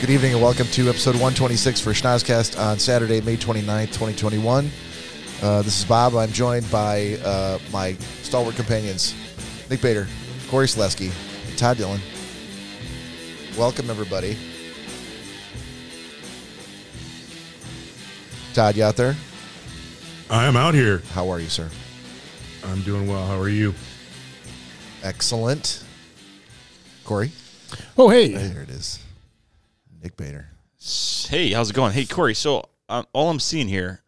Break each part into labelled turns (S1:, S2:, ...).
S1: Good evening and welcome to episode 126 for Schnozcast on Saturday, May 29th, 2021. Uh, this is Bob. I'm joined by uh, my stalwart companions, Nick Bader, Corey Selesky, and Todd Dillon. Welcome, everybody. Todd, you out there?
S2: I am out here.
S1: How are you, sir?
S2: I'm doing well. How are you?
S1: Excellent. Corey?
S3: Oh, hey.
S1: There it is. Nick Bader.
S4: Hey, how's it going? Hey, Corey. So um, all I'm seeing here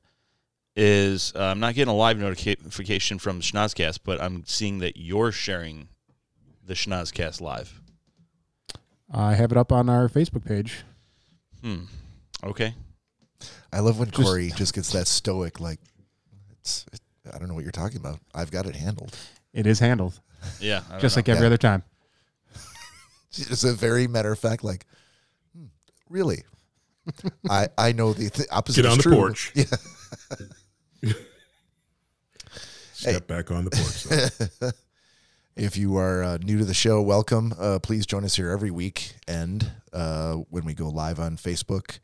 S4: is uh, I'm not getting a live notification from Schnozcast, but I'm seeing that you're sharing the Schnozcast live.
S3: I have it up on our Facebook page.
S4: Hmm. Okay.
S1: I love when Corey just gets that stoic, like, it's, it, I don't know what you're talking about. I've got it handled.
S3: It is handled,
S4: Yeah. I don't
S3: just
S4: know.
S3: like every
S1: Yeah.
S3: other time.
S1: It's a very matter of fact, like, "Hmm, really? I, I know the th- opposite
S2: Get
S1: is
S2: on the
S1: true.
S2: porch.
S1: Yeah.
S2: Step back on the porch.
S1: If you are uh, new to the show, welcome. Uh, please join us here every week and uh, when we go live on Facebook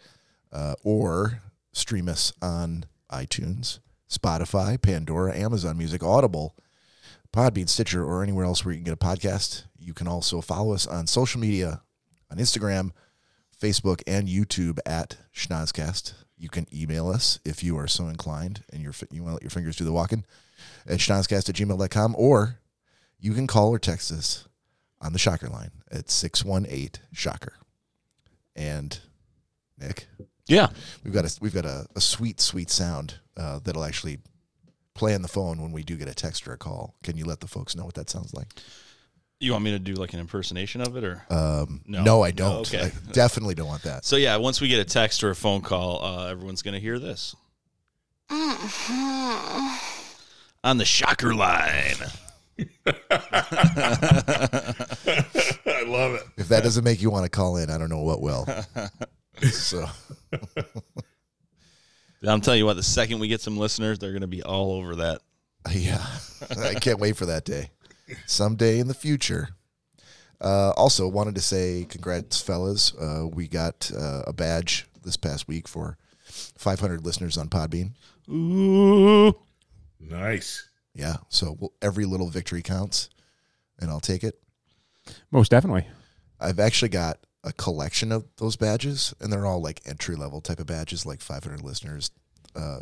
S1: uh, or stream us on iTunes, Spotify, Pandora, Amazon Music, Audible, Podbean, Stitcher, or anywhere else where you can get a podcast. You can also follow us on social media on Instagram, Facebook, and YouTube at Schnozcast. You can email us if you are so inclined and you're, fi- you want to let your fingers do the walking at schnozcast at gmail.com or you can call or text us on the Shocker line at 618 Shocker. And Nick,
S4: yeah.
S1: we've got a we've got a, a sweet sweet sound uh, that'll actually play on the phone when we do get a text or a call. Can you let the folks know what that sounds like?
S4: You want me to do like an impersonation of it or?
S1: Um, no.
S4: No.
S1: I don't.
S4: No, okay.
S1: I definitely don't want that.
S4: so yeah, once we get a text or a phone call, uh, everyone's going to hear this. On the shocker line.
S2: I love it.
S1: If that doesn't make you want to call in, I don't know what will. so
S4: I'm telling you what, the second we get some listeners, they're going to be all over that.
S1: Yeah, I can't wait for that day. Someday in the future. Uh, also, wanted to say congrats, fellas. Uh, we got uh, a badge this past week for 500 listeners on Podbean.
S4: Ooh.
S2: Nice.
S1: Yeah, so well, every little victory counts, and I'll take it.
S3: Most definitely.
S1: I've actually got a collection of those badges, and they're all like entry level type of badges, like 500 listeners, uh,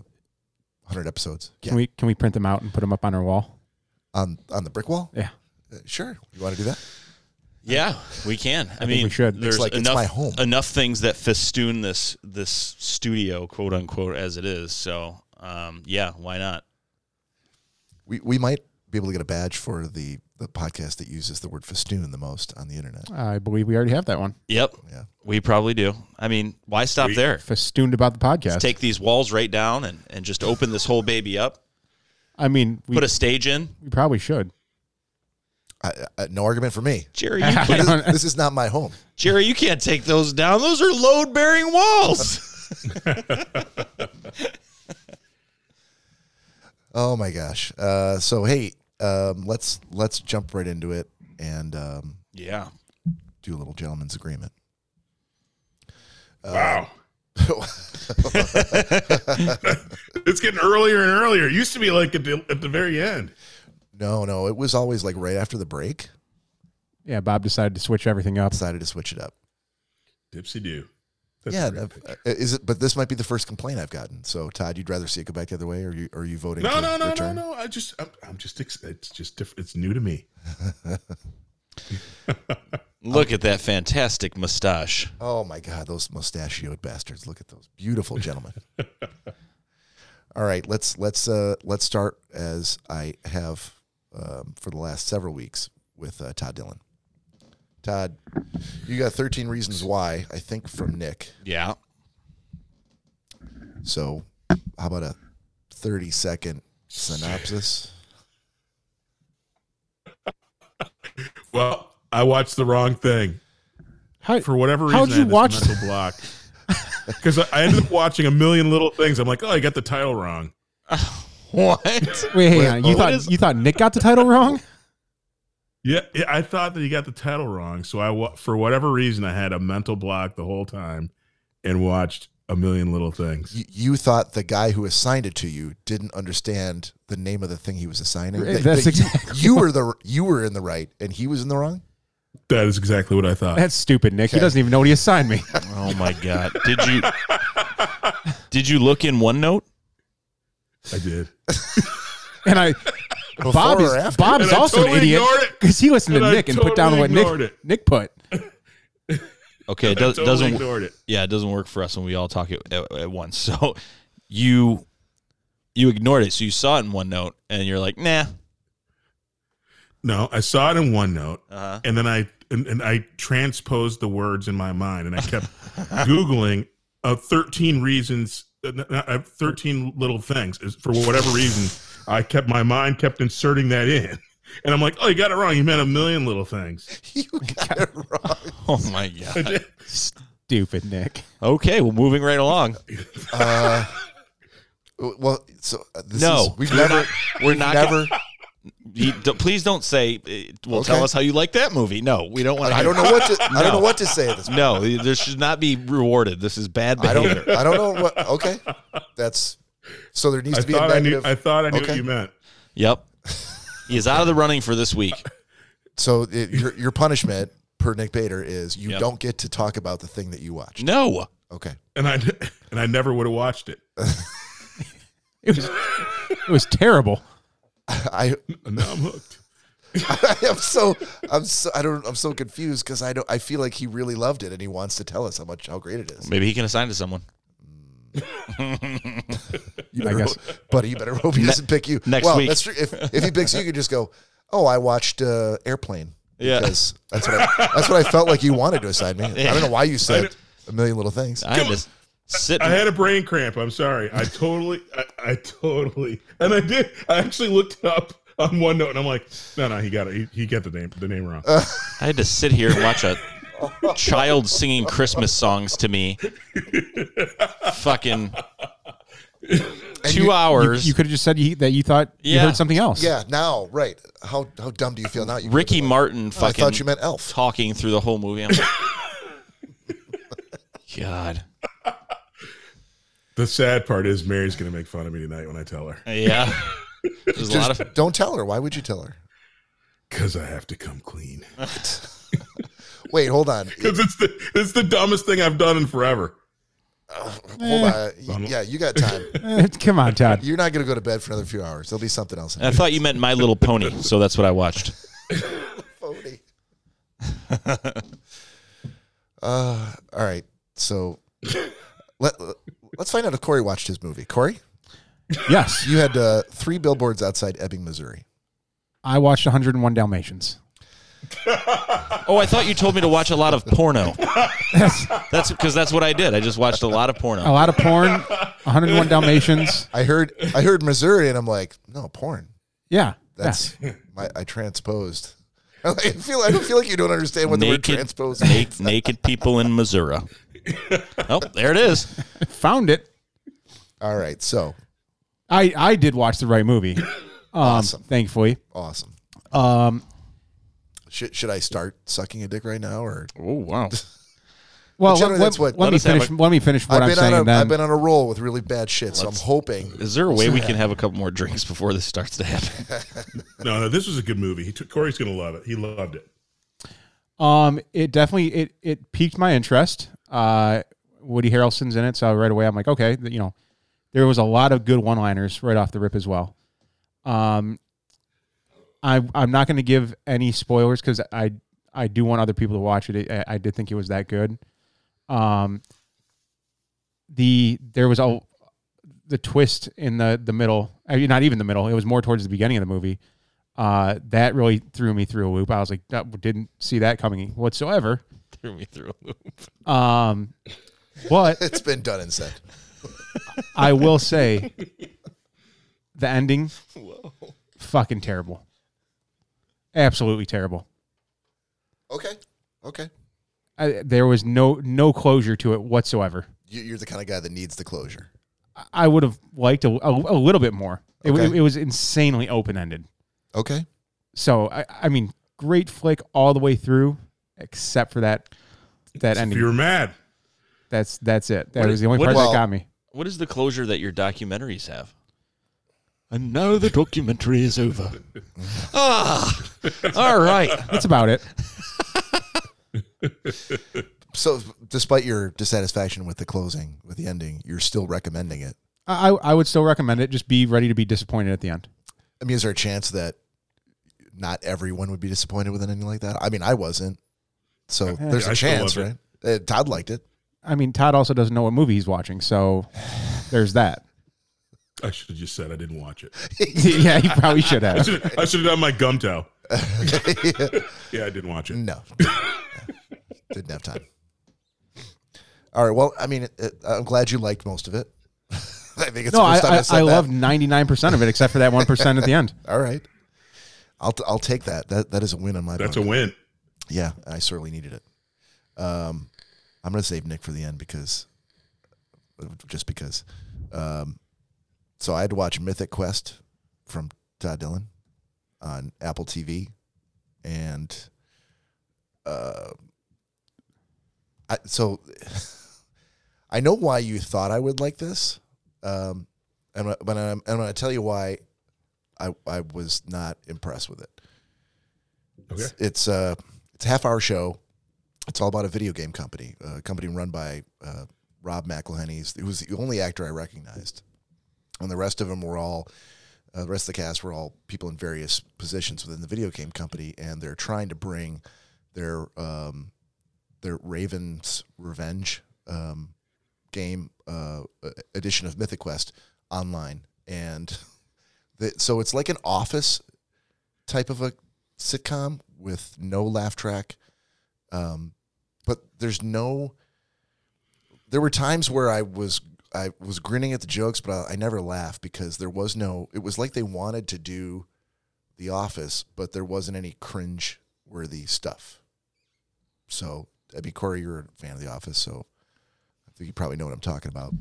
S1: 100 episodes.
S3: Can
S1: Yeah,
S3: we can we print them out and put them up on our wall?
S1: on on the brick wall.
S3: Yeah.
S1: Uh, sure, you want to do that?
S4: Yeah, we can. I, mean,
S3: we should. It's
S4: There's
S1: like, it's
S4: enough,
S1: my home.
S4: enough things that festoon this this studio, quote unquote, as it is. So, um, yeah, why not?
S1: We we might be able to get a badge for the the podcast that uses the word festoon the most on the internet.
S3: I believe we already have that one.
S4: Yep,
S1: Yeah.
S4: we probably do. I mean, why stop
S2: Sweet.
S4: there?
S3: Festooned about the podcast.
S4: Let's take these walls right down and, and just open this whole baby up.
S3: I mean, we,
S4: Put a stage in.
S3: we probably should.
S1: I, I, no argument for me.
S4: Jerry, you
S3: I
S4: can't,
S3: don't-
S1: This is not my home.
S4: Jerry, you can't take those down. Those are load bearing walls.
S1: Oh my gosh. Uh, so hey, um, let's let's jump right into it and um,
S4: yeah.
S1: do a little gentleman's agreement.
S2: wow. it's getting earlier and earlier. It used to be like at the at the very end.
S1: No, no, it was always like right after the break.
S3: Yeah, Bob decided to switch everything up.
S1: Decided to switch it up.
S2: Dipsy do.
S1: yeah, that- uh, is it? But this might be the first complaint I've gotten. So Todd, you'd rather see it go back the other way, or you or are you voting?
S2: No,
S1: to
S2: no, no, no,
S1: return?
S2: no. I just, I'm, I'm just, ex- it's just different. It's new to me.
S4: Look at that fantastic mustache.
S1: Oh my God, those mustachioed bastards! Look at those beautiful gentlemen. All right, let's let's uh, let's start as I have um, for the last several weeks with uh, Todd Dillon. Todd, you got 13 reasons why I think from Nick.
S4: Yeah.
S1: So, how about a 30 second synopsis?
S2: Well, I watched the wrong thing
S3: How,
S2: for whatever reason.
S3: How'd
S2: I
S3: you
S2: had this
S3: watch-
S2: mental block? Because I, I ended up watching a million little things. I'm like, oh, I got the title wrong.
S4: What?
S3: wait, hang
S1: Wait,
S3: on. You
S1: what
S3: thought
S4: is-
S3: you thought Nick got the title wrong?
S2: Yeah, yeah, I thought that you got the title wrong, so I wa- for whatever reason I had a mental block the whole time and watched a million little things.
S1: You, you thought the guy who assigned it to you didn't understand the name of the thing he was assigning.
S3: Right,
S1: That-
S3: that's
S1: that you-
S3: exactly
S1: you, were the you were in the right and he was in the wrong.
S2: That is exactly what I thought.
S3: That's stupid, Nick. He
S1: Okay.
S3: doesn't even know what he assigned me.
S4: Oh my god! Did you did you look in OneNote?
S2: I did.
S3: And I,
S1: Before
S3: Bob is
S1: or after?
S3: Bob is
S2: And I
S3: also
S2: totally
S3: an idiot
S2: ignored it.
S3: because he listened to
S2: And I
S3: Nick and put down
S2: totally
S3: what Nick
S2: ignored it.
S3: Nick put.
S4: Okay, it
S2: I
S4: does,
S2: totally
S4: doesn't
S2: ignored it.
S4: yeah, it doesn't work for us when we all talk at, at, at once. So you you ignored it. So you saw it in OneNote, and you're like, nah.
S2: No, I saw it in OneNote,
S4: Uh-huh.
S2: and then I and, and I transposed the words in my mind, and I kept googling uh, thirteen reasons, uh, n- n- uh, thirteen little things. Is- For whatever reason, I kept my mind kept inserting that in, and I'm like, oh, you got it wrong. You meant a million little things.
S1: You got it wrong.
S4: Oh my
S2: I
S4: god.
S2: did.
S3: Stupid Nick.
S4: Okay, well, moving right along.
S1: Uh, well, so uh, this
S4: No.
S1: is, we've never
S4: We're not. gonna-
S1: never.
S4: you, don't- please don't say. uh, Well, tell
S1: Okay.
S4: us how you like that movie. No, we don't want.
S1: I don't know what to. I don't
S4: No.
S1: know what to say at this. Point.
S4: No, there should not be rewarded. This is bad
S1: I
S4: behavior.
S1: don't. I don't know what. Okay, that's. So there needs
S2: I
S1: to be a
S2: thought I knew.
S1: negative.
S2: I thought I knew
S1: Okay.
S2: what you meant.
S4: Yep. He is out of the running for this week.
S1: so it, your your punishment per Nick Bader is you
S4: Yep.
S1: don't get to talk about the thing that you watched.
S4: No.
S1: Okay.
S2: And I and I never would have watched it.
S3: It was it was terrible.
S1: I
S2: And now I'm hooked.
S1: I'm so I'm so I don't I'm so confused because I don't I feel like he really loved it and he wants to tell us how much how great it is.
S4: Maybe he can assign it to someone.
S1: You
S3: I
S1: better,
S3: guess.
S1: hope- buddy, you better hope he doesn't pick you
S4: next
S1: well,
S4: week.
S1: That's true. If if he picks you, you can just go. Oh, I watched uh, Airplane.
S4: Yeah.
S1: because that's what I, that's what I felt like you wanted to assign me. I don't know why you said a million little things.
S4: I had to sit.
S2: I had a brain cramp. I'm sorry. I totally, I, I totally, and I did. I actually looked it up on OneNote, and I'm like, no, no, he got it. He, he got the name, the name wrong.
S4: I had to sit here and watch a child singing Christmas songs to me. Fucking two
S1: you-
S3: You,
S4: hours.
S3: could have just said you, that you thought you
S4: Yeah.
S3: heard something else.
S1: Yeah, now right. How how dumb do you feel now? You
S4: Ricky Martin
S1: I
S4: fucking
S1: thought you meant Elf.
S4: talking through the whole movie. I'm like, God.
S2: the sad part is Mary's gonna make fun of me tonight when I tell her
S4: Yeah. There's a lot
S1: Just
S4: of
S1: don't tell her. Why would you tell her?
S2: because I have to come clean.
S1: Wait, hold on.
S2: Because it's the it's the dumbest thing I've done in forever.
S1: Hold on. Yeah, you got time.
S3: Eh, Come on, Todd.
S1: You're not going to go to bed for another few hours. There'll be something else. In
S4: I thought you meant My Little Pony, so that's what I watched.
S1: Phony. uh, all right. So let let's find out if Corey watched his movie. Corey,
S3: Yes,
S1: you had uh, three billboards outside Ebbing, Missouri.
S3: I watched 101 Dalmatians.
S4: Oh, I thought you told me to watch a lot of porno.
S3: That's
S4: That's because that's what I did. I just watched a lot of
S3: a
S1: Oh.
S4: porno.
S3: lot of porn. 101 Dalmatians.
S1: I heard I heard Missouri, and I'm like, no porn.
S3: Yeah,
S1: That's my I transposed. I feel I don't feel like you don't understand what the word
S4: Naked,
S1: transpose.
S4: na- naked people in Missouri. Oh, there it is.
S3: yeah. found it.
S1: All right, so
S3: I I did watch the right movie. Um,
S1: Awesome.
S3: Thankfully,
S1: awesome.
S3: um,
S1: Should, should I start sucking a dick right now, or
S4: Oh wow.
S3: well, let,
S1: generally,
S3: let-
S1: that's what-
S3: let
S4: Let
S3: me
S4: us have
S3: finish.
S4: a-
S3: let me finish
S1: I've
S3: what I'm
S1: been on
S3: saying.
S1: a
S3: and then
S1: have been on a roll with really bad shit, so I'm hoping
S4: Is there a way we can have a couple more drinks before this starts to happen?
S2: No, no, this was a good movie. He took, Corey's gonna love it. He loved it.
S3: Um, it definitely it it piqued my interest. Uh, Woody Harrelson's in it, so right away I'm like, okay, th- you know, there was a lot of good one-liners right off the rip as well. Um, I I'm not going to give any spoilers because I I do want other people to watch it. I, I did think it was that good. Um, the there was a the twist in the the middle. I mean, not even the middle. It was more towards the beginning of the movie uh, that really threw me through a loop. I was like, that didn't see that coming whatsoever.
S4: Threw me through a loop.
S3: Um, but
S1: it's been done and said.
S3: I will say, the ending, fucking terrible, absolutely terrible.
S1: Okay, okay.
S3: I, there was no no closure to it whatsoever.
S1: You, you're the kind of guy that needs the closure.
S3: I- I would have liked a, a, a little bit more. It,
S1: Okay.
S3: it, it was insanely open ended.
S1: Okay.
S3: So I, I mean, great flick all the way through, except for that that
S2: if
S3: ending.
S2: you're mad,
S3: That's that's it. That
S4: What-
S3: was the only
S4: what
S3: part
S1: is-
S3: that got me.
S4: What is the closure that your documentaries have? And now the documentary is over. ah, all right.
S3: That's about it.
S1: So, despite your dissatisfaction with the closing, with the ending, you're still recommending it.
S3: I I would still recommend it. Just be ready to be disappointed at the end.
S1: I mean, is there a chance that not everyone would be disappointed with an ending like that? I mean, I wasn't. So there's a
S2: I still
S1: chance,
S2: love
S1: right? Uh, Todd liked it.
S3: I mean, Todd also doesn't know what movie he's watching, so there's that.
S2: I should have just said I didn't watch it.
S3: yeah, he probably should have.
S2: I should have done my gum towel. Yeah, I didn't watch it.
S1: No, didn't have time. All right. Well, I mean, it, it- I'm glad you liked most of it. I think it's
S3: No,
S1: the
S3: I
S1: first time
S3: I,
S1: I've said
S3: I
S1: that.
S3: love ninety nine percent of it, except for that one percent at the end.
S1: All right, I'll t- I'll take that. That that is a win on my.
S2: That's a
S1: book.
S2: win.
S1: Yeah, I certainly needed it. Um, I'm gonna save Nick for the end because, just because. Um, so I had to watch Mythic Quest from Todd Dillon on Apple TV, and uh, I so I know why you thought I would like this, um, and wh- but I'm, I'm gonna tell you why I I was not impressed with it.
S2: Okay.
S1: It's it's, uh, it's a half hour show. It's all about a video game company, a company run by uh, Rob McElhenney's, who was the only actor I recognized, and the rest of them were all. Uh, the rest of the cast were all people in various positions within the video game company, and they're trying to bring their um, their Raven's Revenge um, game uh, uh, edition of Mythic Quest online, and the, so it's like an office type of a sitcom with no laugh track. Um, but there's no. There were times where I was I was grinning at the jokes, but I, I never laughed because there was no. It was like they wanted to do The Office, but there wasn't any cringe worthy stuff. So I mean, Corey, you're a fan of The Office, so I think you probably know what I'm talking about.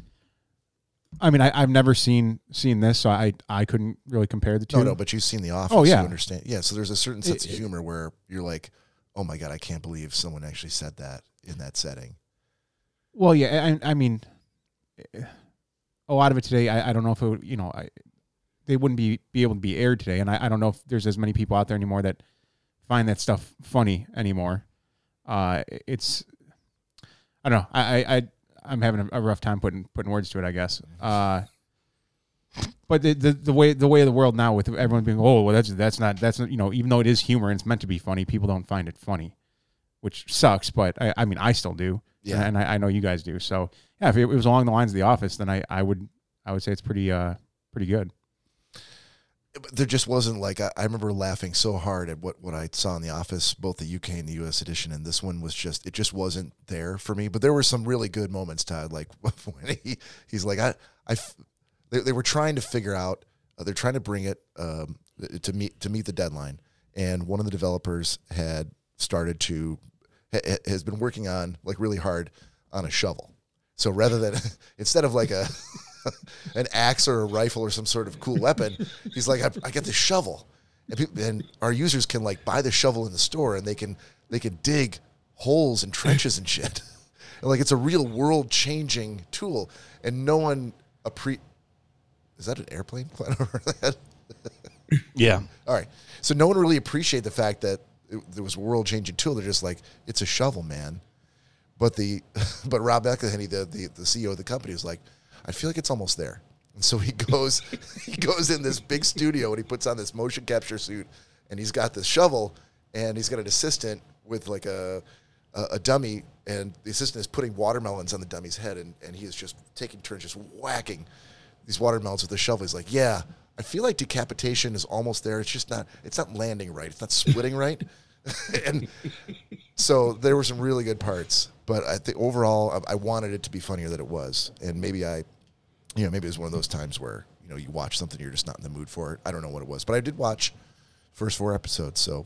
S3: I mean, I, I've never seen seen this, so I I couldn't really compare the two.
S1: No, no, but you've seen The Office.
S3: Oh, yeah.
S1: you understand. Yeah, so there's a certain sense
S3: It-
S1: of humor where you're like, oh my god, I can't believe someone actually said that in that setting.
S3: Well, yeah, I, I mean, eh, a lot of it today. I, I don't know if it would, you know, I, they wouldn't be be able to be aired today, and I, I don't know if there's as many people out there anymore that find that stuff funny anymore. Uh, it's, I don't know. I I, I I'm having a, a rough time putting putting words to it. I guess. Uh, but the, the the way the way of the world now with everyone being oh well that's that's not that's not, you know even though it is humor and it's meant to be funny people don't find it funny, which sucks. But I, I mean I still do
S1: Yeah.
S3: and I, I know you guys do. So yeah, if it, was along the lines of The Office, then I, I would I would say it's pretty uh pretty good.
S1: Eh, But there just wasn't like I, I remember laughing so hard at what what I saw in the office, both the UK and the US edition, and this one was just it just wasn't there for me. But there were some really good moments, Todd. Like when he he's like I I f- they, they were trying to figure out uh, they're trying to bring it um, to meet to meet the deadline, and one of the developers had started to ha- ha- has been working on like really hard on a shovel. So rather than instead of like a an axe or a rifle or some sort of cool weapon, he's like, I, I got this shovel, and, people, and our users can like buy the shovel in the store and they can they can dig holes and trenches and shit. And like it's a real world changing tool, and no one appre. Is that an airplane flying over our head?
S4: Yeah.
S1: All right. So no one really appreciated the fact that it, there was a world changing tool. They're just like, it's a shovel, man. But the but Rob McElhenney, the, the the CEO of the company, is like, I feel like it's almost there. And so he goes he goes in this big studio and he puts on this motion capture suit and he's got this shovel and he's got an assistant with like a a, a dummy and the assistant is putting watermelons on the dummy's head and, and he is just taking turns just whacking these watermelons with a shovel. He's like, yeah, I feel like decapitation is almost there. It's just not, it's not landing right. It's not splitting right. and so there were some really good parts, but I think overall, I, I wanted it to be funnier than it was. And maybe I, you know, maybe it was one of those times where, you know, you watch something, you're just not in the mood for it. I don't know what it was, but I did watch first four episodes. So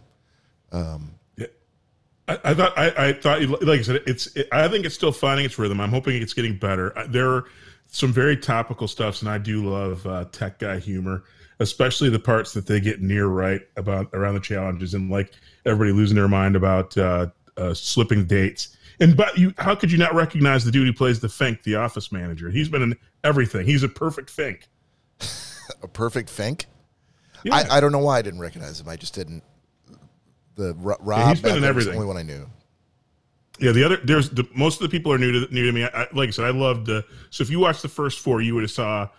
S2: Yeah. I, I thought I, I thought like I said it's it, I think it's still finding its rhythm. I'm hoping it's getting better. Uh, There are some very topical stuffs, and I do love uh, tech guy humor. especially the parts that they get near right about around the challenges and like everybody losing their mind about uh, uh, slipping dates. And but you, how could you not recognize the dude who plays the Fink, the office manager? He's been in everything. He's a perfect Fink.
S1: A perfect Fink.
S2: Yeah.
S1: I, I don't know why I didn't recognize him. I just didn't. The Ro- Rob
S2: he's been
S1: Beckham was
S2: in
S1: the
S2: everything.
S1: only one I knew.
S2: Yeah, the other there's the most of the people are new to new to me. I, I- like I said, I loved the. So if you watched the first four, you would have saw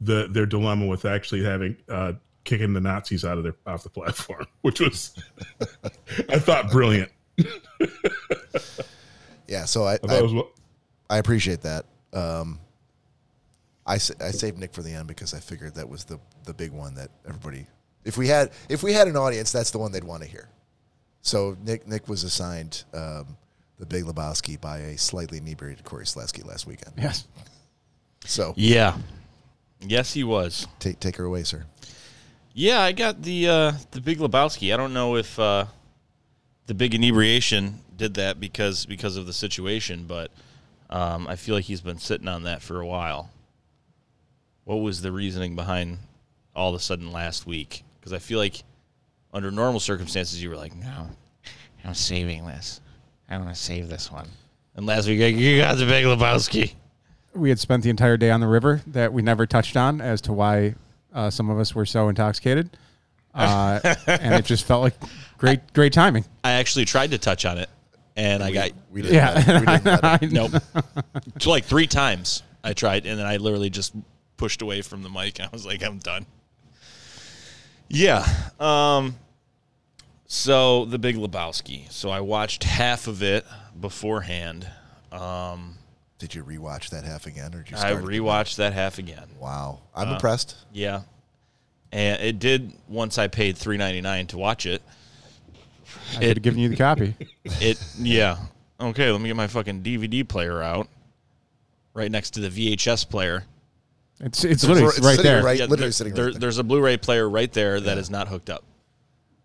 S2: the their dilemma with actually having uh, kicking the Nazis out of their off the platform, which was I thought brilliant.
S1: Yeah, so I
S2: I thought
S1: I,
S2: it was what
S1: I appreciate that. Um, I sa- I saved Nick for the end because I figured that was the the big one that everybody. If we had if we had an audience, that's the one they'd want to hear. So Nick Nick was assigned um, the Big Lebowski by a slightly inebriated Corey Slasky last weekend.
S3: Yes.
S1: So
S4: Yeah. Yes, he was.
S1: take take her away, sir.
S4: Yeah, I got the uh, the Big Lebowski. I don't know if uh, the big inebriation did that because because of the situation, but um, I feel like he's been sitting on that for a while. What was the reasoning behind all of a sudden last week? Because I feel like under normal circumstances you were like, no,
S5: I'm saving this. I want to save this one.
S4: and last week you're like, you got the Big Lebowski.
S3: We had spent the entire day on the river that we never touched on as to why uh, some of us were so intoxicated. Uh, and it just felt like great, great timing.
S4: I actually tried to touch on it, and I got
S1: We didn't.
S3: Yeah.
S1: let it. We didn't let it.
S4: Nope. To, like three times I tried, and then I literally just pushed away from the mic. And I was like, I'm done. Yeah. Um. So the Big Lebowski. So I watched half of it beforehand. Um,
S1: Did you rewatch that half again, or did you?
S4: I
S1: Start it?
S4: rewatched Uh, that half again.
S1: Wow, I'm impressed.
S4: Yeah, and it did once I paid three ninety nine to watch it.
S3: I could have given you the copy.
S4: It yeah. Okay, let me get my fucking DVD player out, right next to the VHS player.
S3: It's it's literally
S1: it's
S3: right
S1: sitting
S3: there.
S1: right-
S4: Yeah,
S1: literally
S4: there-
S1: sitting right
S4: there-
S1: there.
S4: There's a Blu-ray player right there that is not hooked up.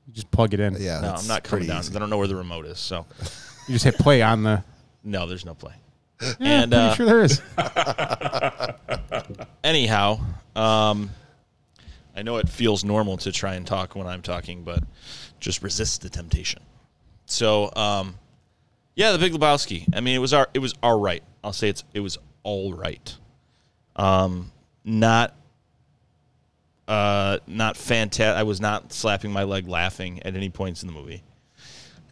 S3: You just plug it in.
S1: Yeah,
S4: No,
S1: that's
S4: I'm not
S1: pretty
S4: coming down.
S1: easy.
S4: I don't know where the remote is, so
S3: You just hit play on the.
S4: no, there's no play.
S3: Yeah,
S4: and
S3: pretty
S4: uh,
S3: sure there is.
S4: anyhow, um, I know it feels normal to try and talk when I'm talking, but just resist the temptation. So, um, yeah, the Big Lebowski. I mean, it was our it was all right. I'll say it's it was all right. Um, not uh, not fantastic. I was not slapping my leg laughing at any points in the movie.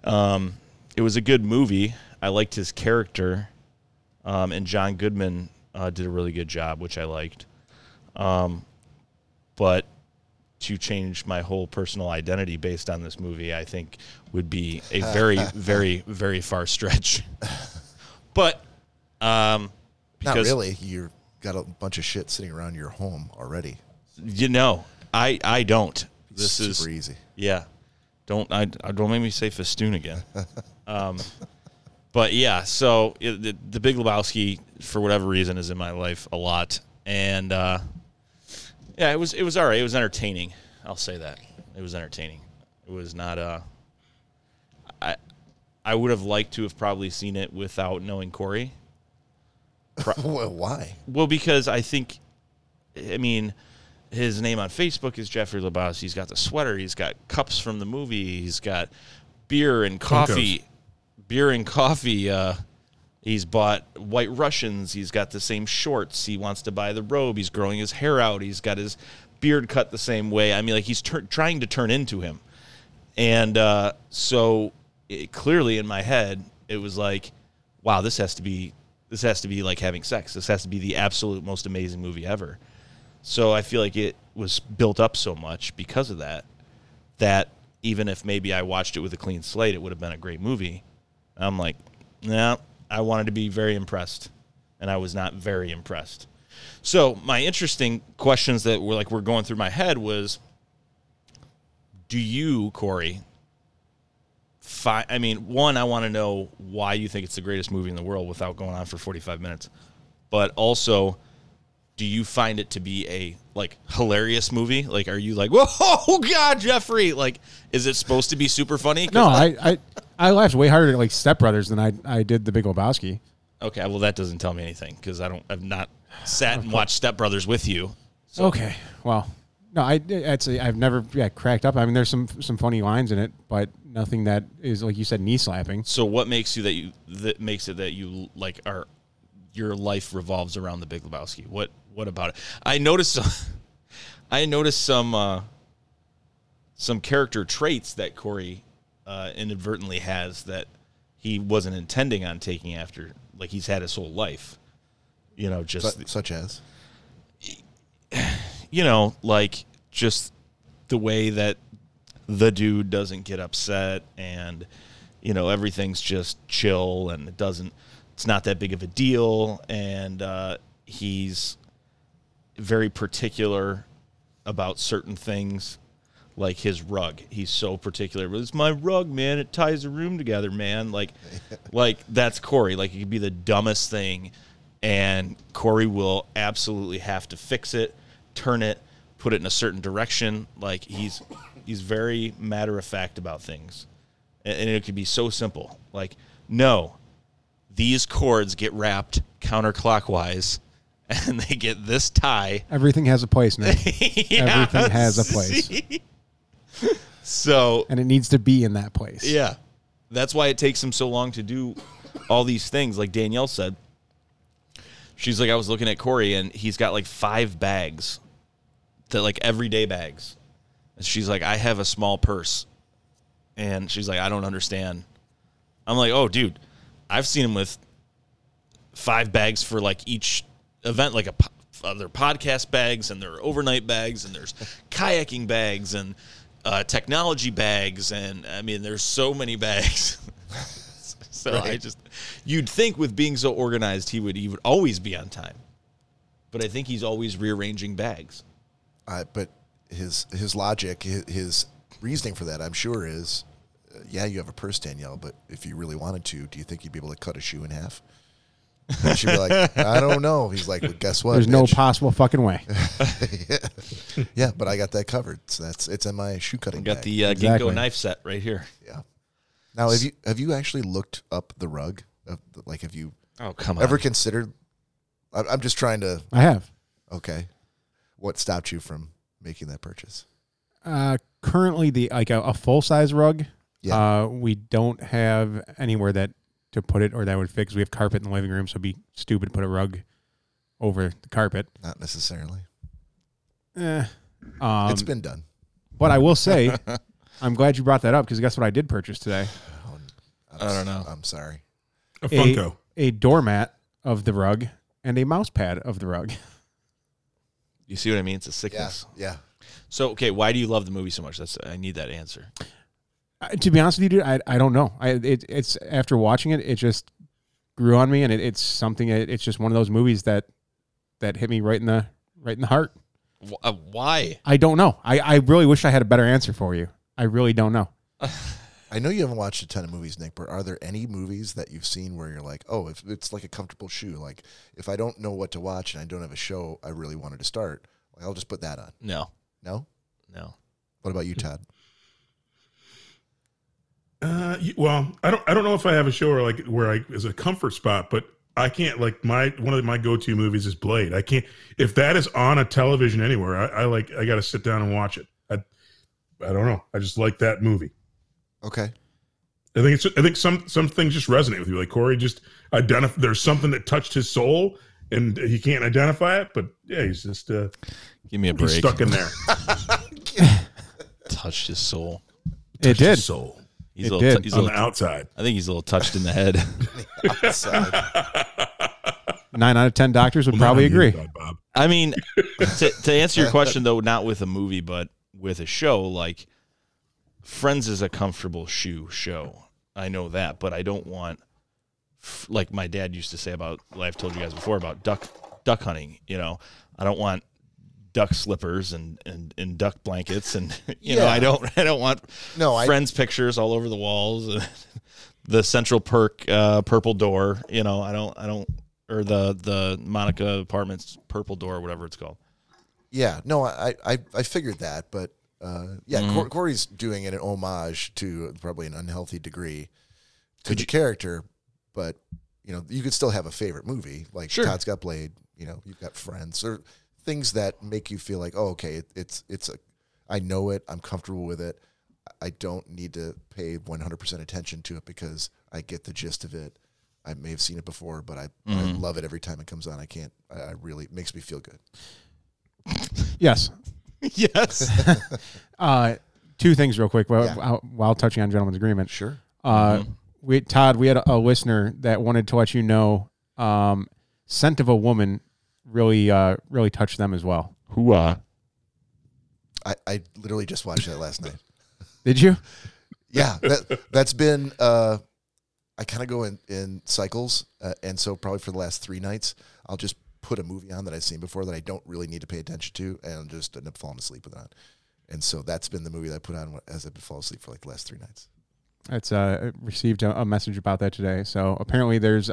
S4: Um, it was a good movie. I liked his character, um, and John Goodman uh, did a really good job, which I liked. Um, but to change my whole personal identity based on this movie, I think would be a very, very, very far stretch. but um,
S1: Not
S4: because-
S1: really. You've got a bunch of shit sitting around your home already.
S4: you know, I I don't. This
S1: super
S4: is
S1: easy.
S4: Yeah. Don't I, I don't make me say festoon again. um, but yeah, so it, the, the Big Lebowski for whatever reason is in my life a lot, and uh, yeah, it was it was all right. It was entertaining. I'll say that it was entertaining. It was not uh, I I would have liked to have probably seen it without knowing Corey.
S1: Well, why?
S4: Well, because I think, I mean, his name on Facebook is Jeffrey Lebowski. He's got the sweater. He's got cups from the movie. He's got beer and coffee. Beer and coffee. Uh, he's bought White Russians. He's got the same shorts. He wants to buy the robe. He's growing his hair out. He's got his beard cut the same way. I mean, like he's tur- trying to turn into him. And uh, so it, clearly in my head, it was like, wow, this has to be this has to be like having sex. This has to be the absolute most amazing movie ever. So I feel like it was built up so much because of that that even if maybe I watched it with a clean slate, it would have been a great movie. I'm like, no, I wanted to be very impressed, and I was not very impressed. So my interesting questions that were like were going through my head was, do you, Corey? Fi- I mean, one, I want to know why you think it's the greatest movie in the world without going on for 45 minutes, but also, do you find it to be a like hilarious movie? Like, are you like, whoa, God, Jeffrey? Like, is it supposed to be super funny? 'Cause
S3: No, I, I I laughed way harder at like Step Brothers than I I did the Big Lebowski.
S4: Okay, well that doesn't tell me anything because I don't. I've not sat and watched Step Brothers with you.
S3: okay, well, No, I that's a, I've never yeah, cracked up. I mean, there's some some funny lines in it, but nothing that is like you said knee slapping.
S4: So what makes you that you that makes it that you like are your life revolves around the Big Lebowski? What what about it? I noticed some, I noticed some uh, some character traits that Corey uh, inadvertently has that he wasn't intending on taking after, like he's had his whole life. You know, just
S1: Su- such as
S4: you know, like just the way that the dude doesn't get upset and you know everything's just chill and it doesn't it's not that big of a deal and uh, he's very particular about certain things like his rug he's so particular it's my rug man it ties the room together man like like that's corey like it could be the dumbest thing and corey will absolutely have to fix it turn it put it in a certain direction like he's he's very matter of fact about things and, and it could be so simple like no these cords get wrapped counterclockwise and they get this tie
S3: Everything has a place now, Everything has a
S4: Yes.
S3: place.
S4: so
S3: and it needs to be in that place.
S4: yeah. That's why it takes him so long to do all these things. Like Danielle said, she's like, I was looking at Corey and he's got like five bags that like everyday bags. And she's like, I have a small purse. And she's like, I don't understand. I'm like, oh, dude, I've seen him with five bags for like each event, like a po- uh, their podcast bags and their overnight bags, and there's kayaking bags and uh, technology bags, and I mean, there's so many bags. so I just, you'd think with being so organized, he would he would always be on time, but I think he's always rearranging bags.
S1: I, but his his logic, his, his reasoning for that, I'm sure, is uh, yeah, you have a purse, Danielle, but if you really wanted to, do you think you'd be able to cut a shoe in half? And she'd be like, I don't know. He's like, well, guess what?
S3: There's no
S1: bitch?"
S3: possible fucking way.
S1: yeah, but I got that covered. So that's it's in my shoe cutting.
S4: Got
S1: bag.
S4: the uh,
S3: Exactly.
S4: Ginkgo knife set right here.
S1: yeah. Now have you have you actually looked up the rug? Of the- Like, have you
S4: Oh come
S1: ever considered? I- I'm just trying to.
S3: I have.
S1: Okay, what stopped you from making that purchase?
S3: Uh, currently, the like a, a full size rug.
S1: Yeah.
S3: Uh, we don't have anywhere that to put it or that would fit 'cause we have carpet in the living room, so it'd be stupid to put a rug over the carpet.
S1: Not necessarily.
S3: Eh. Um,
S1: it's been done.
S3: but I will say, I'm glad you brought that up because guess what I did purchase today?
S1: I'm,
S4: I don't know.
S1: I'm sorry.
S2: A Funko.
S3: A doormat of the rug and a mouse pad of the rug.
S4: You see what I mean? It's a
S1: Yeah,
S4: sickness.
S1: yeah.
S4: So okay, why do you love the movie so much? That's I need that answer.
S3: I, to be honest with you, dude, I, I don't know. I it, it's after watching it, it just grew on me, and it, it's something. It, it's just one of those movies that that hit me right in the right in the heart.
S4: Wh- uh, Why?
S3: I don't know. I, I really wish I had a better answer for you. I really don't know.
S1: I know you haven't watched a ton of movies, Nick, but are there any movies that you've seen where you're like, oh, if it's like a comfortable shoe, like if I don't know what to watch and I don't have a show I really wanted to start, like, I'll just put that on.
S4: No,
S1: No?
S4: no.
S1: What about you, Todd?
S2: Uh, y- well, I don't. I don't know if I have a show where like where I is a comfort spot, but I can't like my one of my go to movies is Blade. I can't if that is on a television anywhere. I, I like I got to sit down and watch it. I I don't know. I just like that movie.
S1: Okay.
S2: I think it's. I think some some things just resonate with you. Like Corey just identify. There's something that touched his soul, and he can't identify it. But yeah, he's just uh,
S4: Give me a break.
S2: he's stuck in there.
S4: touched his soul.
S3: It did.
S2: His soul
S4: He's
S3: It
S4: a little.
S3: did.
S4: T- he's a
S2: on the
S4: little
S2: outside.
S4: I think he's a little touched in the head.
S1: Side.
S3: Nine out of ten doctors would
S2: Well, not
S3: probably
S2: on the
S3: agree.
S2: inside, Bob.
S4: I mean, to, to answer your question though, not with a movie, but with a show like Friends is a comfortable shoe show. I know that, but I don't want f- like my dad used to say about. well, I've told you guys before about duck duck hunting. You know, I don't want duck slippers and and, and duck blankets and you know
S1: Yeah.
S4: I don't I don't want
S1: No, I-
S4: friends pictures all over the walls and the central perk uh, purple door you know I don't I don't or the the Monica apartments purple door whatever it's called
S1: Yeah. No, I, I, I figured that, but uh, yeah, Cor- Corey's doing it an homage to probably an unhealthy degree to the character, but you know, you could still have a favorite movie. Like
S4: Sure.
S1: Todd's got Blade, you know, you've got Friends or things that make you feel like, oh, okay, it, it's it's a, I know it, I'm comfortable with it. I don't need to pay 100% attention to it because I get the gist of it. I may have seen it before, but I, I love it every time it comes on. I can't. I, I really it makes me feel good.
S3: Yes.
S4: yes.
S3: Uh, two things real quick while,
S1: Yeah.
S3: while- while touching on gentleman's agreement.
S1: Sure.
S3: Uh, we Todd, we had a, a listener that wanted to let you know, um, scent of a woman really uh, really touched them as well.
S5: Hooah.
S1: I, I literally just watched that last night.
S3: Did you?
S1: yeah, that, that's been. Uh, I kind of go in in cycles, uh, and so probably for the last three nights, I'll just put a movie on that I've seen before that I don't really need to pay attention to, and I'll just end up falling asleep with it on. And so that's been the movie that I put on as I've been falling asleep for like the last three nights.
S3: It's uh, received a, a message about that today. So apparently, there's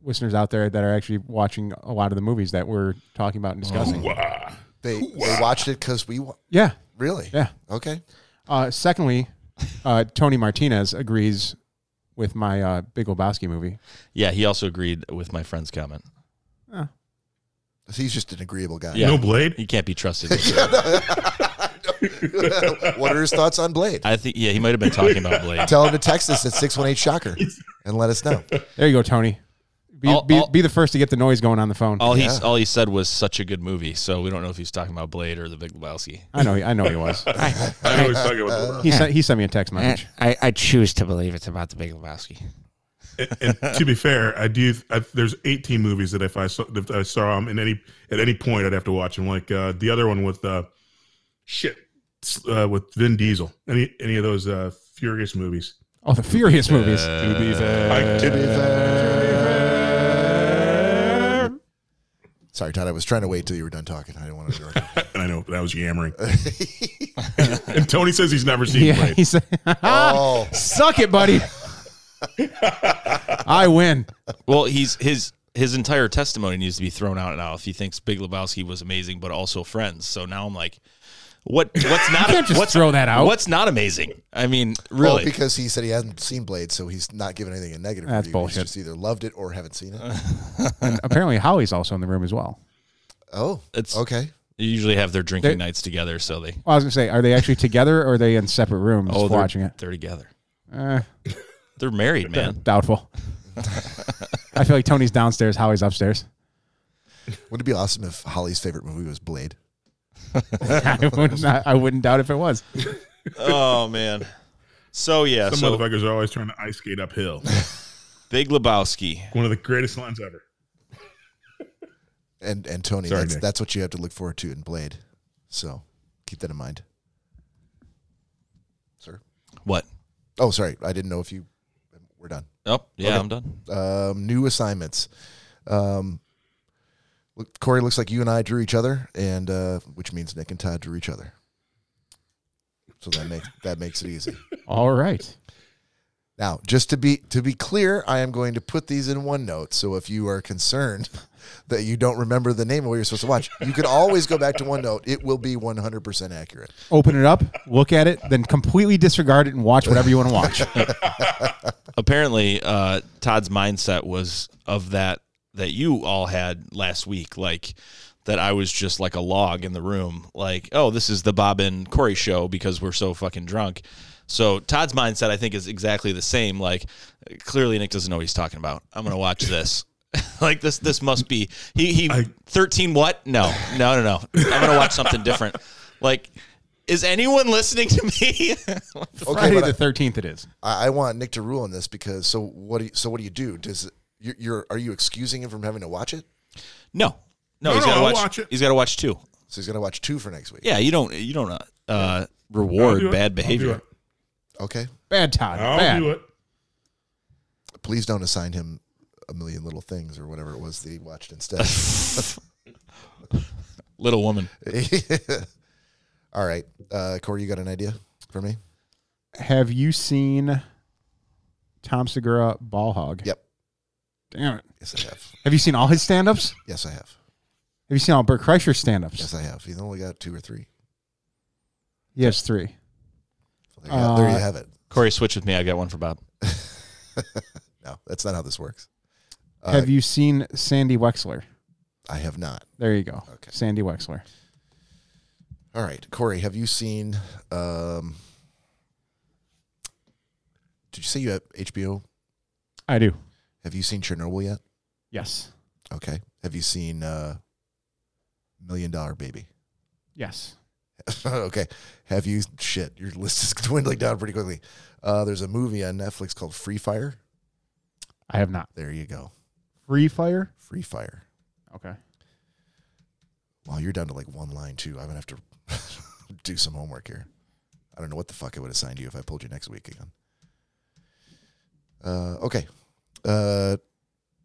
S3: listeners out there that are actually watching a lot of the movies that we're talking about and discussing.
S2: Wah.
S1: They they watched it because we wa-
S3: Yeah,
S1: really
S3: yeah.
S1: okay.
S3: Uh, secondly, uh, Tony Martinez agrees with my uh, Big Lebowski movie.
S4: Yeah, he also agreed with my friend's comment.
S1: He's just an agreeable guy.
S4: Yeah.
S2: No blade.
S4: He can't be trusted.
S1: what are his thoughts on Blade?
S4: I think yeah, he might have been talking about Blade.
S1: Tell him to text us at six one eight shocker and let us know.
S3: There you go, Tony. Be,
S4: I'll-
S3: be,
S4: I'll-
S3: be the first to get the noise going on the phone.
S4: All he
S1: Yeah.
S4: all he said was such a good movie, so we don't know if he's talking about Blade or The Big Lebowski.
S3: I know. he- I know he was.
S5: I,
S2: I know he's talking about
S3: He sent. He sent me a text
S5: I,
S3: message.
S5: I, I choose to believe it's about the Big Lebowski.
S2: the and, and to be fair, I do. I, there's 18 movies that if I saw, if I saw them in any at any point, I'd have to watch them. Like uh, the other one with uh, shit uh, with Vin Diesel. Any any of those uh, Furious movies?
S3: Oh, the Furious movies.
S2: I- to be
S1: Sorry, Todd. I was trying to wait till you were done talking. I didn't want to interrupt. you.
S2: And I know that was yammering. and Tony says he's never seen
S3: Yeah,
S2: Blade.
S3: he said,
S1: Oh.
S3: "Suck it, buddy." I win.
S4: Well, he's his his entire testimony needs to be thrown out now if he thinks Big Lebowski was amazing, but also Friends. So now I'm like, what what's not
S3: can't just
S4: what's
S3: throw that out.
S4: What's not amazing? I mean, really?
S1: Well, Oh, because he said he hasn't seen Blade, so he's not giving anything a negative
S3: That's
S1: review.
S3: bullshit.
S1: He's just either loved it or haven't seen it.
S3: And apparently, Holly's also in the room as well.
S1: Oh,
S4: It's-
S1: okay.
S4: they usually have their drinking
S3: They-
S4: nights together, so they
S3: Well, I was gonna say, are they actually together or are they in separate rooms
S4: oh they're,
S3: watching it?
S4: They're together.
S3: Eh,
S4: They're married, man.
S3: doubtful. I feel like Tony's downstairs, Howie's upstairs.
S1: Wouldn't it be awesome if Holly's favorite movie was Blade?
S3: I wouldn't. I wouldn't doubt if it was.
S4: oh man. So yeah,
S2: Some
S4: so
S2: motherfuckers are always trying to ice skate uphill.
S4: Big Lebowski.
S2: One of the greatest lines ever.
S1: And and Tony,
S2: Sorry,
S1: that's
S2: Nick.
S1: that's what you have to look forward to in Blade. So keep that in mind, sir.
S4: What?
S1: Oh, sorry, I didn't know if you. We're done.
S4: Oh yeah, I'm done.
S1: Um, new assignments. Um, look, Corey looks like you and I drew each other, and uh, which means Nick and Todd drew each other. So that makes that makes it easy.
S3: All right.
S1: Now, just to be to be clear, I am going to put these in OneNote. So if you are concerned that you don't remember the name of what you're supposed to watch, you can always go back to OneNote. It will be 100% accurate.
S3: Open it up, look at it, then completely disregard it and watch whatever you want to watch.
S4: apparently uh, Todd's mindset was of that that you all had last week, like that I was just like a log in the room, like oh this is the Bob and Corey show because we're so fucking drunk. So Todd's mindset I think is exactly the same. Like clearly Nick doesn't know what he's talking about. I'm gonna watch this. like this this must be he he
S2: I-
S4: 13 what? No no no no. I'm gonna watch something different. Like. Is anyone listening to me?
S1: Okay,
S3: Friday
S1: but
S3: the thirteenth. It is.
S1: I, I want Nick to rule on this because so what do you, so what do you do? Does you're, you're are you excusing him from having to watch it?
S4: no. No,
S2: No, no,
S4: he's got to
S2: I'll
S4: watch,
S2: watch it.
S4: He's got to watch two.
S1: So he's going to watch two for next week.
S4: Yeah, you don't you don't uh, uh,
S2: I'll
S4: reward
S2: do it. I'll
S4: bad
S2: do
S4: behavior.
S2: it.
S1: Okay.
S3: Bad Todd.
S2: I'll
S3: bad.
S2: do it.
S1: Please don't assign him a million little things or whatever it was that he watched instead.
S4: Little woman.
S1: All right. Uh, Corey, you got an idea for me?
S3: Have you seen Tom Segura Ball Hog?
S1: Yep.
S3: Damn it.
S1: Yes, I have.
S3: Have you seen all his stand ups?
S1: Yes, I have.
S3: Have you seen all Bert Kreischer's stand ups?
S1: Yes, I have. He's only got two or three.
S3: He has three.
S1: There you, go. there you
S3: Uh,
S1: have it.
S4: Corey, switch with me. I got one for Bob.
S1: No, that's not how this works. Uh,
S3: Have you seen Sandy Wexler?
S1: I have not.
S3: There you go.
S1: Okay.
S3: Sandy Wexler.
S1: All right, Corey, have you seen? Um, did you say you have HBO?
S3: I do.
S1: Have you seen Chernobyl yet?
S3: Yes.
S1: Okay. Have you seen uh, Million Dollar Baby?
S3: Yes.
S1: okay. Have you shit? Your list is dwindling down pretty quickly. Uh, there's a movie on Netflix called Free Fire.
S3: I have not.
S1: There you go.
S3: Free Fire.
S1: Free Fire.
S3: Okay.
S1: Wow, you're down to like one line too. I'm gonna have to do some homework here. I don't know what the fuck I would assign you if I pulled you next week again. Uh, okay. Uh,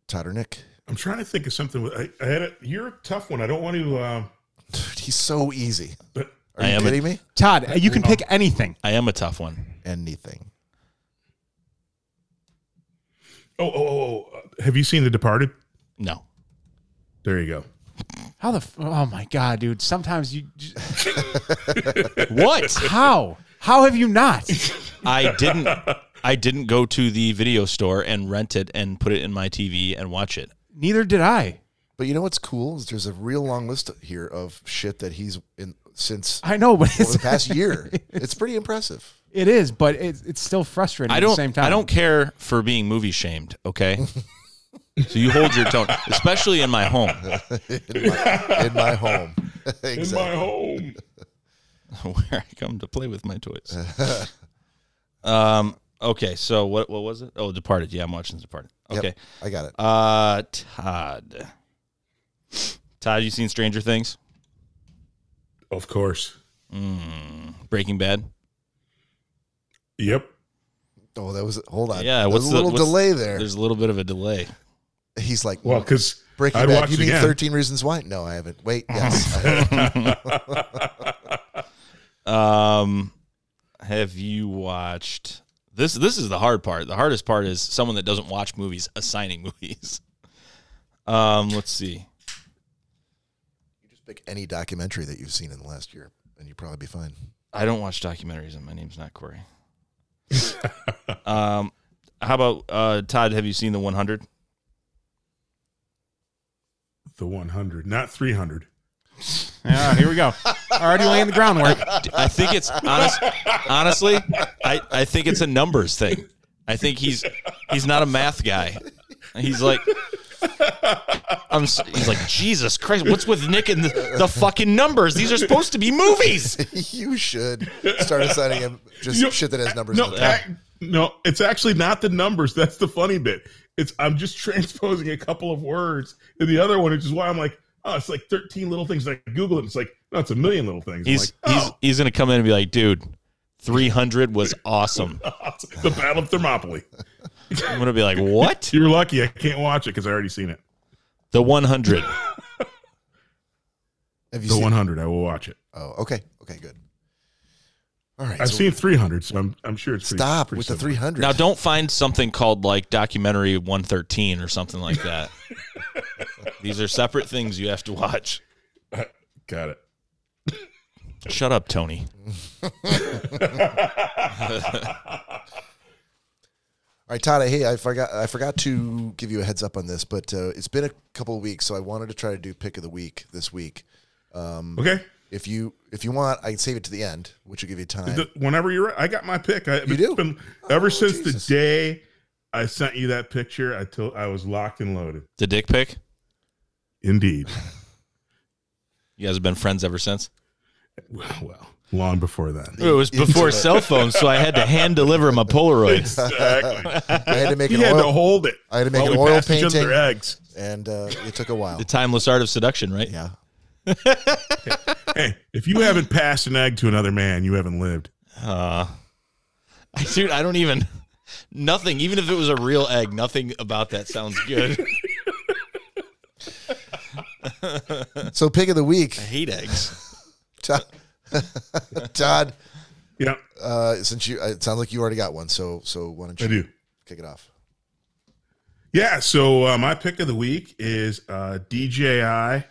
S1: Todd or Nick?
S2: I'm trying to think of something. with- I, I had a, you're a tough one. I don't want to. Uh,
S1: Dude, he's so easy.
S2: but
S1: Are
S4: I
S1: you
S4: am a-
S1: kidding me?
S3: Todd, you can pick anything.
S4: I am a tough one.
S1: Anything.
S2: oh, oh, oh, oh, uh, have you seen The Departed?
S4: No.
S2: There you go.
S3: How the? F- oh my god, dude! Sometimes you.
S4: What?
S3: How? How have you not?
S4: I didn't. I didn't go to the video store and rent it and put it in my TV and watch it.
S3: Neither did I.
S1: But you know what's cool is there's a real long list here of shit that he's in since
S3: I know, but
S1: over
S3: it's,
S1: the past year. It's pretty impressive.
S3: it is. But it's it's still frustrating.
S4: I
S3: at
S4: don't.
S3: the same time.
S4: I don't care for being movie shamed. Okay. so you hold your tone, especially in my home.
S1: in my, in my home. exactly.
S2: In my home.
S4: where I come to play with my toys. um. Okay. So what? What was it? Oh, Departed. Yeah, I'm watching Departed.
S1: Yep,
S4: Okay.
S1: I got it.
S4: Uh, Todd. Todd, you seen Stranger Things?
S2: Of course.
S4: Breaking Bad.
S2: Yep.
S1: Oh, that was hold on.
S4: Yeah.
S1: There was
S4: What's
S1: a little
S4: the, what's-
S1: delay there.
S4: There's a little bit of a delay.
S1: He's like,
S2: Well, because
S1: Breaking
S2: I
S1: Bad.
S2: watched
S1: You mean
S2: again.
S1: Thirteen Reasons Why? No, I haven't. Wait, yes. I have.
S4: Um, have you watched this? This is the hard part. The hardest part is someone that doesn't watch movies assigning movies. Um, let's see.
S1: you just pick any documentary that you've seen in the last year, and you'd probably be fine.
S4: I don't watch documentaries, and my name's not Corey. um, how about uh, Todd? Have you seen the 100?
S2: the 100, not 300.
S3: Yeah, here we go. Already laying the groundwork.
S4: I think it's honest, honestly. I, I think it's a numbers thing. I think he's he's not a math guy. He's like, I'm. s- He's like Jesus Christ. What's with Nick and the, the fucking numbers? These are supposed to be movies.
S1: you should start assigning him just
S2: You-
S1: shit that has numbers.
S2: No,
S1: on it.
S2: ac- no, it's actually not the numbers. That's the funny bit. It's I'm just transposing a couple of words in the other one, which is why I'm like, oh, it's like 13 little things. And I Google it. It's like, no, it's a million little things. I'm
S4: He's
S2: like,
S4: he's
S2: oh,
S4: he's gonna come in and be like, dude, 300 was awesome.
S2: oh, the Battle of Thermopylae.
S4: I'm gonna be like, what?
S2: You're lucky. I can't watch it because I already seen it.
S4: The 100.
S1: Have you
S2: The
S1: seen?
S2: 100, I will watch it.
S1: Oh, okay, okay, good. All right,
S2: I've
S1: so
S2: seen 300, so I'm I'm sure it's pretty,
S1: Stop
S2: pretty
S1: with the
S2: similar.
S1: three hundred.
S4: Now, don't find something called like documentary 113 or something like that. These are separate things you have to watch.
S2: Got it.
S4: Shut up, Tony.
S1: All right, Todd. Hey, I forgot. I forgot to give you a heads up on this, but uh, it's been a couple of weeks, so I wanted to try to do pick of the week this week.
S2: Okay.
S1: If you if you want, I can save it to the end, which will give you time.
S2: The- whenever you're, I got my pick. I,
S1: You do?
S2: Been, ever
S1: Oh,
S2: since
S1: Jesus.
S2: the day I sent you that picture, I told I was locked and loaded.
S4: The dick pic.
S2: Indeed.
S4: You guys have been friends ever since.
S2: well, long before that.
S4: It was before cell phones, so I had to hand deliver my Polaroids.
S2: Exactly.
S1: I had to make
S2: he
S1: an
S2: had to
S1: oil.
S2: hold it.
S1: I had to make
S2: while
S1: an
S2: we
S1: oil
S2: passed each other
S1: painting,
S2: eggs.
S1: and uh, it took a while.
S4: The timeless art of seduction, right?
S1: Yeah,
S2: Hey, if you haven't passed an egg to another man, you haven't lived.
S4: Uh, I- dude, I don't even. Nothing. Even if it was a real egg, nothing about that sounds good.
S1: So pick of the week,
S4: I hate eggs.
S1: Todd. Todd
S2: Yeah,
S1: uh, since you, it sounds like you already got one. So, so why don't
S2: I
S1: you
S2: do.
S1: kick it off?
S2: Yeah, so uh, my pick of the week is uh, DJI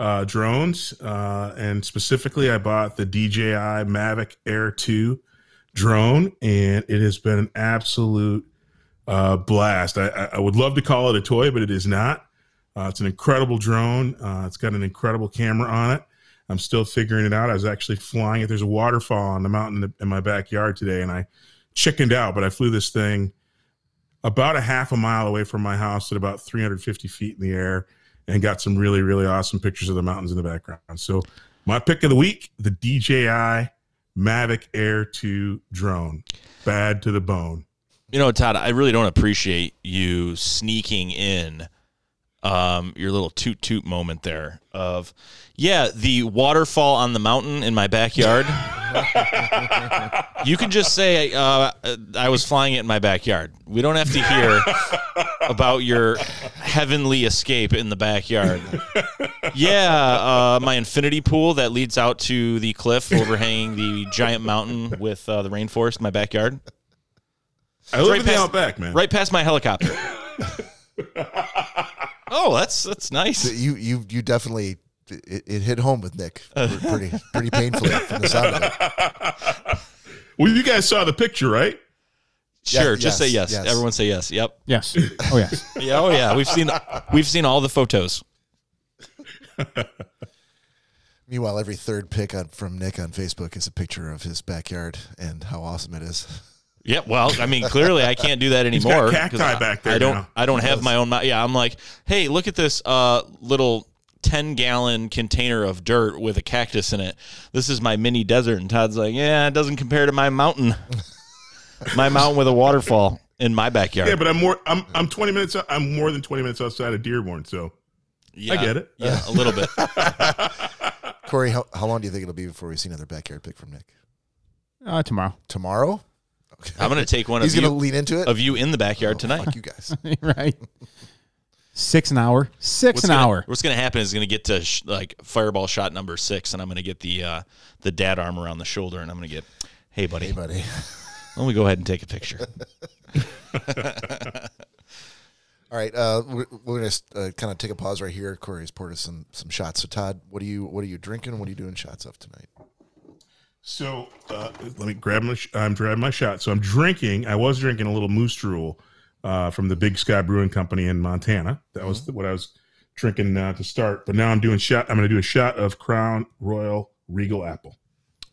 S2: uh, drones, uh, and specifically, I bought the DJI Mavic Air 2 drone, and it has been an absolute uh, blast. I, I, I would love to call it a toy, but it is not. Uh, it's an incredible drone. Uh, it's got an incredible camera on it. I'm still figuring it out. I was actually flying it. There's a waterfall on the mountain in my backyard today, and I chickened out, but I flew this thing about a half a mile away from my house at about 350 feet in the air and got some really, really awesome pictures of the mountains in the background. So, my pick of the week the DJI Mavic Air 2 drone. Bad to the bone.
S4: You know, Todd, I really don't appreciate you sneaking in um, your little toot toot moment there of, yeah, the waterfall on the mountain in my backyard. you can just say uh, I was flying it in my backyard. We don't have to hear about your heavenly escape in the backyard. Yeah, uh, my infinity pool that leads out to the cliff overhanging the giant mountain with uh, the rainforest in my backyard
S2: I live
S4: right
S2: in the
S4: past-
S2: outback, man.
S4: right past my helicopter. oh, that's that's nice.
S1: You you you definitely it, it hit home with Nick pretty pretty painfully from the sound of it.
S2: Well, you guys saw the picture, right?
S4: Sure,
S1: Yeah,
S4: just say
S1: yes,
S4: yes.
S1: yes.
S4: Everyone say yes. Yep.
S3: Yes. Oh yes.
S4: Yeah, oh yeah. We've seen we've seen all the photos.
S1: Meanwhile, every third pick on, from Nick on Facebook is a picture of his backyard and how awesome it is.
S4: Yeah, well, I mean, clearly I can't do that
S2: got
S4: anymore.
S2: cacti
S4: 'cause I,
S2: back there
S4: I don't.
S2: now.
S4: I don't have my own. mo- Yeah, I'm like, hey, look at this uh, little ten gallon container of dirt with a cactus in it. This is my mini desert, and Todd's like, yeah, it doesn't compare to my mountain. my mountain with a waterfall in my backyard.
S2: Yeah, but I'm more. I'm I'm 20 minutes. out- I'm more than 20 minutes outside of Dearborn, so
S4: Yeah,
S2: I get it.
S4: Yeah, a little bit.
S1: Corey, how, how long do you think it'll be before we see another backyard pick from Nick?
S3: Uh, tomorrow.
S1: Tomorrow? Okay.
S4: I'm gonna take one of
S1: He's going to
S4: you
S1: lean into it.
S4: of you in the backyard
S1: Oh,
S4: tonight.
S1: Fuck you guys.
S3: right. Six an hour. Six an
S4: gonna,
S3: hour.
S4: What's gonna happen is gonna get to sh- like fireball shot number six, and I'm gonna get the uh, the dad arm around the shoulder, and I'm gonna get, hey buddy,
S1: Hey, buddy.
S4: let me go ahead and take a picture.
S1: All right, uh, we're, we're going to uh, kind of take a pause right here. Corey's poured us some, some shots. So, Todd, what are you what are you drinking? What are you doing shots of tonight?
S2: So uh, let me grab my. sh- I'm grabbing my shot. So I'm drinking. I was drinking a little Moose Drool uh, from the Big Sky Brewing Company in Montana. That was
S1: Mm-hmm.
S2: what I was drinking uh, to start. But now I'm doing shot. I'm going to do a shot of Crown Royal Regal Apple.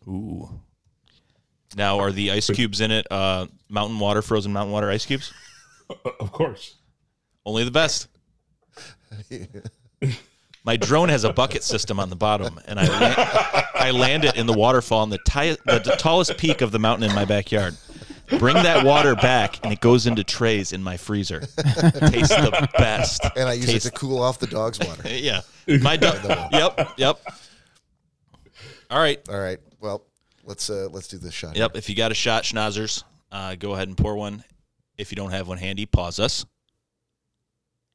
S4: Ooh. Now, are the ice cubes in it uh, mountain water, frozen mountain water ice cubes?
S1: Uh,
S2: O- Of course.
S4: Only the best. My drone has a bucket system on the bottom, and I land, I land it in the waterfall on the, ti- the, the tallest peak of the mountain in my backyard. Bring that water back, and it goes into trays in my freezer. Tastes the best.
S1: And I use
S4: Taste-
S1: it to cool off the dog's water.
S4: Yeah, my dog. Yep, yep. All right,
S1: All right, well, let's uh, let's do this shot.
S4: yep. If you got a shot, schnauzers, uh, go ahead and pour one. If you don't have one handy, pause us,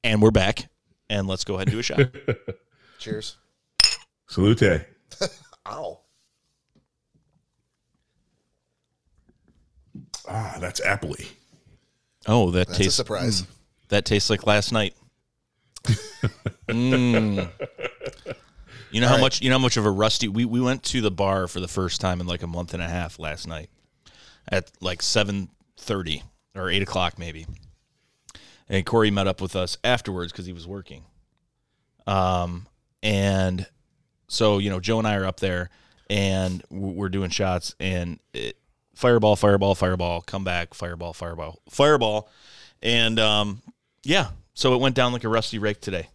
S4: and we're back. And let's go ahead and do a shot.
S1: Cheers.
S2: Salute.
S1: Ow.
S2: Ah, that's appley.
S4: Oh, that
S1: That's a
S4: tastes
S1: surprise.
S4: That tastes like last night. Mm. You know how
S1: right.
S4: much you know how much of a rusty we, we went to the bar for the first time in like a month and a half last night at like seven thirty or eight o'clock maybe. And Corey met up with us afterwards because he was working. Um and so you know Joe and I are up there and w- we're doing shots and it, fireball, fireball, fireball, come back, fireball, fireball, fireball, and um, yeah, so it went down like a rusty rake today.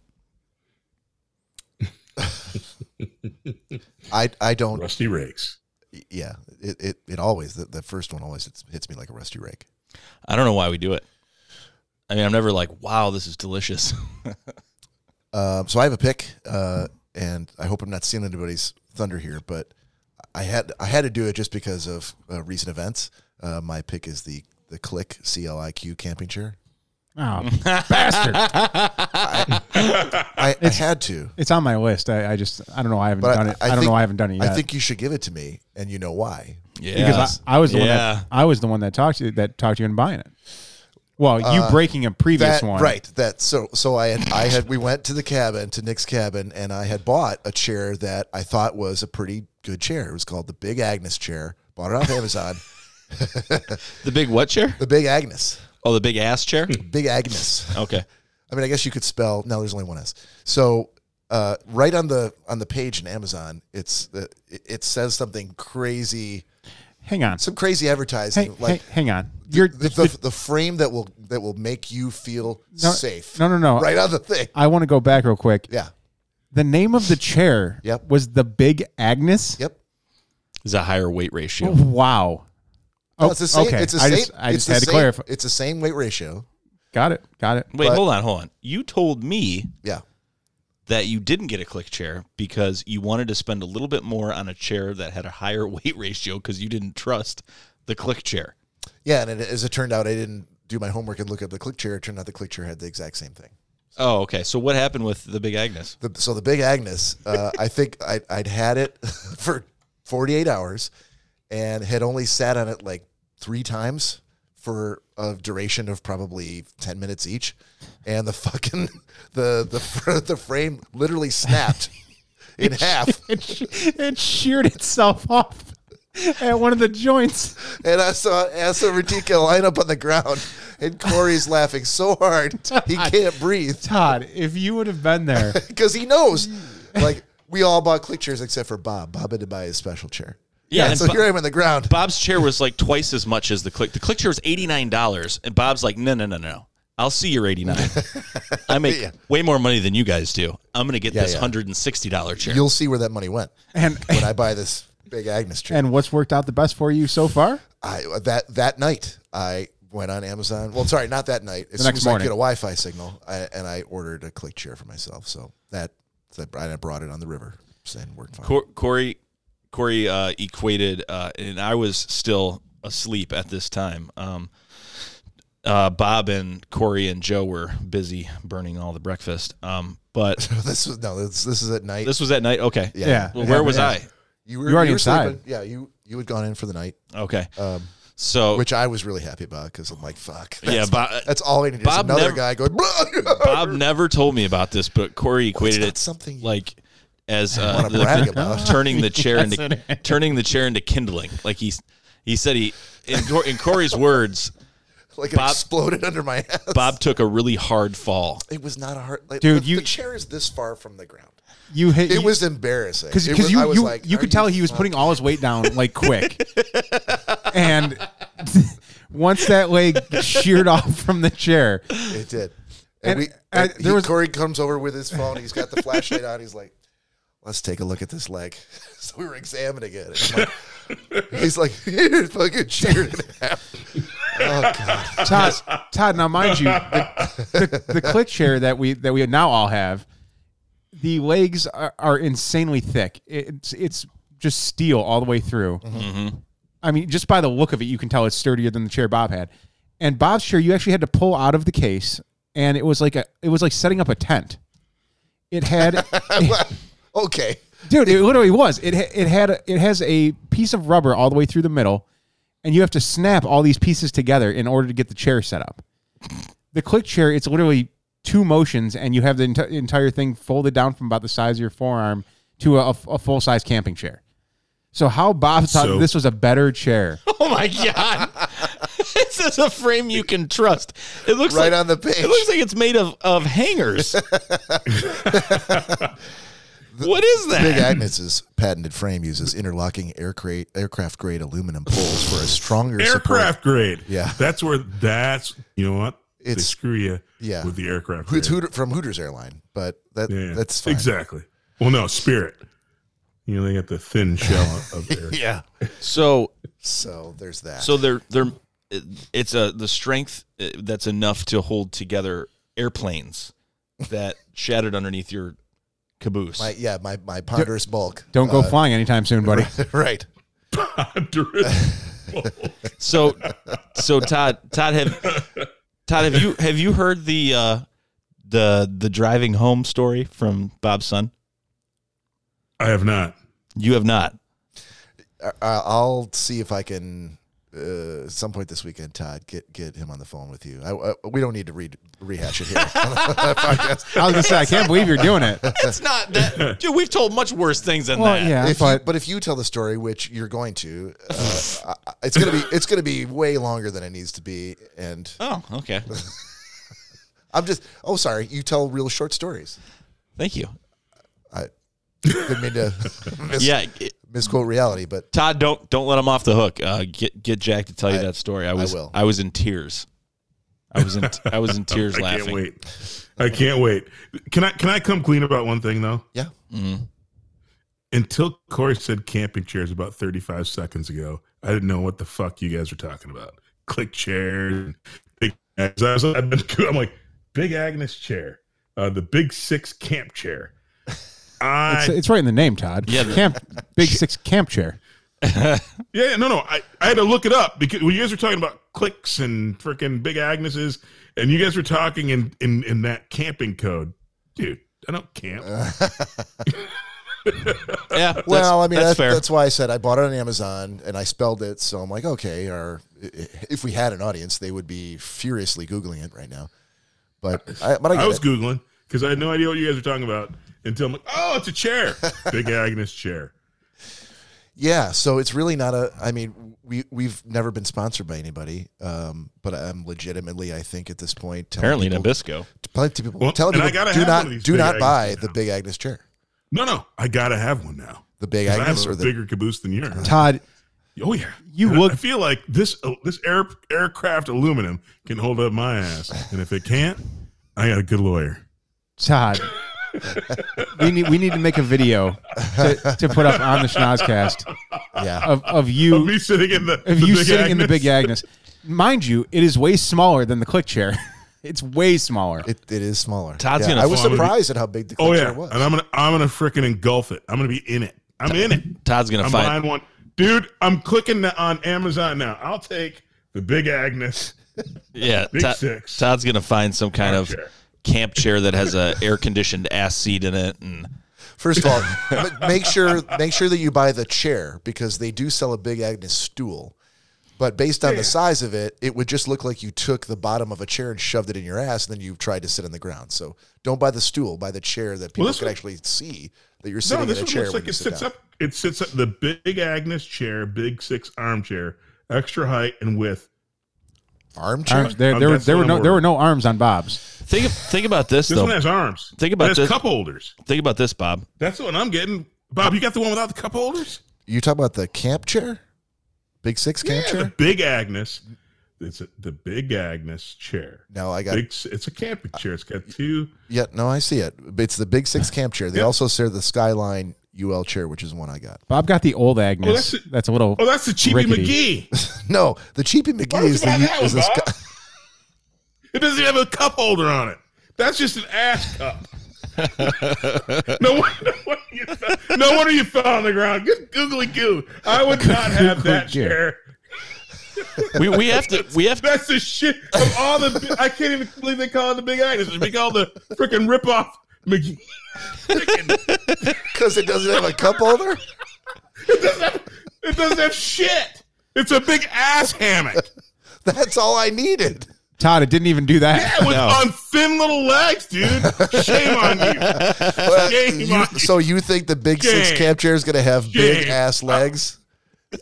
S1: I I don't.
S2: Rusty rakes.
S1: Yeah, it it, it always the, the first one always hits, hits me like a rusty rake.
S4: I don't know why we do it. I mean, I'm never like, wow, this is delicious.
S1: Um, so I have a pick, uh, and I hope I'm not stealing anybody's thunder here, but I had I had to do it just because of uh, recent events. Uh, my pick is the the Click C L I Q camping chair.
S3: Oh, bastard!
S1: I, I had to,
S3: It's on my list. I, I just I don't know. I haven't
S1: but
S3: done
S1: I,
S3: it. I, don't
S1: think-
S3: know. I haven't done it yet.
S1: I think you should give it to me, and you know why?
S4: yeah,
S3: because I, I was the one
S4: Yeah.
S3: that I was the one that talked to you, that talked to you into buying it. Well, you breaking a previous
S1: Uh, That
S3: one,
S1: right? That so so I had I had we went to the cabin to Nick's cabin, and I had bought a chair that I thought was a pretty good chair. It was called the Big Agnes chair. Bought it off Amazon.
S4: the big what chair?
S1: the Big Agnes.
S4: Oh, the big ass chair.
S1: Big Agnes.
S4: Okay,
S1: I mean, I guess you could spell. No, there's only one S. So, uh, right on the on the page in Amazon, it's uh, it, it says something crazy,
S3: Hang on.
S1: some crazy
S3: Hey,
S1: advertising like
S3: hey, hang on. You're
S1: the, the, the frame that will that will make you feel
S3: No,
S1: safe.
S3: no, no, no.
S1: Right on the thing.
S3: I want to go back real quick.
S1: Yeah.
S3: The name of the chair
S1: Yep.
S3: was the Big Agnes.
S1: Yep.
S4: It's a higher weight ratio.
S3: Oh, Wow. Oh,
S1: No, it's the same. It's the
S3: I
S1: same.
S3: just, I
S1: it's
S3: just
S1: the
S3: had to
S1: same-
S3: clarify.
S1: It's the same weight ratio.
S3: Got it. Got it.
S4: Wait,
S1: But-
S4: hold on, hold on. You told me
S1: Yeah.
S4: that you didn't get a click chair because you wanted to spend a little bit more on a chair that had a higher weight ratio because you didn't trust the click chair.
S1: Yeah. And it, as it turned out, I didn't do my homework and look up the click chair. It turned out the click chair had the exact same thing.
S4: Oh, okay. So what happened with the Big Agnes?
S1: The, so the Big Agnes, uh, I think I, I'd had it for 48 hours and had only sat on it like three times for a duration of probably 10 minutes each. And the fucking, the, the, fr- the frame literally snapped in half.
S3: It, sh- it sheared itself off at one of the joints.
S1: And I saw Asa Ratica line up on the ground and Corey's laughing so hard he can't breathe
S3: Todd, if you would have been there,
S1: because he knows like we all bought click chairs except for Bob. Bob had to buy his special chair.
S4: Yeah,
S1: And
S4: and
S1: so
S4: Bo-
S1: here I am on the ground.
S4: Bob's chair was like twice as much as the click. The click chair was eighty nine dollars, and Bob's like, no, no, no, no. I'll see your eighty nine. I make
S1: Yeah.
S4: way more money than you guys do. I'm gonna get
S1: Yeah,
S4: this
S1: yeah.
S4: hundred and sixty dollar chair.
S1: You'll see where that money went
S3: and
S1: when I buy this big Agnes chair.
S3: and what's worked out the best for you so far?
S1: I that that night I went on Amazon. Well, sorry, not that night. As soon
S3: next
S1: as
S3: morning.
S1: I get a Wi-Fi signal, I, and I ordered a click chair for myself. So that, that and I brought it on the river and worked fine.
S4: Cor- Corey, Corey uh, equated, uh, and I was still asleep at this time. Um, uh, Bob and Corey and Joe were busy burning all the breakfast. Um, but
S1: this was no, this this is at night.
S4: this was at night. Okay.
S3: Yeah.
S4: Well, where was
S3: Yeah.
S4: I?
S1: You were,
S3: You were already
S1: you were
S3: inside.
S1: sleeping. Yeah, you you had gone in for the night,
S4: Okay.
S1: um,
S4: So
S1: which I was really happy about because I'm like, fuck. That's,
S4: yeah, Bob,
S1: that's all I needed. Bob
S4: Bob
S1: another
S4: never-
S1: guy going.
S4: Bob never told me about this, but Corey
S1: it's
S4: equated
S1: not
S4: it
S1: something you
S4: like as uh,
S1: want to
S4: the-
S1: brag about.
S4: turning the chair
S3: Yes,
S4: into
S3: it is.
S4: turning the chair into kindling. Like he he said he in, Cor- in Corey's words,
S1: Like
S4: Bob-
S1: it exploded under my ass.
S4: Bob took a really hard fall.
S1: it was not a hard. Like,
S3: Dude,
S1: the,
S3: you-
S1: the chair is this far from the ground.
S3: You hit.
S1: It
S3: you-
S1: was embarrassing
S3: because
S1: It
S3: because
S1: was-
S3: you
S1: I was
S3: you,
S1: like,
S3: you
S1: are
S3: could tell he was putting all his weight down like quick, and once that leg sheared off from the chair,
S1: It did. And,
S3: And-
S1: we
S3: and
S1: and
S3: there
S1: he-
S3: was-
S1: Corey comes over with his phone. He's got the flashlight on. He's like, "Let's take a look at this leg." So we were examining it. And I'm like- he's like, "You fucking cheered it out."
S3: Todd, Todd, now mind you, the, the, the click chair that we that we now all have, the legs are, are insanely thick. It's it's just steel all the way through. I mean, just by the look of it, you can tell it's sturdier than the chair Bob had. And Bob's chair, you actually had to pull out of the case, and it was like a it was like setting up a tent. It had,
S1: Okay.
S3: dude, it literally was. It ha- it had a, it has a piece of rubber all the way through the middle, and you have to snap all these pieces together in order to get the chair set up. The click chair, it's literally two motions, and you have the enti- entire thing folded down from about the size of your forearm to a, full size camping chair. So how Bob thought
S2: So-
S3: this was a better chair.
S4: Oh my god! it says a frame you can trust. It looks
S1: Right
S4: like
S1: on the page.
S4: it looks like it's made of of hangers. what is that?
S1: Big Agnes's patented frame uses interlocking aircra- aircraft grade aluminum poles for a stronger support.
S2: aircraft grade.
S1: Yeah.
S2: That's where that's you know what? they
S1: It's-
S2: screw you
S1: yeah.
S2: with the aircraft grade.
S1: It's Hooter, from Hooters airline, but that
S2: Yeah.
S1: that's fine.
S2: Exactly. Well, no, Spirit. You know, they got the thin shell of air.
S1: Yeah.
S4: So
S1: So there's that.
S4: so they're they're it's a the strength uh, that's enough to hold together airplanes that shattered underneath your caboose.
S1: my, yeah, my my ponderous bulk.
S3: Don't go flying anytime soon, buddy.
S1: right.
S2: Ponderous.
S4: So so Todd Todd have Todd have you have you heard the uh, the the driving home story from Bob's son?
S2: I have not.
S4: You have not.
S1: I- Uh, I'll see if I can uh, some point this weekend, Todd, get get him on the phone with you. I, I- we don't need to re- rehash it here.
S3: I was gonna say, I can't believe you're doing it.
S4: It's not that, dude. We've told much worse things than
S3: Well,
S4: that.
S3: yeah,
S1: if you,
S3: but
S1: but if you tell the story, which you're going to, uh, I- I- it's gonna be it's gonna be way longer than it needs to be, and
S4: Oh, okay.
S1: I'm just. Oh, sorry. You tell real short stories.
S4: Thank you.
S1: Didn't mean to mis-
S4: Yeah, it-
S1: misquote reality, but
S4: Todd, don't don't let him off the hook. Uh, get get Jack to tell you
S1: I-
S4: that story. I was I,
S1: will.
S4: was in tears. I was in I was in tears
S2: I
S4: laughing.
S2: can't wait. I can't wait. Can I can I come clean about one thing though?
S1: yeah.
S4: Mhm.
S2: Until Corey said camping chairs about 35 seconds ago, I didn't know what the fuck you guys were talking about. Click chairs, big. I was, I've been, I'm like big Agnes chair, uh, the big six camp chair. I
S3: It's, it's right in the name, Todd.
S4: Yeah, the-
S3: camp, Big Six camp chair.
S2: Yeah, yeah, no, no. I, I had to look it up because when you guys were talking about clicks and freaking big Agneses, and you guys were talking in, in, in that camping code. Dude, I don't camp.
S4: Yeah. that's-
S1: Well, I mean,
S4: that's
S1: that's,
S4: fair.
S1: that's why I said I bought it on Amazon and I spelled it. So I'm like, okay, or if we had an audience, they would be furiously Googling it right now. But I, but I, get
S2: I was
S1: it.
S2: Googling because I had no idea what you guys were talking about until I'm like, oh, it's a chair. big Agnes chair.
S1: Yeah. So it's really not a, I mean, we, we've never been sponsored by anybody. Um, but I'm legitimately, I think at this point, telling
S4: apparently
S1: people,
S4: Nabisco.
S1: telling people,
S2: Well,
S1: telling
S2: and I
S1: people
S2: gotta
S1: do
S2: have one of
S1: not,
S2: these
S1: do
S2: Big
S1: not
S2: Agnes
S1: buy
S2: now.
S1: the big Agnes chair,
S2: No, no. I got to have one now.
S1: the big
S2: 'Cause I
S1: Agnes
S2: have a
S1: or the,
S2: bigger caboose than yours.
S3: Todd,
S2: Oh, yeah.
S3: You
S2: And I-
S3: look-
S2: I feel like this, uh, this air, aircraft aluminum can hold up my ass. And if it can't, I got a good lawyer.
S3: Todd, we need we need to make a video to, to put up on the Schnozcast
S1: yeah.
S3: of of
S2: Of
S3: you
S2: me sitting in the,
S3: of
S2: the
S3: you
S2: big
S3: sitting in the
S2: Agnes.
S3: Big Agnes. Mind you, it is way smaller than the click chair. It's way smaller.
S1: It, it is smaller.
S4: Todd's
S1: Yeah,
S4: gonna
S1: I was
S4: fall in-
S1: surprised at how big the
S2: Oh
S1: click
S2: yeah,
S1: chair was.
S2: and I'm gonna I'm gonna freaking engulf it. I'm gonna be in it. I'm in it.
S4: Todd's gonna
S2: I'm
S4: find
S2: buying one, dude. I'm clicking the- on Amazon now. I'll take the Big Agnes.
S4: yeah.
S2: Big
S4: Todd-
S2: six.
S4: Todd's gonna find some kind of
S2: Armchair.
S4: camp chair that has a air conditioned ass seat in it, and
S1: First of all, ma- make sure make sure that you buy the chair because they do sell a big Agnes stool. But based on the size of it, it would just look like you took the bottom of a chair and shoved it in your ass, and then you tried to sit on the ground. So don't buy the stool, buy the chair that people
S2: this
S1: can
S2: one-
S1: actually see that you're
S2: No,
S1: sitting
S2: this
S1: in a
S2: one
S1: chair.
S2: looks
S1: When
S2: like
S1: you
S2: it
S1: sit
S2: sits
S1: down.
S2: up. It sits up. The Big Agnes chair, Big Six armchair, extra height and width.
S1: Armchair.
S3: Arms, there
S2: Um,
S3: there, were,
S2: that's
S3: there
S2: what
S3: were
S2: I'm
S3: no there were
S2: ordering.
S3: no arms on Bob's.
S4: think think about this
S2: This
S4: though.
S2: one has arms.
S4: Think about
S2: it has
S4: this.
S2: cup holders.
S4: think about this, Bob.
S2: That's the one I'm getting. Bob, you got the one without the cup holders?
S1: You talk about the camp chair, big six camp
S2: Yeah, the
S1: chair.
S2: Big Agnes. It's a, the Big Agnes chair.
S1: No, I got
S2: Big, s- it's a camping chair. It's got two.
S1: yeah. No, I see it. It's the big six camp chair. They
S2: Yeah.
S1: also sell the Skyline UL chair, which is the one I got.
S3: Bob got the old
S2: Oh,
S3: Agnes. that's,
S2: that's a-
S3: a, little.
S2: Oh, that's the Cheapy
S3: Rickety.
S2: McGee.
S1: No, the cheapy McGee
S2: would
S1: is
S2: you buy
S1: the
S2: that
S1: is the
S2: one,
S1: Sky-
S2: Bob? It doesn't even have a cup holder on it. That's just an ass cup. no, wonder, no, wonder you fell, no wonder you fell on the ground. Good googly goo. I would not have that
S3: Googly goo.
S2: chair.
S4: We, we have to we have to
S2: That's the shit of all the. bi- I can't even believe they call it the Big Agnes. It's been called the freaking ripoff McGee.
S1: Because it doesn't have a cup holder?
S2: It doesn't have shit. It's a big ass hammock.
S1: That's all I needed.
S3: Todd, it didn't even do that.
S2: That was on thin little legs, dude. Shame on you.
S1: But
S2: Shame
S1: you-
S2: on you.
S1: so you think the big six
S2: Shame.
S1: camp chair is going to have big
S2: Shame.
S1: ass legs?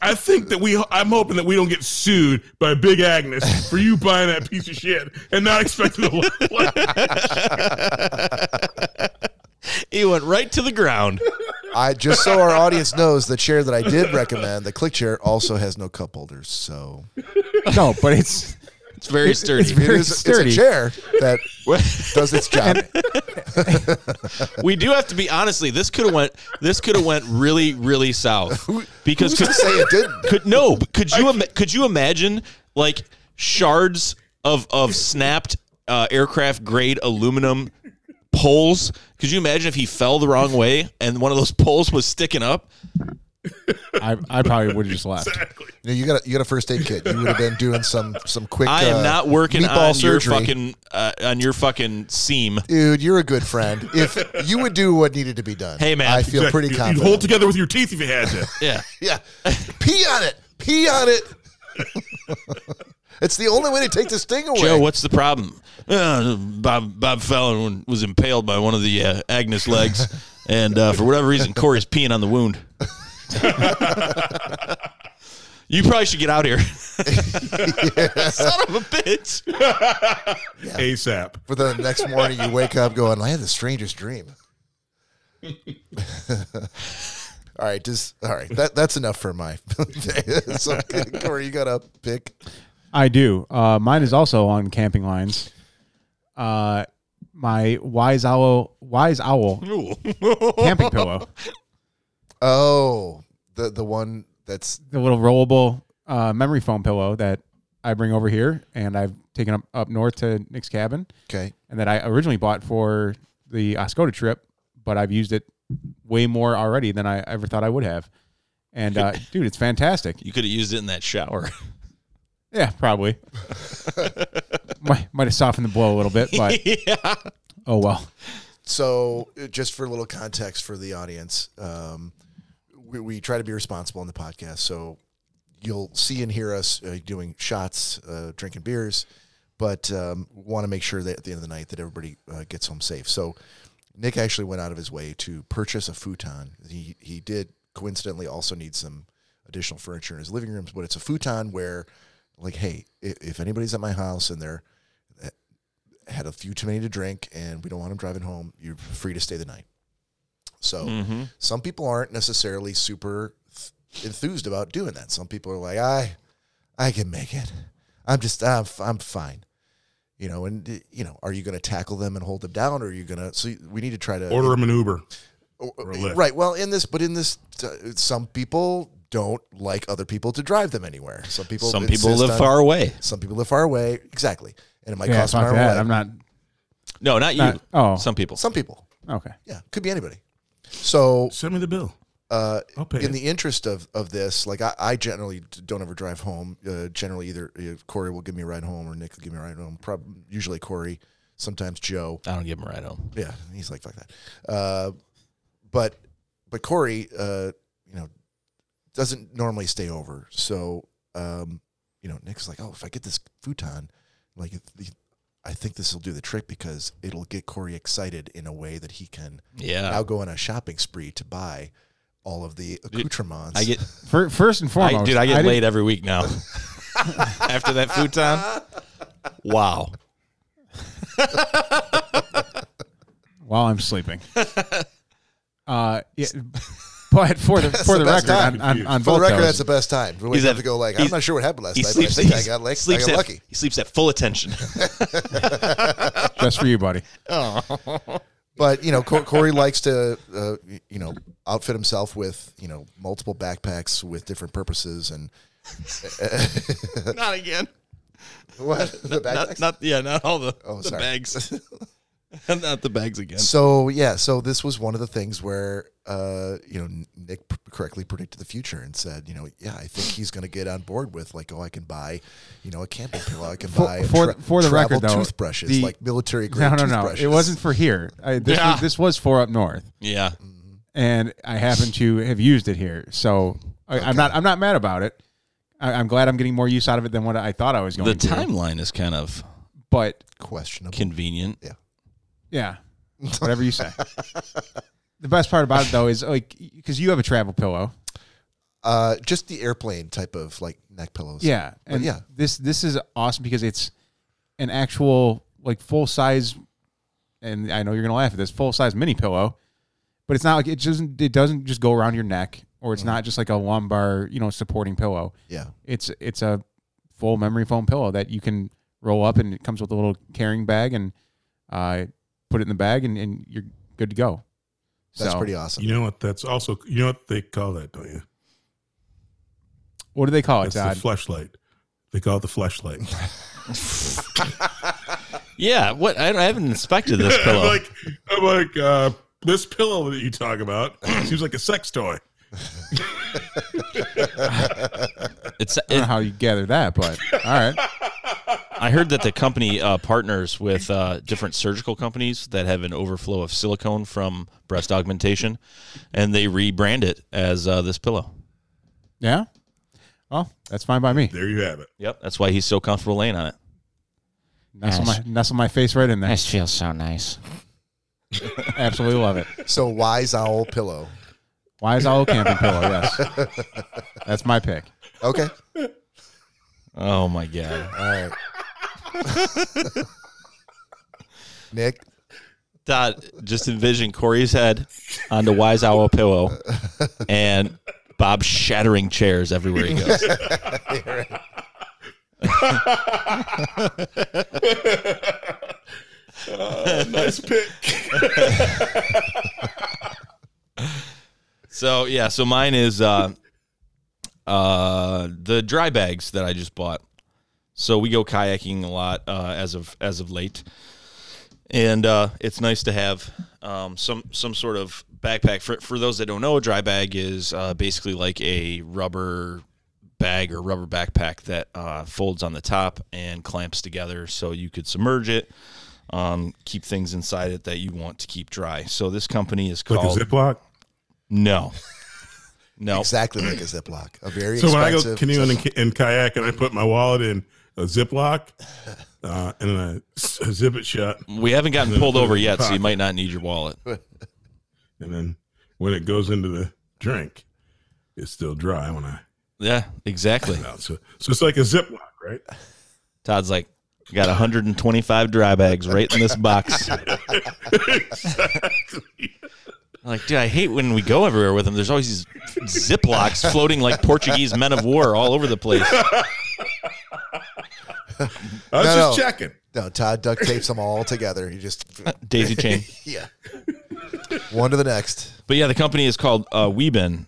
S2: I think that we. I'm hoping that we don't get sued by Big Agnes for you buying that piece of shit and not expecting to.
S4: he went right to the ground.
S1: I just so our audience knows the chair that I did recommend, the click chair, also has no cup holders. So
S3: No, but it's
S4: It's very sturdy.
S3: it's very-
S1: it is, it's a
S3: sturdy.
S1: chair that does its job.
S4: we do have to be honestly. This could have went. This could have went really, really south. Because
S1: Who's to say it didn't?
S4: could no but could you ima- could you imagine like shards of of snapped uh, aircraft grade aluminum poles could you imagine if he fell the wrong way and one of those poles was sticking up
S3: I, I probably would have just left.
S1: You, know, you got a, you got a first aid kit. You would have been doing some some quick.
S4: i am
S1: uh,
S4: not working
S1: meatball
S4: on your
S1: surgery.
S4: fucking uh, on your fucking seam
S1: Dude, you're a good friend. If you would do what needed to be done,
S4: Hey, man.
S1: I feel pretty
S2: You'd
S1: confident.
S2: hold together with your teeth if you had to.
S4: yeah
S1: Yeah. Pee on it. Pee on it. it's the only way to take this thing away.
S4: joe what's the problem uh, bob bob fallon was impaled by one of the uh, agnes legs and uh, for whatever reason corey's peeing on the wound You probably should get out here. Son of a bitch.
S2: ASAP.
S1: But then the next morning you wake up going, I had the strangest dream. all right, just all right. That that's enough for my day. so Corey, you got a pick.
S3: I do. Uh, mine is also on camping lines. Uh, my wise owl, wise owl camping pillow,
S1: Oh, the the one that's
S3: the little rollable uh, memory foam pillow that I bring over here, and I've taken up up north to Nick's cabin,
S1: okay.
S3: and that I originally bought for the Oscoda trip, but I've used it way more already than I ever thought I would have. And uh, dude, it's fantastic.
S4: You could have used it in that shower.
S3: Yeah, probably. might might have softened the blow a little bit, but oh well.
S1: So, uh, just for a little context for the audience, um, we, we try to be responsible on the podcast. So, you'll see and hear us uh, doing shots, uh, drinking beers, but um, want to make sure that at the end of the night that everybody uh, gets home safe. So, Nick actually went out of his way to purchase a futon. He he did coincidentally also need some additional furniture in his living rooms, but it's a futon where, like, hey, if, if anybody's at my house and they're had a few too many to drink and we don't want them driving home, you're free to stay the night. So
S4: Mm-hmm.
S1: some people aren't necessarily super th- enthused about doing that. Some people are like, I, I can make it. I'm just, I'm, f- I'm fine. You know, and uh, you know, are you going to tackle them and hold them down, or are you going to? So you- we need to try to
S2: Order him an Uber.
S1: Oh,
S2: or a lift.
S1: Right. Well, in this, but in this, uh, some people don't like other people to drive them anywhere. Some people,
S4: Some people
S1: insist
S4: live
S1: on-
S4: far away.
S1: Some people live far away. Exactly, and it might
S3: Yeah,
S1: cost an
S3: fuck
S1: arm and a
S3: that.
S1: leg.
S3: I'm not.
S4: No, not you.
S3: Not- oh.
S4: Some people.
S1: Some people.
S3: Okay.
S1: Yeah, could be anybody. So,
S2: Send me the bill.
S1: uh,
S2: I'll pay
S1: in
S2: it.
S1: the interest of of this, like I, I generally d- don't ever drive home. Uh, generally, either uh, Corey will give me a ride home or Nick will give me a ride home. Prob- usually Corey, sometimes Joe.
S4: I don't give them a ride home.
S1: Yeah, he's like fuck that. Uh, but but Corey, uh, you know, doesn't normally stay over. So um, you know, Nick's like, oh, if I get this futon, like, if the- I think this will do the trick because it'll get Corey excited in a way that he can
S4: Yeah.
S1: now go on a shopping spree to buy all of the accoutrements.
S4: I get,
S3: Fir first and
S4: I,
S3: foremost,
S4: dude, I get
S3: didn't-
S4: laid every week now. After that futon. Wow.
S3: while I'm sleeping. uh, yeah, but for the for
S1: the
S3: the,
S1: best
S3: record, on,
S1: time.
S3: on, on
S1: For
S3: both
S1: the record, that's
S3: those,
S1: the best time. We
S4: He's
S1: have
S4: a-
S1: to go like, I'm
S4: he's-
S1: not sure what happened last
S4: He
S1: night,
S4: sleeps,
S1: but I think I
S4: he's-
S1: got, like, I
S4: sleeps
S1: got
S4: at,
S1: lucky.
S4: He sleeps at full attention.
S3: just for you, buddy.
S1: But, you know, Cor- Corey likes to, uh, y- you know, outfit himself with, you know, multiple backpacks with different purposes. And
S4: not again.
S1: what? the backpacks?
S4: Not, not yeah, not all the,
S1: Oh,
S4: the
S1: sorry.
S4: bags. not the bags again.
S1: So yeah, so this was one of the things where uh, you know Nick p- correctly predicted the future and said, you know, yeah, I think he's going to get on board with like, oh, I can buy, you know, a camping pillow, I can
S3: For-
S1: buy
S3: for- for the
S1: travel
S3: record, though,
S1: toothbrushes
S3: the-
S1: like military grade.
S3: No, no, no.
S1: toothbrushes.
S3: It wasn't for here. I, this
S4: Yeah.
S3: was, this was for up north,
S4: Yeah.
S1: Mm.
S3: and I happen to have used it here, so I, I'm not I'm not mad about it. I, I'm glad I'm getting more use out of it than what I thought I was going
S4: The
S3: to.
S4: timeline is kind of
S3: but
S1: questionable.
S4: convenient.
S3: Yeah. Whatever you say. the best part about it though is like because you have a travel pillow.
S1: uh, just the airplane type of like neck pillows.
S3: Yeah. And
S1: yeah.
S3: this this is awesome because it's an actual like full size and I know you're gonna laugh at this, full size mini pillow. But it's not like it doesn't it doesn't just go around your neck or it's
S1: Mm-hmm.
S3: not just like a lumbar, you know, supporting pillow.
S1: yeah.
S3: It's it's a full memory foam pillow that you can roll up and it comes with a little carrying bag and uh, put it in the bag and, and you're good to go.
S1: That's
S3: So-
S1: pretty awesome.
S2: You know what? That's also, you know what they call that, don't you?
S3: What do they call it,
S2: That's the
S3: Todd?
S2: fleshlight. They call it the fleshlight.
S4: Yeah. What I, I haven't inspected this pillow.
S2: I'm like, I'm like uh, this pillow that you talk about seems like a sex toy.
S4: it's
S3: I don't know
S4: it,
S3: how you gather that, but all right.
S4: I heard that the company uh, partners with uh, different surgical companies that have an overflow of silicone from breast augmentation, and they rebrand it as uh, this pillow.
S3: Yeah. Well, that's fine by me.
S2: There you have it.
S4: Yep, that's why he's so comfortable laying on it.
S3: Nestle
S5: Nice.
S3: my, nestle my face right in there.
S5: This feels so nice.
S3: Absolutely love it.
S1: So wise owl pillow.
S3: Wise owl camping pillow. Yes, that's my pick.
S1: Okay.
S6: Oh my god.
S1: All right. Nick,
S4: Dot, just envision Corey's head on the wise owl pillow and Bob shattering chairs everywhere he goes.
S2: nice pick.
S4: So yeah, so mine is uh, uh, the dry bags that I just bought. So we go kayaking a lot uh, as of as of late, and uh, it's nice to have um, some some sort of backpack. For for those that don't know, a dry bag is uh, basically like a rubber bag or rubber backpack that uh, folds on the top and clamps together, so you could submerge it. Um, keep things inside it that you want to keep dry. So this company is
S2: Like a
S4: called
S2: Ziploc.
S4: No, no.
S1: exactly like a Ziploc. A very
S2: So when I go
S1: expensive.
S2: canoeing and, and kayak and I put my wallet in a Ziploc uh, and then I s- zip it shut,
S4: We haven't gotten
S2: Then
S4: pulled
S2: put it in
S4: over
S2: your
S4: yet, so you
S2: pocket.
S4: might not need your wallet.
S2: and then when it goes into the drink, it's still dry when I
S4: Yeah, exactly.
S2: out. So, so it's like a Ziploc, right?
S4: Todd's like, "We got 125 dry bags right in this box.
S2: exactly.
S4: like, dude, I hate when we go everywhere with them. There's always these Ziplocs floating like Portuguese men of war all over the place.
S2: I was
S1: No,
S2: just
S1: no.
S2: checking.
S1: no, Todd duct tapes them all together. He just,
S4: Daisy chain.
S1: yeah. One to the next.
S4: But yeah, the company is called uh, Weben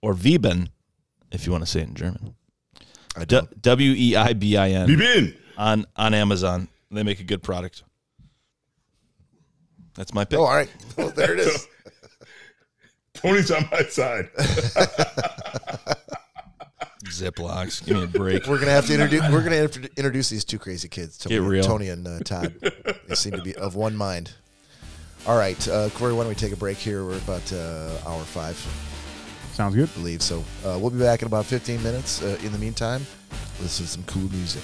S4: or Weben, if you want to say it in German.
S1: I
S4: D- W E I B I
S2: You
S4: N
S2: been?
S4: on on Amazon. They make a good product. That's my pick.
S1: Oh, all right. Well, there it is.
S2: Tony's on my side.
S4: Ziplocs. Give me a break.
S1: We're gonna have to introduce. We're gonna have to introduce these two crazy kids, Tony,
S4: Get real.
S1: Tony and uh, Todd. they seem to be of one mind. All right, uh, Corey, why don't we take a break here? We're about uh, hour five,
S3: Sounds good.
S1: I believe. So uh, we'll be back in about 15 minutes. Uh, in the meantime, listen to some cool music.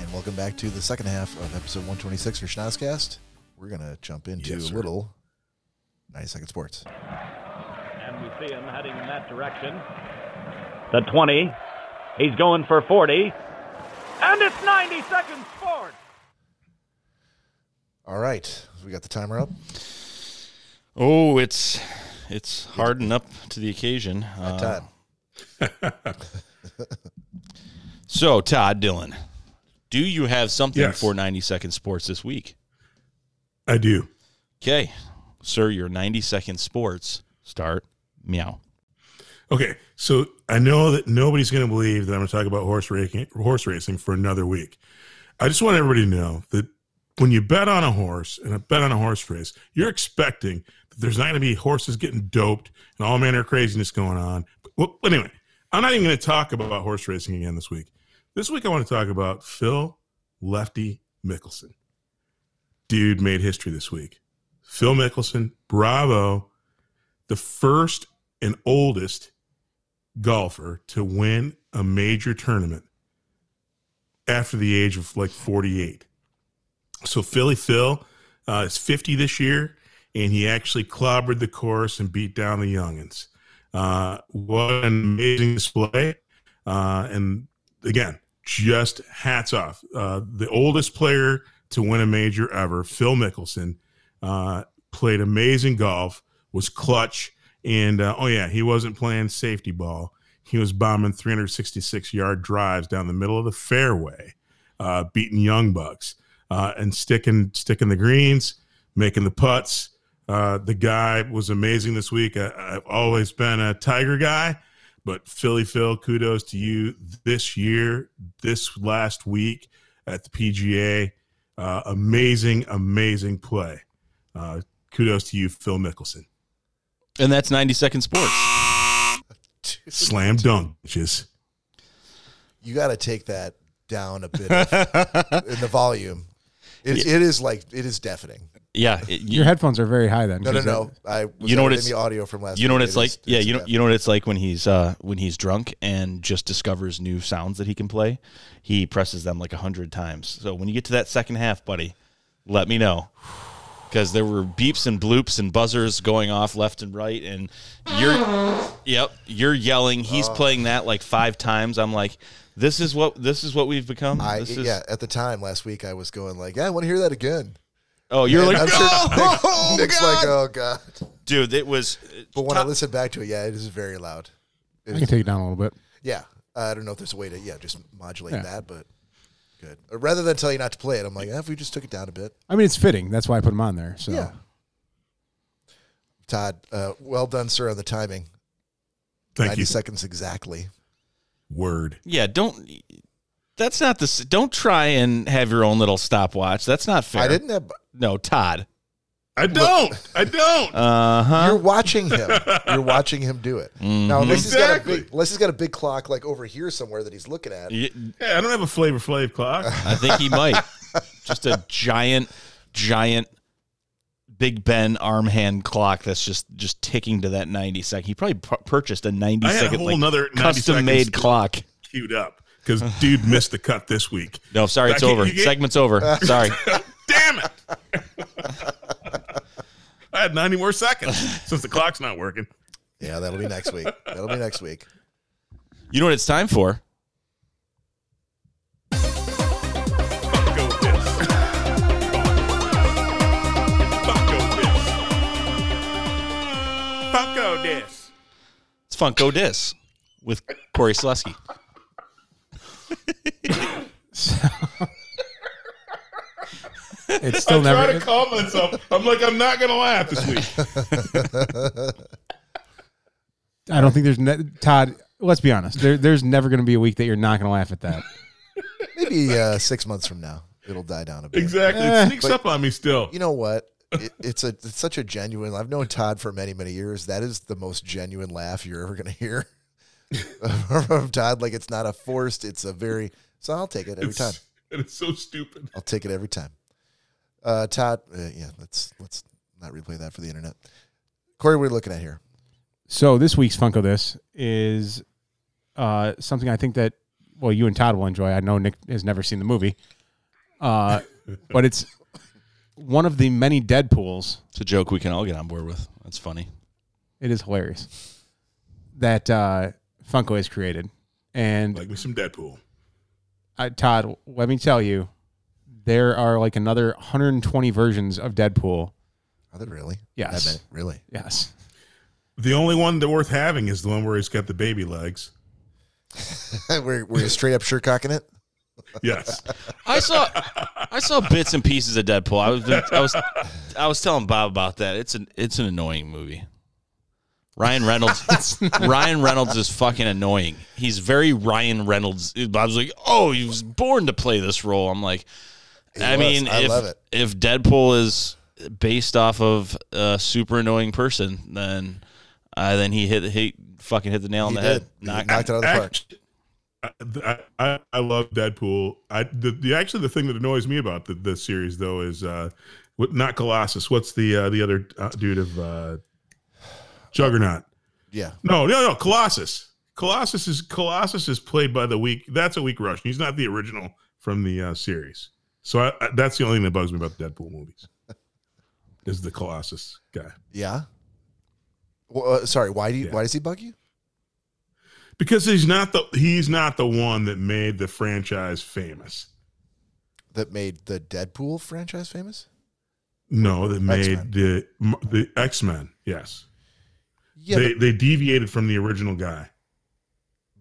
S1: And welcome back to the second half of episode 126 for Schnozcast. We're gonna jump into
S2: Yes,
S1: a
S2: sir.
S1: little 90 second sports.
S7: And we see him heading in that direction. The 20. He's going for 40. And it's 90 seconds forward.
S1: All right, we got the timer up.
S4: Oh, it's it's hardened up to the occasion. Uh,
S1: Todd,
S4: so, Todd Dylan, do you have something
S2: Yes.
S4: for 90 Second Sports this week?
S2: I do.
S4: Okay. Sir, your 90 Second Sports start. Meow.
S2: Okay, so I know that nobody's going to believe that I'm going to talk about horse racing, horse racing for another week. I just want everybody to know that when you bet on a horse and a bet on a horse race, you're expecting that there's not going to be horses getting doped and all manner of craziness going on. But, well, anyway, I'm not even going to talk about horse racing again this week. This week, I want to talk about Phil Lefty Mickelson. Dude made history this week. Phil Mickelson, bravo, the first and oldest golfer to win a major tournament after the age of like 48. So Philly Phil uh, is 50 this year, and he actually clobbered the course and beat down the youngins. Uh, what an amazing display! Uh, and again, just hats off. Uh, the oldest player to win a major ever, Phil Mickelson, uh, played amazing golf, was clutch, and uh, oh yeah, he wasn't playing safety ball. He was bombing 366 yard drives down the middle of the fairway, uh, beating young bucks. uh, and sticking sticking the greens, making the putts. Uh, the guy was amazing this week. I, I've always been a Tiger guy, but Philly Phil, kudos to you this year, this last week at the PGA. Uh, amazing, amazing play. Uh, kudos to you, Phil Mickelson.
S4: And that's 90 Second Sports.
S2: Slam dunk, bitches.
S1: You got to take that down a bit of, in the volume. It, it is like it is deafening.
S4: Yeah. it- you-
S3: Your headphones are very high then.
S1: No, no,
S3: 'cause uh,
S1: no. I was
S4: You know what
S1: in
S4: it's-
S1: the audio from last.
S4: you know
S1: week.
S4: what it's
S1: It
S4: like
S1: is-
S4: yeah
S1: it's
S4: you know
S1: deafening.
S4: you know what it's like when he's uh when he's drunk and just discovers new sounds that he can play he presses them like a hundred times so when you get to that second half buddy let me know because there were beeps and bloops and buzzers going off left and right and you're yep you're yelling he's
S1: Oh.
S4: playing that like five times i'm like this is what this is what we've become
S1: I,
S4: this is,
S1: yeah, at the time last week, I was going like, "Yeah, I want to hear that again."
S4: oh you're
S1: And
S4: like
S1: I'm sure Nick-
S4: "Oh,
S1: Nick's like,
S4: God."
S1: "Oh God!"
S4: dude it was
S1: But when I listen back to it, yeah, it is very loud. It
S3: I
S1: is-
S3: can take it down a little bit.
S1: yeah, I don't know if there's a way to yeah just modulate
S3: Yeah.
S1: that, but good. Or rather than tell you not to play it, I'm like, eh, if we just took it down a bit,
S3: I mean, it's fitting. That's why I put them on there. So
S1: yeah. Todd, uh, well done, sir, on the timing.
S2: Thank
S1: 90
S2: you.
S1: seconds exactly.
S2: Word.
S4: Yeah, don't. That's not the. s- Don't try and have your own little stopwatch. That's not fair.
S1: I didn't have.
S4: No, Todd.
S2: I don't. I don't.
S4: Uh huh.
S1: You're watching him. You're watching him do it. Now, unless he's got a big,
S2: Mm-hmm. Exactly.
S1: unless he's got a big clock like over here somewhere that he's looking at.
S2: Yeah, I don't have a flavor flav clock.
S4: I think he might. just a giant, giant, Big Ben arm hand clock that's just just ticking to that ninety second. He probably pu- purchased a ninety
S2: I had a
S4: second
S2: whole
S4: like,
S2: nother 90
S4: custom
S2: seconds.
S4: made clock.
S2: Queued up because dude missed the cut this week.
S4: No, sorry, it's
S2: Becky,
S4: over.
S2: you get-
S4: Segment's over. Sorry.
S2: Damn it! I had 90 more seconds since the clock's not working.
S1: Yeah, that'll be next week. That'll be next week.
S4: You know what it's time for?
S2: Go with this. Funko this. Funko this.
S4: It's Funko Dis with Corey Selesky.
S3: it's still
S2: I'm trying
S3: never.
S2: to calm myself. I'm like, I'm not gonna laugh this week.
S3: I don't think there's ne- Todd. Let's be honest. There, there's never going to be a week that you're not going to laugh at that.
S1: Maybe uh, six months from now, it'll die down a bit.
S2: Exactly. It
S3: Eh.
S2: sneaks up on me still.
S1: You know what? It, it's a it's such a genuine. I've known Todd for many many years. That is the most genuine laugh you're ever going to hear from Todd. Like it's not a forced. It's a very. So I'll take it every
S2: It's-
S1: time.
S2: It's so stupid.
S1: I'll take it every time. Uh, Todd, uh, yeah, let's let's not replay that for the internet. Corey, what are we looking at here?
S3: So this week's Funko This is uh, something I think that well you and Todd will enjoy. I know Nick has never seen the movie, uh, but it's one of the many Deadpool's.
S4: It's a joke we can all get on board with. That's funny.
S3: It is hilarious that uh, Funko has created, and
S2: Like me some Deadpool.
S3: I, Todd, let me tell you, there are like another 120 versions of Deadpool.
S1: Are they really?
S3: Yes.
S1: That many? really.
S3: Yes.
S2: The only one that worth having is the one where he's got the baby legs.
S1: we're we're straight up sure cocking it.
S2: Yes.
S4: I saw I saw bits and pieces of Deadpool. I was I was I was telling Bob about that. It's an it's an annoying movie. Ryan Reynolds Ryan Reynolds is fucking annoying. He's very Ryan Reynolds. Bob's like, "Oh, he was born to play this role." I'm like, I
S1: was.
S4: mean,
S1: I
S4: if
S1: love it.
S4: if Deadpool is based off of a super annoying person, then uh, then he hit he fucking hit the nail on
S1: He
S4: the
S1: did.
S4: head.
S1: He
S4: Knock-
S1: knocked it out of the park.
S2: Act- I, I, I love Deadpool. I the, the actually the thing that annoys me about the, the series though is uh, what not Colossus. What's the uh, the other uh, dude of uh, Juggernaut?
S1: Yeah.
S2: No, no, no. Colossus. Colossus is Colossus is played by the weak. That's a weak Russian. He's not the original from the uh, series. So I, I, that's the only thing that bugs me about the Deadpool movies is the Colossus guy
S1: Yeah. Well, uh, sorry. Why do you,
S2: Yeah.
S1: why does he bug you?
S2: because he's not the he's not the one that made the franchise famous.
S1: That made the Deadpool franchise famous.
S2: No, that made
S1: X-Men.
S2: the the X Men. Yes,
S1: Yeah,
S2: they they deviated from the original guy.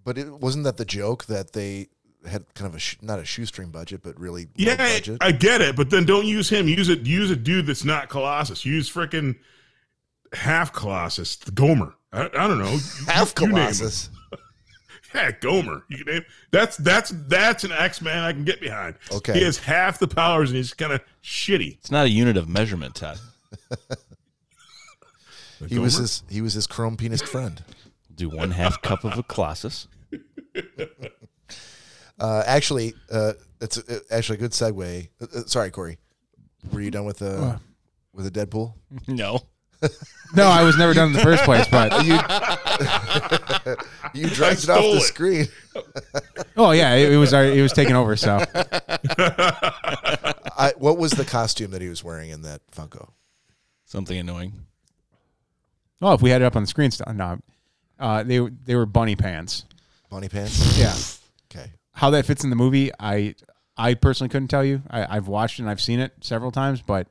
S1: but, but it wasn't that the joke that they had kind of a sh- not a shoestring budget, but really low
S2: Yeah, I,
S1: budget.
S2: I get it, but then don't use him. Use it. Use a dude that's not Colossus. Use freaking half Colossus, the Gomer. I, I don't know.
S1: Half
S2: You name him.
S1: Colossus.
S2: Yeah, Gomer. You can name that's that's that's an X Man I can get behind.
S1: Okay.
S2: he has half the powers and he's kind of shitty.
S4: It's not a unit of measurement, Todd.
S2: The
S1: He was
S2: Gomer?
S1: his he was his chrome penis friend.
S4: Do one half cup of a Colossus.
S1: Uh, actually, uh, it's uh, actually a good segue. Uh, uh, sorry, Corey. Were you done with the
S3: What?
S1: with the Deadpool?
S4: No.
S3: No, I was never done in the first place, but
S1: You dragged it off
S2: stole
S1: the
S2: it.
S1: screen.
S3: oh yeah, it, it was our, it was taken over. So
S1: I, what was the costume that he was wearing in that Funko?
S4: Something annoying.
S3: oh, if we had it up on the screen, still, no, uh, they were- they were bunny pants.
S1: Bunny pants.
S3: Yeah,
S1: Okay.
S3: how that fits in the movie, I I personally couldn't tell you. I, I've watched it and I've seen it several times, but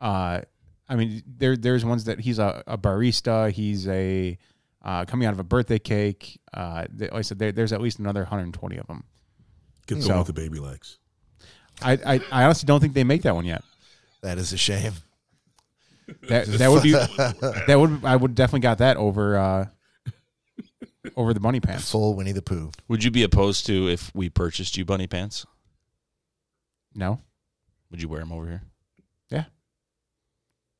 S3: uh, I mean, there there's ones that he's a, a barista, he's a uh, coming out of a birthday cake. Uh, th- like I said, there, there's at least another 120 of them.
S2: Get the
S3: So-
S2: one with the baby legs.
S3: I, I, I honestly don't think they make that one yet.
S1: That is a shame.
S3: That that would be that would I would definitely got that over uh, over the bunny pants.
S1: Full Winnie the Pooh.
S4: Would you be opposed to if we purchased you bunny pants?
S3: No,
S4: Would you wear them over here?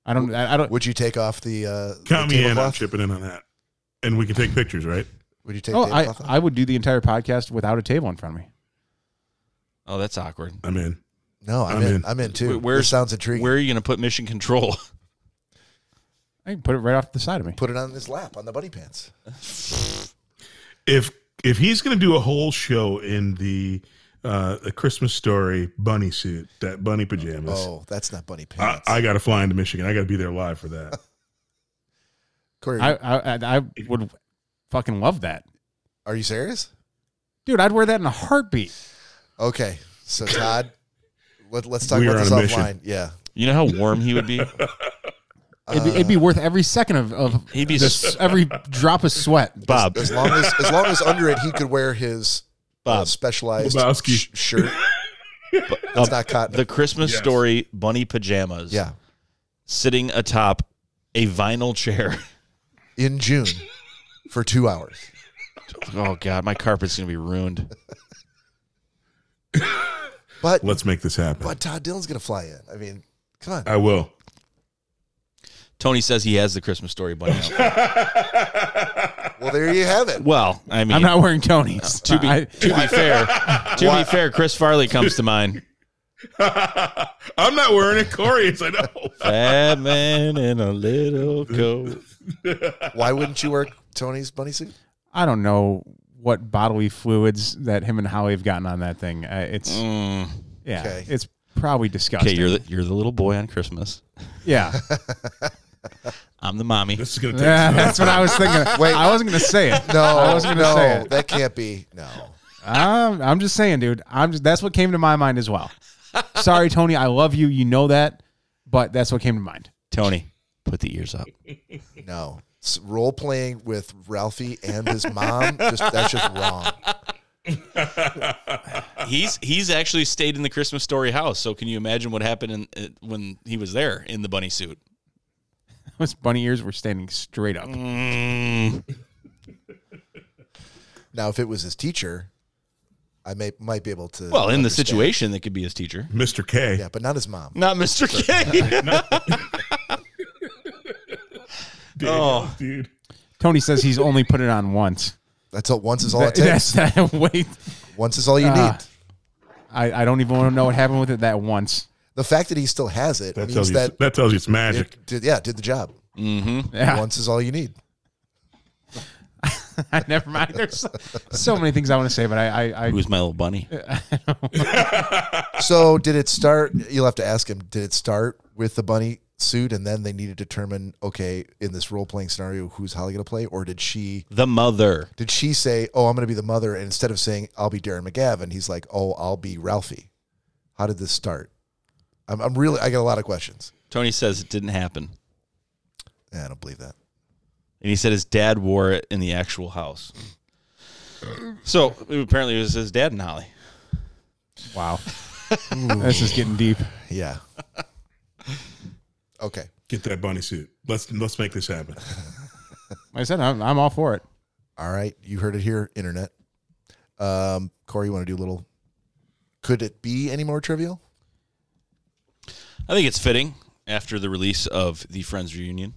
S3: I don't I, I don't.
S1: Would you take off the uh,
S2: Count
S1: the
S2: me in. I'm
S1: tablecloth?
S2: chipping in on that, and we can take pictures, right?
S1: Would you take?
S3: Oh, I,
S1: tablecloth off?
S3: I would do the entire podcast without a table in front of me.
S4: Oh, that's awkward.
S2: I'm in.
S1: no, I'm,
S2: I'm
S1: in.
S2: in.
S1: I'm in too.
S4: Wait, where's-
S1: this sounds intriguing.
S4: Where are you going to put mission control?
S3: I can put it right off the side of me.
S1: Put it on his lap on the bunny pants.
S2: If if he's gonna do a whole show in the uh, the Christmas story bunny suit, that bunny pajamas,
S1: Oh, that's not bunny
S2: I,
S1: pants.
S2: I got to fly into Michigan. I got to be there live for that.
S1: Corey,
S3: I, I and I would fucking love that,
S1: are you serious?
S3: dude. I'd wear that in a heartbeat.
S1: Okay, so Todd, let, let's talk
S2: We are
S1: about this
S2: on a mission.
S1: offline. Yeah,
S4: You know how warm he would be?
S3: It'd, be, it'd be worth every second of, of
S4: He'd be
S3: this, every drop of sweat.
S4: Bob.
S1: as long as as long as under it he could wear his uh,
S4: Bob.
S1: specialized
S2: Lebowski.
S1: sh- shirt.
S4: Uh,
S1: That's not cotton.
S4: the Christmas
S2: Yes.
S4: story bunny pajamas.
S1: yeah,
S4: Sitting atop a vinyl chair.
S1: in June for two hours.
S4: oh, God. My carpet's going to be ruined.
S1: But
S2: Let's make this happen.
S1: but Todd Dillon's gonna fly in. I mean, come on.
S2: I will.
S4: Tony says he has the Christmas story bunny outfit.
S1: Well, there you have it.
S4: well, I mean,
S3: I'm not wearing Tony's.
S4: to be,
S3: I-
S4: to be fair, to be fair, Chris Farley comes to mind.
S2: I'm not wearing it. Corey is. I know.
S4: Fat man in a little coat.
S1: Why wouldn't you wear Tony's bunny suit?
S3: I don't know what bodily fluids that him and Holly have gotten on that thing. Uh, it's
S4: Mm.
S3: yeah,
S1: okay.
S3: it's probably
S4: Okay,
S3: disgusting.
S4: you're the, you're the little boy on Christmas.
S3: yeah,
S4: I'm the mommy.
S2: This is gonna take.
S3: Yeah, that's what I was thinking. Wait, I wasn't gonna say it.
S1: No,
S3: I wasn't gonna
S1: no,
S3: say it.
S1: that can't be. No,
S3: I'm, I'm just saying, dude. I'm just that's what came to my mind as well. Sorry, Tony. I love you. You know that, but that's what came to mind.
S4: Tony, put the ears up.
S1: no. It's role playing with Ralphie and his mom. Just that's just wrong.
S4: He's he's actually stayed in the Christmas Story house. So can you imagine what happened in, uh, when he was there in the bunny suit?
S3: Those bunny ears were standing straight up.
S4: Mm.
S1: Now, if it was his teacher, I may might be able to.
S4: Well, in the
S1: understand.
S4: situation, that could be his teacher,
S2: Mr. K.
S1: Yeah, but not his mom.
S4: not Mr. K.
S2: Damn,
S4: Oh.
S2: dude.
S3: Tony says he's only put it on once.
S1: That's all. Once is all it
S3: That-
S1: takes.
S3: that's that. Wait,
S1: Once is all you
S3: Ah.
S1: need.
S3: I, I don't even want to know what happened with it that once.
S1: The fact that he still has it
S2: That tells
S1: means
S2: you.
S1: that
S2: That, tells you it's magic. Mm-hmm.
S1: it did, yeah, did the job.
S3: Yeah,
S1: Once is all you need.
S3: never mind. There's so, so many things I want to say, but I I, I
S4: Who's my little bunny?
S1: So, did it start? You'll have to ask him. Did it start with the bunny suit, and then they need to determine, okay, in this role playing scenario, who's Holly going to play, or did she?
S4: The mother.
S1: Did she say, "Oh, I'm going to be the mother," and instead of saying, "I'll be Darren McGavin," he's like, "Oh, I'll be Ralphie." How did this start? I'm, I'm really. I got a lot of questions.
S4: Tony says it didn't happen,
S1: Yeah, I don't believe that.
S4: and he said his dad wore it in the actual house. So apparently, it was his dad and Holly.
S3: Wow. this is getting deep.
S1: Yeah. Okay.
S2: Get that bunny suit. Let's let's make this happen.
S3: Like I said, I'm, I'm all for it.
S1: All right. You heard it here, internet. Um, Corey, you want to do a little? Could it be any more trivial?
S4: I think it's fitting after the release of the Friends reunion.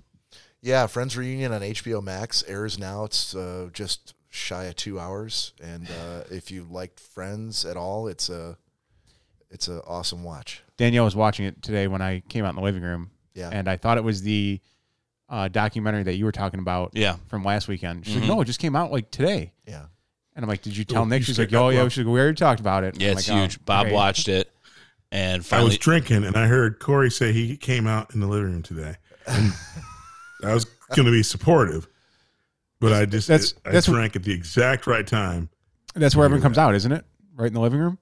S1: Yeah, Friends reunion on HBO Max airs now. It's uh, just shy of two hours, and uh, if you liked Friends at all, it's a it's an awesome watch.
S3: Danielle was watching it today when I came out in the living room,
S1: Yeah,
S3: and I thought it was the uh, documentary that you were talking about
S4: Yeah, Mm-hmm.
S3: from last weekend. She's like, "No, it just came out like today."
S1: yeah.
S3: And I'm like, "Did you
S2: Oh,
S3: tell Nick?"
S2: you
S3: She's
S2: said
S3: like, "Oh
S2: that,
S3: yeah,
S2: Bob."
S3: she's like, we already talked about it." And
S4: yeah,
S3: I'm
S4: it's
S3: like, oh,
S4: huge. Bob
S3: okay.
S4: watched it, and
S2: I was
S4: finally,
S2: drinking and I heard Corey say he came out in the living room today. And I was going to be supportive, but I just
S3: That's-
S2: I
S3: that's-
S2: drank at the exact right time.
S3: That's where everyone comes out, isn't it? Right in the living room.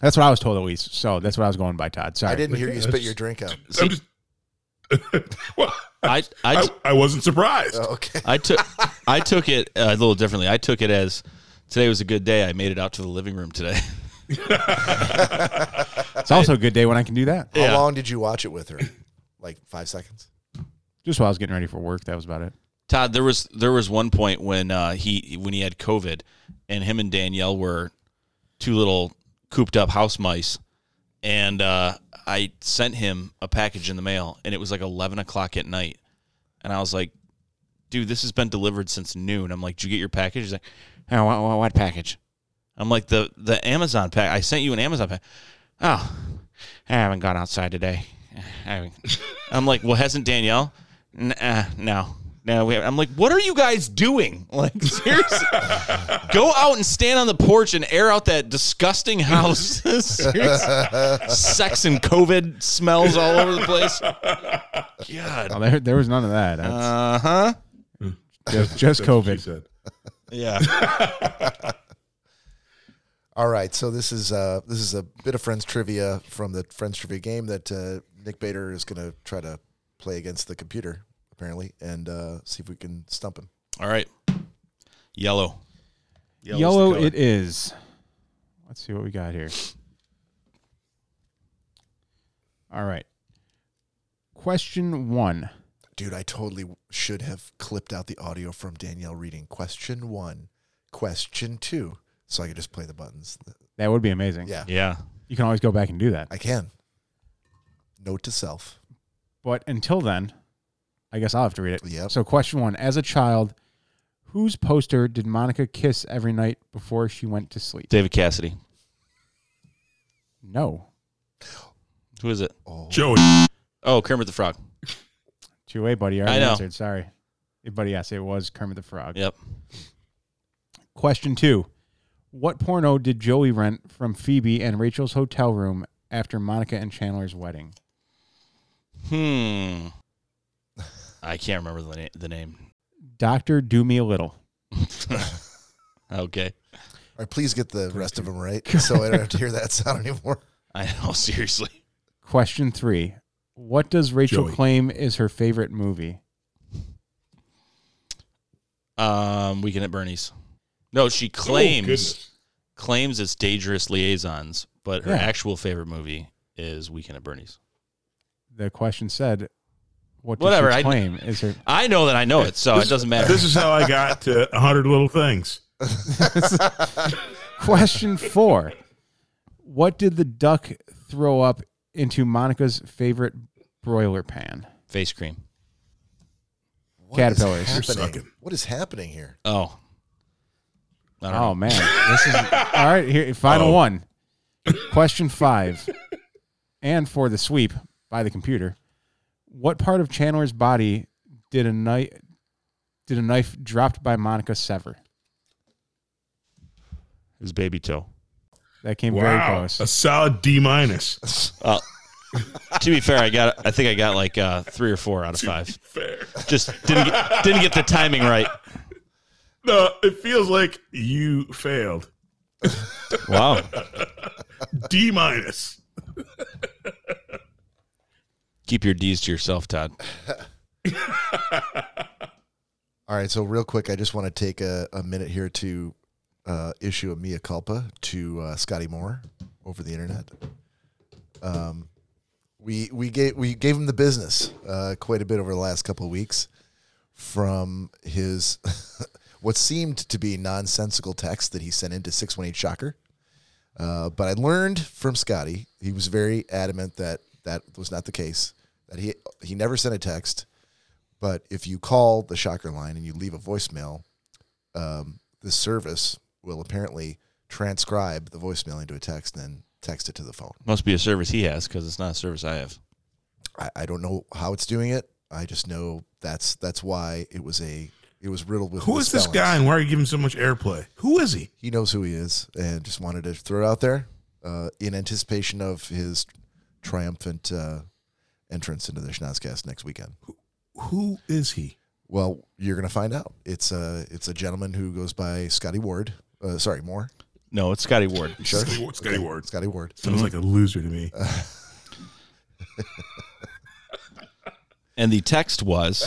S3: That's what I was told, Elise. So that's what I was going by, Todd. Sorry.
S1: I didn't hear you
S2: Okay,
S1: spit
S2: that's-
S1: your drink out.
S4: See-
S2: I'm just, well, I,
S4: I, I,
S2: I, I wasn't surprised.
S1: Oh, okay.
S4: I took I took it uh, a little differently. I took it as today was a good day. I made it out to the living room today.
S3: It's also a good day when I can do that.
S1: How
S4: Yeah.
S1: long did you watch it with her? Like five seconds.
S3: Just while I was getting ready for work, that was about it.
S4: Todd, there was there was one point when uh, he when he had COVID, and him and Danielle were two little cooped up house mice, and uh, I sent him a package in the mail, and it was like eleven o'clock at night, and I was like, "Dude, this has been delivered since noon." I'm like, "Did you get your package?" He's like,
S5: Oh, what, what, what package?
S4: "I'm like the the Amazon pack. I sent you an Amazon pack."
S5: Oh, I haven't gone outside today. I haven't.
S4: I'm like, well, hasn't Danielle? N- uh, no, no. We haven't." I'm like, what are you guys doing? Like, seriously, go out and stand on the porch and air out that disgusting house. Seriously. Sex and COVID smells all over the place. God.
S3: Oh, there, there was none of that. That's
S4: Uh huh.
S3: just, just
S2: That's what she
S3: COVID.
S2: said.
S4: Yeah.
S1: All right, so this is uh, this is a bit of Friends trivia from the Friends trivia game that uh, Nick Bader is going to try to play against the computer apparently, and uh, see if we can stump him.
S4: All right. Yellow. Yellow's the
S3: Yellow
S4: color.
S3: it is. Let's see what we got here. All right. Question one.
S1: Dude, I totally should have clipped out the audio from Danielle reading question one, question two, so I could just play the buttons.
S3: That would be amazing.
S1: Yeah,
S4: Yeah.
S3: You can always go back and do that.
S1: I can. Note to self.
S3: But until then, I guess I'll have to read it.
S1: Yep.
S3: So, question one As a child, whose poster did Monica kiss every night before she went to sleep?
S4: David Cassidy.
S3: No.
S4: Who is it?
S1: Oh,
S2: Joey,
S4: Oh, Kermit the Frog.
S3: Two A, buddy. Already
S4: I know.
S3: answered. Sorry. But yes, it was Kermit the Frog.
S4: Yep.
S3: Question two What porno did Joey rent from Phoebe and Rachel's hotel room after Monica and Chandler's wedding?
S4: Hmm. I can't remember the, na- the name.
S3: Doctor Do Me a Little.
S4: Okay.
S1: All right, please get the rest of them right, so I don't have to hear that sound anymore.
S4: I know. Seriously.
S3: Question three What does Rachel
S2: Joey.
S3: claim is her favorite movie?
S4: Um, Weekend at Bernie's. No, she
S2: Oh,
S4: claims
S2: goodness.
S4: claims it's Dangerous Liaisons, but her
S3: Yeah.
S4: actual favorite movie is Weekend at Bernie's.
S3: The question said, What does
S4: Whatever,
S3: she
S4: I-
S3: claim is her.
S4: I know that I know it, so it doesn't matter.
S2: This is how I got to 100 little things.
S3: Question four What did the duck throw up into Monica's favorite broiler pan?
S4: Face cream.
S1: What is
S3: Caterpillars. You're
S1: happening?
S2: sucking.
S1: What is happening here?
S4: Oh, I don't
S3: Oh
S4: know.
S3: man, this is all right. Here, final
S2: Oh.
S3: one. Question five, and for the sweep by the computer, what part of Chandler's body did a knife did a knife dropped by Monica sever?
S4: His baby toe.
S3: That came very
S2: Wow. A
S3: close.
S2: solid D minus.
S4: to be fair, I got. I think I got like uh, three or four out of five.
S2: Fair.
S4: Just didn't get, didn't get the timing right.
S2: No, it feels like you failed.
S4: Wow.
S2: D minus.
S4: Keep your D's to yourself, Todd.
S1: All right, so real quick, I just want to take a, a minute here to uh, issue of Mia Culpa to uh, Scotty Moore over the internet. Um, we we gave we gave him the business uh, quite a bit over the last couple of weeks from his what seemed to be nonsensical text that he sent into six one eight Shocker. Uh, but I learned from Scotty, he was very adamant that that was not the case. That he he never sent a text, but if you call the Shocker line and you leave a voicemail, um, this service will apparently transcribe the voicemail into a text and then text it to the phone.
S4: Must be a service he has because it's not a service I have.
S1: I, I don't know how it's doing it. I just know that's that's why it was a it was riddled with
S2: Who is this
S1: misspellings.
S2: guy and why are you giving so much airplay? Who is he?
S1: he knows who he is and just wanted to throw it out there uh, in anticipation of his triumphant uh, entrance into the Schnozcast next weekend.
S2: Who is he?
S1: Well, you're going to find out. It's a it's a gentleman who goes by Scotty Ward. Uh, sorry, Moore.
S8: No, it's Scotty Ward.
S1: You sure?
S2: Scotty Ward- Scotty
S1: Okay,
S2: Ward.
S1: Scotty Ward.
S2: Sounds like a loser to me.
S8: And the text was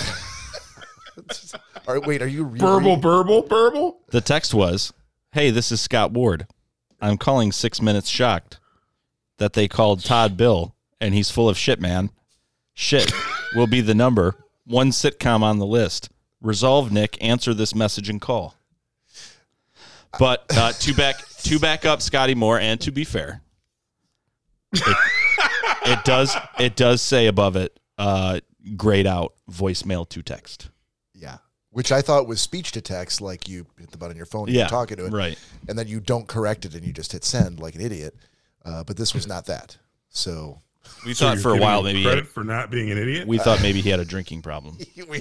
S1: All right, wait. Are you re-
S2: burble, burble, burble.
S8: the text was, "Hey, this is Scott Ward. I'm calling 6 minutes shocked that they called Todd Bill and he's full of shit, man. Shit will be the number one sitcom on the list. Resolve Nick, answer this message and call." But uh, to back to back up Scotty Moore and to be fair, it, it does it does say above it uh grayed out voicemail to text.
S1: Yeah. Which I thought was speech to text, like you hit the button on your phone, and
S8: Yeah,
S1: you're talking to it,
S8: right.
S1: And then you don't correct it, and you just hit send like an idiot. Uh, but this was not that. So
S8: We
S2: So
S8: thought
S2: you're
S8: for a
S2: giving
S8: while
S2: him
S8: maybe he had
S2: credit for not being an idiot.
S8: We thought maybe he had a drinking problem.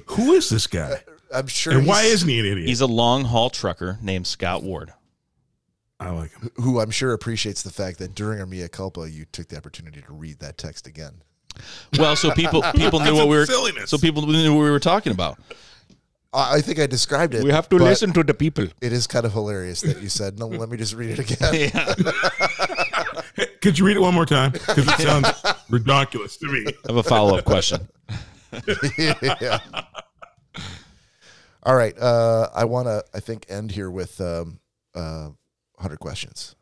S2: Who is this guy?
S1: I'm sure.
S2: And why
S1: he's-
S2: isn't he an idiot?
S8: He's a long haul trucker named Scott Ward.
S2: I like him.
S1: who I'm sure appreciates the fact that during our mea culpa, you took the opportunity to read that text again.
S8: Well, so people people knew
S2: That's
S8: what
S2: a
S8: we were
S2: silliness.
S8: so people knew what we were talking about.
S1: I, I think I described it. but
S8: to the people.
S1: It is kind of hilarious that you said, "No, let me just read it again."
S8: Yeah.
S2: Hey, could you read it one more time? Because it sounds ridiculous to me.
S8: I have a follow up question.
S1: yeah. All right. Uh, I want to, I think, end here with um, uh, 100 questions.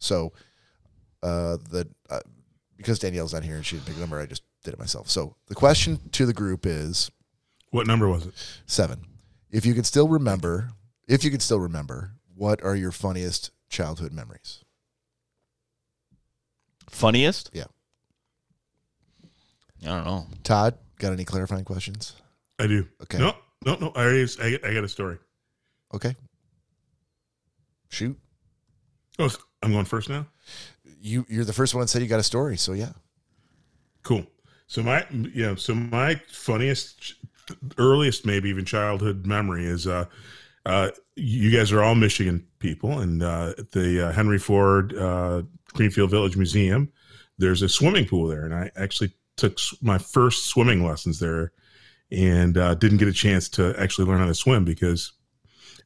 S1: So, uh, the uh, because Danielle's not here and she didn't pick a number, I just did it myself. So, the question to the group is
S2: What number was it?
S1: seven. If you could still remember, if you could still remember, what are your funniest childhood memories?
S8: Funniest?
S1: Yeah.
S4: I don't know.
S1: Todd, got any clarifying questions?
S2: I do.
S1: Okay.
S2: No, no, no. I already. I, I got a story.
S1: Okay. Shoot.
S2: Oh, I'm going first now.
S1: You, you're the first one that said you got a story. So, yeah.
S2: Cool. So my yeah, so my funniest, earliest maybe even childhood memory is uh, uh, you guys are all Michigan people, and uh, at the uh, Henry Ford uh, Greenfield Village Museum, there's a swimming pool there, and I actually took s- my first swimming lessons there, and uh, didn't get a chance to actually learn how to swim because,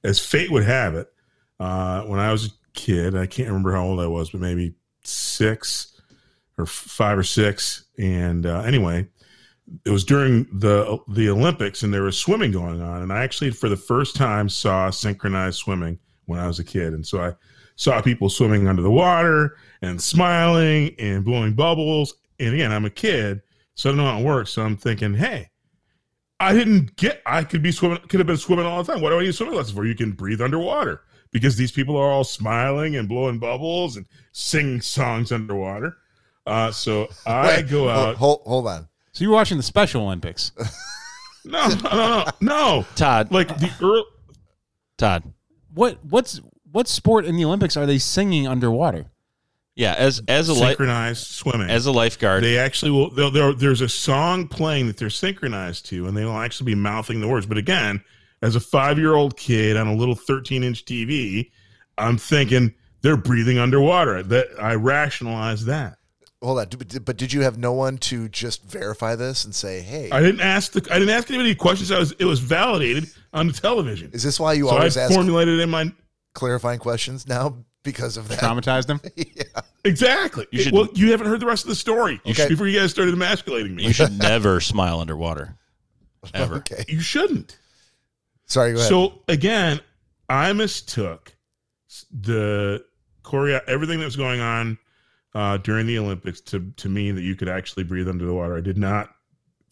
S2: as fate would have it, uh, when I was a kid, I can't remember how old I was, but maybe six or f- five or six. And uh, anyway, it was during the the Olympics, and there was swimming going on. And I actually, for the first time, saw synchronized swimming when I was a kid. And so I saw people swimming under the water and smiling and blowing bubbles. And again, I'm a kid, so I don't know how it works. So I'm thinking, hey. I didn't get. I could be swimming. Could have been swimming all the time. What do I need swimming lessons for? You can breathe underwater because these people are all smiling and blowing bubbles and singing songs underwater. Uh, so I
S1: Wait, oh,
S2: go
S1: hol-
S2: out.
S1: Hold, hold on.
S3: So you're watching the Special Olympics.
S2: No, no, no, no.
S8: Todd.
S2: Like the earl
S8: Todd.
S3: What what's what sport in the Olympics are they singing underwater?
S8: Yeah, as as a li-
S2: synchronized swimming.
S8: as a lifeguard.
S2: they actually will. They'll, they'll- there's a song playing that they're synchronized to, and they will actually be mouthing the words. But again, as a five-year-old kid on a little 13-inch TV, I'm thinking they're breathing underwater. That I rationalize that.
S1: Hold on. But did, but did you have no one to just verify this and say, hey,
S2: I didn't ask the. I didn't ask anybody any questions. I was. It was validated on the television.
S1: is this why you
S2: So I
S1: always ask
S2: formulated in my
S1: clarifying questions now because of that?
S3: Traumatized them.
S2: exactly.
S8: You should-
S2: well, you haven't heard the rest of the story
S1: Okay.
S2: before you guys started emasculating me.
S8: you should never smile underwater. Ever.
S1: Okay.
S2: You shouldn't.
S1: Sorry, go ahead.
S2: So again, I mistook s- the choreo, everything that was going on uh, during the Olympics to to me that you could actually breathe under the water. I did not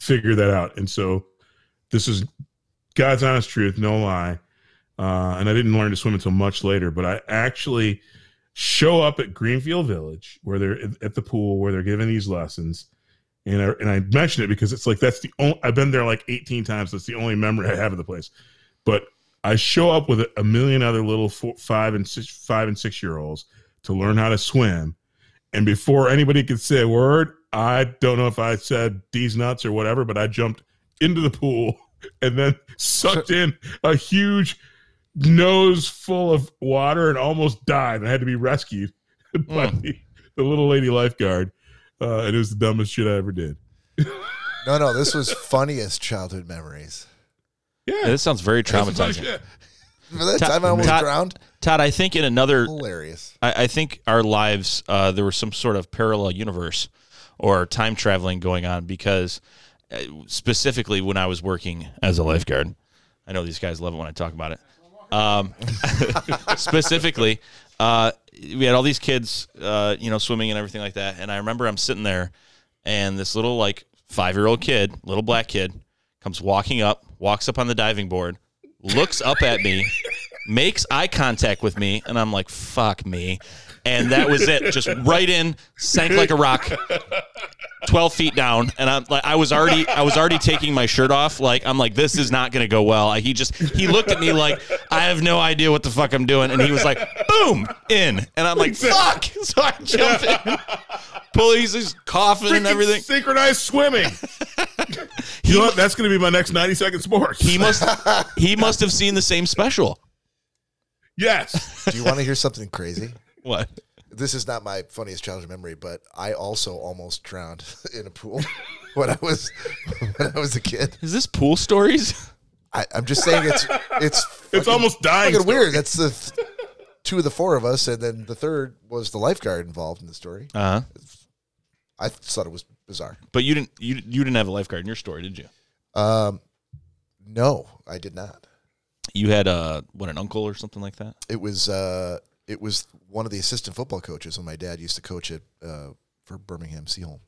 S2: figure that out, and so this is God's honest truth, no lie. Uh, and I didn't learn to swim until much later, but I actually show up at Greenfield Village where they're at- at the pool where they're giving these lessons. And I, and I mention it because it's like that's the only I've been there like 18 times. That's the only memory I have of the place. But I show up with a, a million other little four, five and six five and six year olds to learn how to swim. And before anybody could say a word, I don't know if I said these nuts or whatever, but I jumped into the pool and then sucked in a huge nose full of water and almost died. I had to be rescued by the, the little lady lifeguard. Uh, and it was the dumbest shit I ever did.
S1: No, no, this was funniest childhood memories.
S2: Yeah,
S4: This sounds very
S2: that's the funny
S4: traumatizing.
S2: shit.
S1: Remember that
S4: Ta-
S1: time I almost
S4: ta-
S1: drowned?
S4: Todd, I think in another
S1: Hilarious.
S4: I, I think our lives uh, there was some sort of parallel universe or time traveling going on because uh, specifically when I was working as a lifeguard, I know these guys love it when I talk about it. Um, specifically, uh, we had all these kids, uh, you know, swimming and everything like that. And I remember I'm sitting there, and this little like five year old kid, little black kid, comes walking up, walks up on the diving board, looks up at me, makes eye contact with me, and I'm like, "Fuck me," and that was it. Just right in, sank like a rock, twelve feet down, and I'm like, I was already, I was already taking my shirt off. Like, I'm like, this is not gonna go well. He just, he looked at me like, I have no idea what the fuck I'm doing, and he was like, "Boom, in," and I'm like, "Fuck!" So I jump in. Police is coughing and
S2: Freaking
S4: everything.
S2: synchronized swimming. you know what? That's going to be my next 90 second sports.
S4: He must he must have seen the same special.
S2: yes.
S1: Do you want to hear something crazy?
S4: What?
S1: This is not my funniest childhood memory, but I also almost drowned in a pool when I was when I was a kid.
S4: Is this pool stories?
S1: I, I'm just saying it's it's
S2: It's
S1: fucking-
S2: almost dying.
S1: fucking weird. That's the th- two of the four of us, and then the third was the lifeguard involved in the story.
S4: Uh huh.
S1: I thought it was bizarre.
S4: But you didn't you you didn't have a lifeguard in your story, did you?
S1: Um, no, I did not.
S4: You had uh what an uncle or something like that.
S1: It was uh, it was one of the assistant football coaches when my dad used to coach at uh, for Birmingham Seaholm.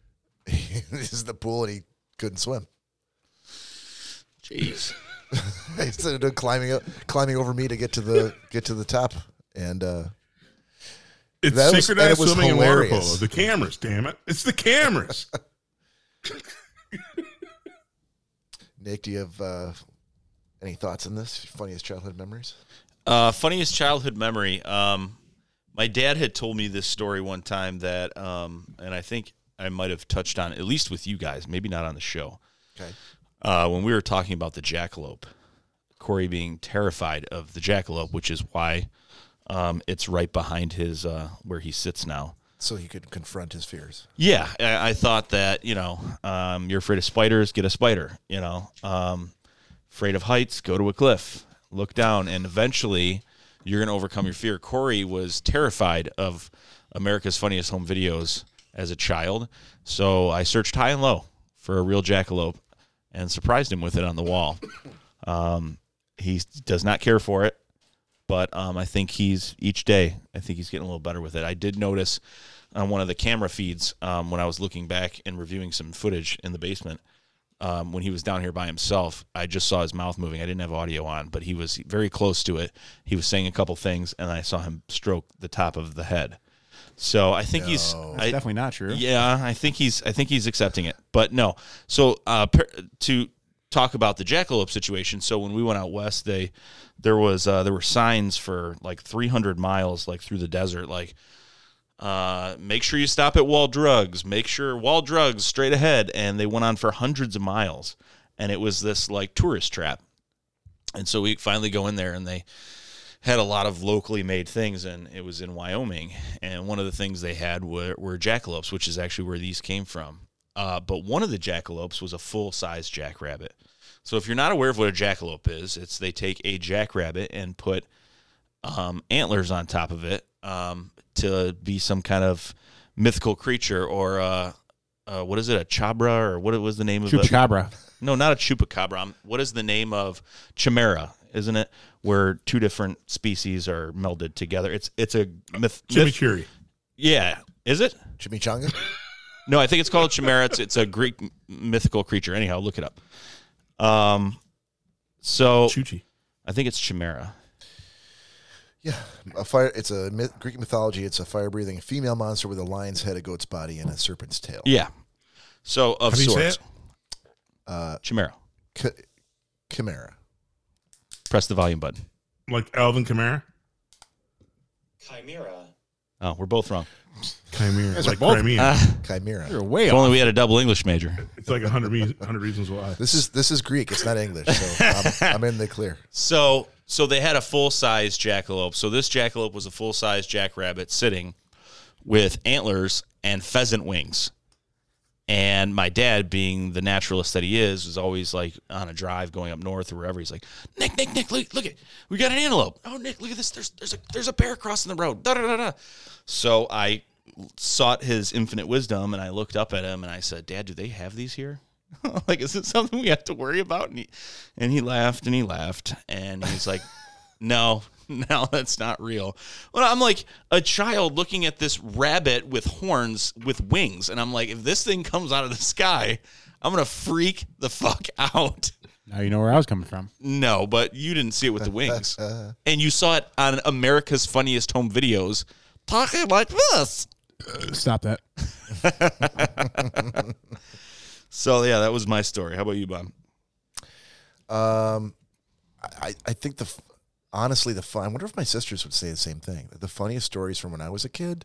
S1: this is the pool, and he couldn't swim.
S4: Jeez.
S1: He started climbing up, climbing over me to get to the get to the top, and uh,
S2: It's
S1: That was-
S2: synchronized
S1: and it was
S2: swimming and water
S1: hilarious.
S2: polo. The cameras, damn it. It's the cameras.
S1: Nick, do you have uh, any thoughts on this? Funniest childhood memories?
S4: Uh, funniest childhood memory. Um, my dad had told me this story one time that, um, and I think I might have touched on it, at least with you guys, maybe not on the show.
S1: Okay.
S4: Uh, when we were talking about the jackalope, Corey being terrified of the jackalope, which is why um, it's right behind his uh, where he sits now.
S1: So he could confront his fears.
S4: Yeah, I, I thought that you know um, you're afraid of spiders, get a spider. You know, um, afraid of heights, go to a cliff, look down, and eventually you're gonna overcome your fear. Corey was terrified of America's Funniest Home Videos as a child, so I searched high and low for a real jackalope and surprised him with it on the wall. Um, he does not care for it, but um, I think he's each day. I think he's getting a little better with it. I did notice on one of the camera feeds um, when I was looking back and reviewing some footage in the basement um, when he was down here by himself. I just saw his mouth moving. I didn't have audio on, but he was very close to it. He was saying a couple things, and I saw him stroke the top of the head. So I think he's I,
S3: Definitely not true.
S4: yeah, I think he's I think he's accepting it. But no. So uh, per, to talk about the jackalope situation. So when we went out west, they there was uh, there were signs for like 300 miles like through the desert like uh, make sure you stop at Wall Drugs. Make sure Wall Drugs straight ahead. And they went on for hundreds of miles, and it was this like tourist trap. And so we finally go in there, and they had a lot of locally made things, and it was in Wyoming. And one of the things they had were, were jackalopes, which is actually where these came from. Uh, but one of the jackalopes was a full size jackrabbit. So if you're not aware of what a jackalope is, it's they take a jackrabbit and put um, antlers on top of it um, to be some kind of mythical creature or uh, uh, what is it, a chabra or what was the name of it?
S3: Chupacabra.
S4: No, not a chupacabra. Um, What is the name of chimera? isn't it? Where two different species are melded together. It's it's a myth. myth-
S2: Chimichurri.
S4: yeah, is it?
S1: Chimichanga?
S4: No, I think it's called chimera. It's, it's a Greek m- mythical creature. Anyhow, look it up. Um, so
S2: Chuchi.
S4: I think it's chimera.
S1: Yeah, a fire. It's a myth, Greek mythology. It's a fire-breathing female monster with a lion's head, a goat's body, and a serpent's tail.
S4: Yeah. So of
S2: How do you say
S4: sorts,
S2: it?
S1: Uh,
S4: chimera.
S1: ch- chimera.
S4: Press the volume button.
S2: Like Alvin Kamara?
S4: Oh, we're both wrong.
S2: Chimera. Like
S3: both-
S2: Crimea.
S1: Chimera.
S3: You're way
S4: If
S3: off.
S4: only we had a double English major.
S2: it's like 100, reas- 100 Reasons Why.
S1: This is this is Greek. It's not English. So I'm, I'm in the clear.
S4: So so they had a full size jackalope. So this jackalope was a full size jackrabbit sitting with antlers and pheasant wings. And my dad, being the naturalist that he is, is always like on a drive going up north or wherever. He's like, Nick, Nick, Nick, look, look at we got an antelope. Oh, Nick, look at this. There's there's a there's a bear crossing the road. Da da da da. So I sought his infinite wisdom and I looked up at him and I said, Dad, do they have these here? like, is it something we have to worry about? And he, and he laughed and he laughed and he's like, No, no, that's not real. Well, I'm like a child looking at this rabbit with horns with wings. And I'm like, if this thing comes out of the sky, I'm going to freak the fuck out.
S3: Now you know where I was coming from.
S4: No, but you didn't see it with the wings.
S1: Uh,
S4: And you saw it on America's Funniest Home Videos talking like this.
S3: Stop that.
S4: So yeah, that was my story. How about you, Bob?
S1: um, I I think the f- honestly the fun. I wonder if my sisters would say the same thing. The funniest stories from when I was a kid,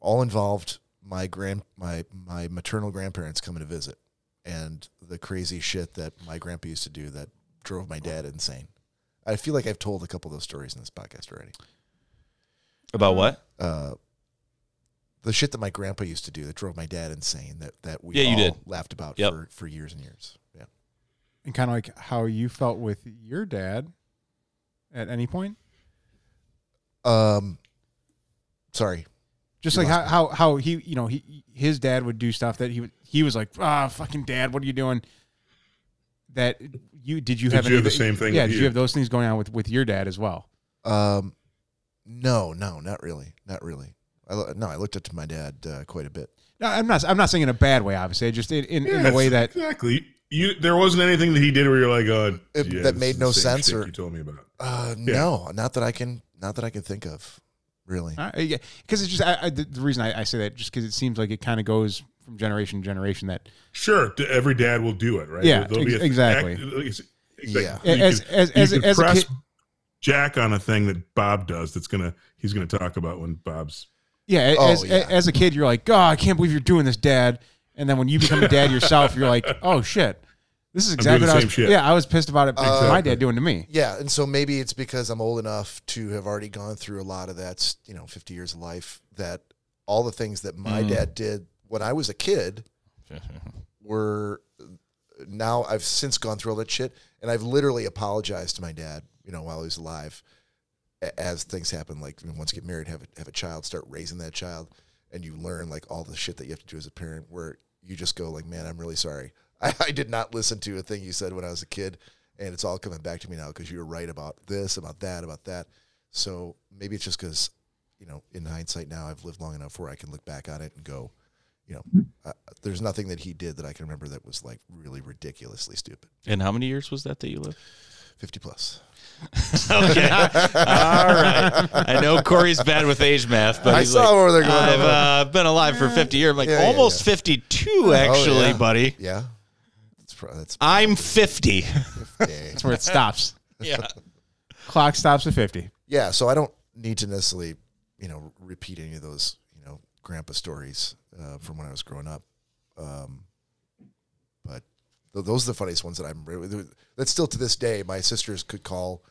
S1: all involved my grand my my maternal grandparents coming to visit, and the crazy shit that my grandpa used to do that drove my dad insane. I feel like I've told a couple of those stories in this podcast already.
S4: About what?
S1: uh, the shit that my grandpa used to do that drove my dad insane that that we
S4: Yeah, you
S1: all
S4: did.
S1: laughed about
S4: Yep.
S1: for, for years and years. Yeah.
S3: And kind of like how you felt with your dad at any point.
S1: Um sorry.
S3: Just
S1: You
S3: like how,
S1: lost
S3: how how he you know he his dad would do stuff that he would he was like ah fucking dad what are you doing that you did you
S2: Did
S3: have
S2: you
S3: any
S2: have
S3: of
S2: the same thing
S3: yeah
S2: with
S3: did you
S2: you?
S3: have those things going on with with your dad as well
S1: Um no, no, not really. Not really. I lo- no, I looked up to my dad uh, quite a bit.
S3: no I'm not I'm not saying in a bad way obviously I just in in, in a
S2: Yes,
S3: way that
S2: exactly you there wasn't anything that he did where you're like, uh,
S1: It-
S2: yeah,
S1: that
S2: this
S1: made
S2: is
S1: no
S2: the same
S1: sense
S2: shit
S1: or-
S2: you told me about.
S1: Uh
S2: Yeah.
S1: no, not that I can not that I can think of. Really.
S3: Uh, yeah, because it's just I, I, the, the reason I, I say that just because it seems like it kind of goes from generation to generation that
S2: Sure, d- every dad will do it, right?
S3: Yeah,
S2: There'll be
S3: ex-
S2: a-
S3: exactly.
S2: act- like it's-
S1: Yeah.
S2: You
S3: as
S2: can-
S3: as
S2: you
S3: as,
S2: can
S3: as a
S2: press
S3: kid,
S2: Jack on a thing that Bob does. That's gonna he's gonna talk about when Bob's
S3: yeah,
S1: Oh,
S3: as,
S1: yeah.
S3: as a kid you're like oh I can't believe you're doing this dad and then when you become a dad yourself you're like oh shit this is
S2: doing
S3: exactly what
S2: the
S3: I
S2: same
S3: was
S2: shit.
S3: yeah I was pissed about it because my
S2: Exactly.
S3: dad doing to me
S1: Yeah, and so maybe it's because I'm old enough to have already gone through a lot of that, you know, 50 years of life that all the things that my dad did when I was a kid were now I've since gone through all that shit and I've literally apologized to my dad, you know, while he was alive a- as things happen like you know, once you get married, have a, have a child, start raising that child and you learn like all the shit that you have to do as a parent where you just go like, "Man, I'm really sorry. I, I did not listen to a thing you said when I was a kid and it's all coming back to me now because you were right about this, about that, about that." So maybe it's just cuz you know, in hindsight now I've lived long enough where I can look back on it and go, you know, uh, there's nothing that he did that I can remember that was like really ridiculously stupid.
S4: Uh, And how many years was that that you lived?
S1: 50 plus.
S4: okay, all right. I know Corey's bad with age math, but
S1: I
S4: he's
S1: saw
S4: like,
S1: where they're going. I'm
S4: I've
S1: like,
S4: uh, been alive for fifty years. I'm like
S1: Yeah, yeah,
S4: almost
S1: yeah. Oh,
S4: fifty-two, actually,
S1: yeah.
S4: buddy.
S1: yeah. That's pro- that's
S4: I'm fifty.
S1: okay.
S3: that's where it stops
S4: yeah.
S3: clock stops at fifty
S1: Yeah, so I don't need to necessarily, you know, repeat any of those, you know, grandpa stories uh, from when I was growing up. Um, but th- those are the funniest ones that I'm. re- That's still to this day. My sisters could call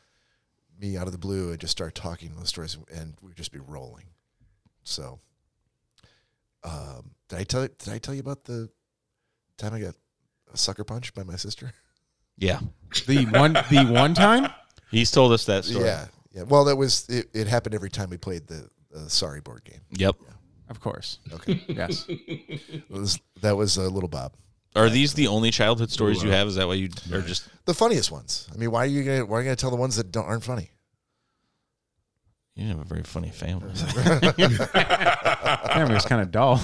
S1: me out of the blue and just start talking those stories, and we'd just be rolling. So, um, did I tell did I tell you about the time I got sucker punched by my sister?
S4: Yeah.
S3: the one the one time
S4: He's told us that story.
S1: Yeah, yeah. Well, that was it. It happened every time we played the uh, sorry board game.
S4: Yep.
S3: of course
S1: Okay.
S3: yes
S1: It was- that was uh, little Bob.
S4: Are these the only childhood stories you have? Is that why you are just
S1: The funniest ones. I mean, why are you gonna why are you gonna tell the ones that don't, aren't funny?
S4: you didn't have a very funny family?
S3: Family was kind of dull.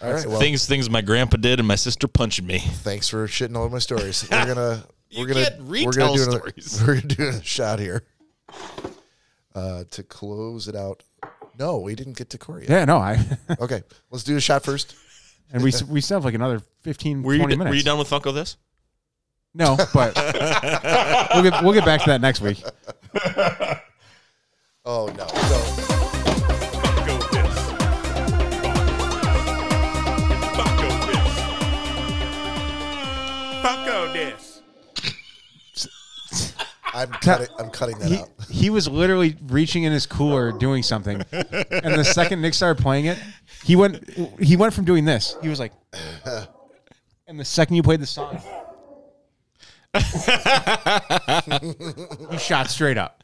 S1: All right. Well,
S4: things things my grandpa did and my sister punched me.
S1: thanks for shitting all of my stories. We're gonna
S8: You
S1: we're gonna
S8: can't
S1: we're gonna
S8: retell
S1: do another,
S8: stories.
S1: We're gonna do a shot here uh, to close it out. No, we didn't get to Corey. yet.
S3: Yeah, no, I.
S1: Okay, let's do a shot first.
S3: And we s- we still have like another 15,
S4: Were you
S3: 20
S4: d-
S3: minutes.
S4: were you done with Funko this?
S3: No, but we'll get we'll get back to that next week.
S1: Oh no. no.
S2: Funko this.
S1: I'm cutting. I'm cutting that
S3: He,
S1: out.
S3: he was literally reaching in his cooler doing something, and the second Nick started playing it, he went he went from doing this. He was like, and the second you played the song, he shot straight up.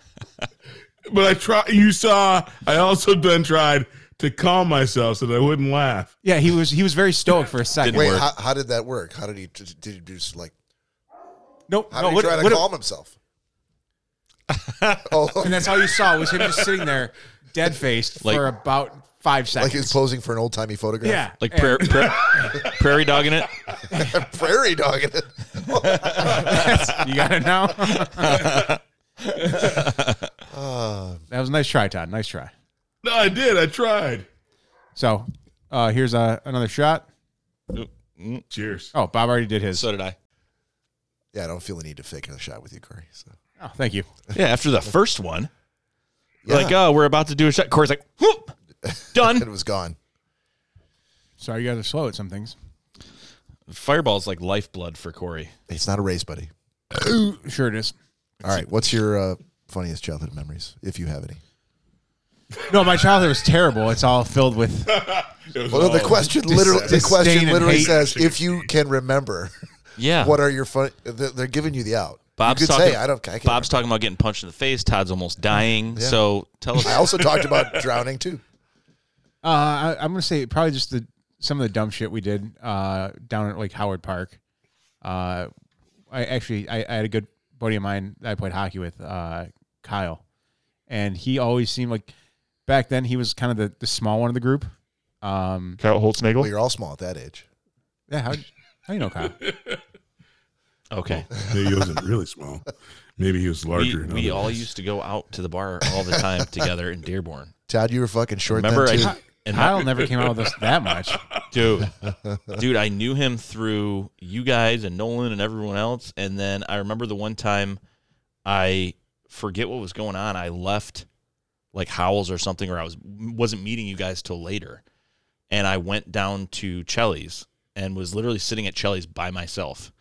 S2: But I try. You saw. I also then tried to calm myself so that I wouldn't laugh.
S3: Yeah, he was he was very stoic for a second.
S1: Wait,
S4: work.
S1: how, how did that work? How did he? Did he just like?
S3: Nope.
S1: How
S3: no,
S1: did he
S3: what-
S1: try to
S3: what-
S1: calm himself? oh,
S3: and that's all you saw was him just sitting there, dead faced
S4: Like-
S3: for about five
S1: like
S3: seconds.
S1: he's posing for an old timey photograph.
S3: yeah,
S4: Like prairie, prairie, prairie dogging it?
S1: prairie dogging it.
S3: you got it now. that was a nice try, Todd. Nice try.
S2: No, I did. I tried.
S3: So uh, here's uh another shot.
S2: Cheers.
S3: Oh, Bob already did his.
S4: Mm, So did I.
S1: Yeah, I don't feel the need to fake a shot with you, Corey. So
S3: Oh, thank you.
S4: Yeah, after the first one,
S1: yeah,
S4: like, oh, we're about to do a shot. Corey's like, whoop,
S1: it
S4: done.
S1: was gone.
S3: Sorry, you guys are slow at some things.
S4: Fireball's like lifeblood for Corey.
S1: It's not a race, buddy.
S3: Sure it is.
S1: All right, what's your uh, funniest childhood memories, if you have any?
S3: No, my childhood was terrible. It's all filled with uh,
S2: It was
S1: Well,
S2: all-
S1: the question literally the
S3: disdain
S1: question
S3: and
S1: literally
S3: hate.
S1: says if you can remember
S4: Yeah.
S1: what are your fun. They're they're giving you the out.
S4: Bob's
S1: you could
S4: talking-
S1: say I don't. I, can't
S4: Bob's talking about getting punched in the face. Todd's almost dying.
S1: Yeah.
S4: So tell us.
S1: remember. I also talked about drowning too.
S3: uh, I, I'm gonna say probably just the some of the dumb shit we did uh, down at like Howard Park. Uh, I actually I, I had a good buddy of mine that I played hockey with, uh, Kyle, and he always seemed like back then he was kind of the, the small one of the group. Um,
S9: Kyle
S1: Well,
S9: Holtznagel.
S1: you're all small at that age.
S3: yeah, how how you know Kyle?
S4: Okay.
S2: Maybe he wasn't really small. Maybe he was
S4: We,
S2: larger. in
S4: we
S2: other
S4: all
S2: ways.
S4: used to go out to the bar all the time together in Dearborn.
S1: Todd, you were fucking short
S4: Remember,
S1: then too.
S4: I, and my-
S3: Kyle never came out with us that much.
S4: dude dude i knew him through you guys and nolan and everyone else and then i remember the one time i forget what was going on i left like howells or something or i was wasn't meeting you guys till later and i went down to chelly's and was literally sitting at chelly's by myself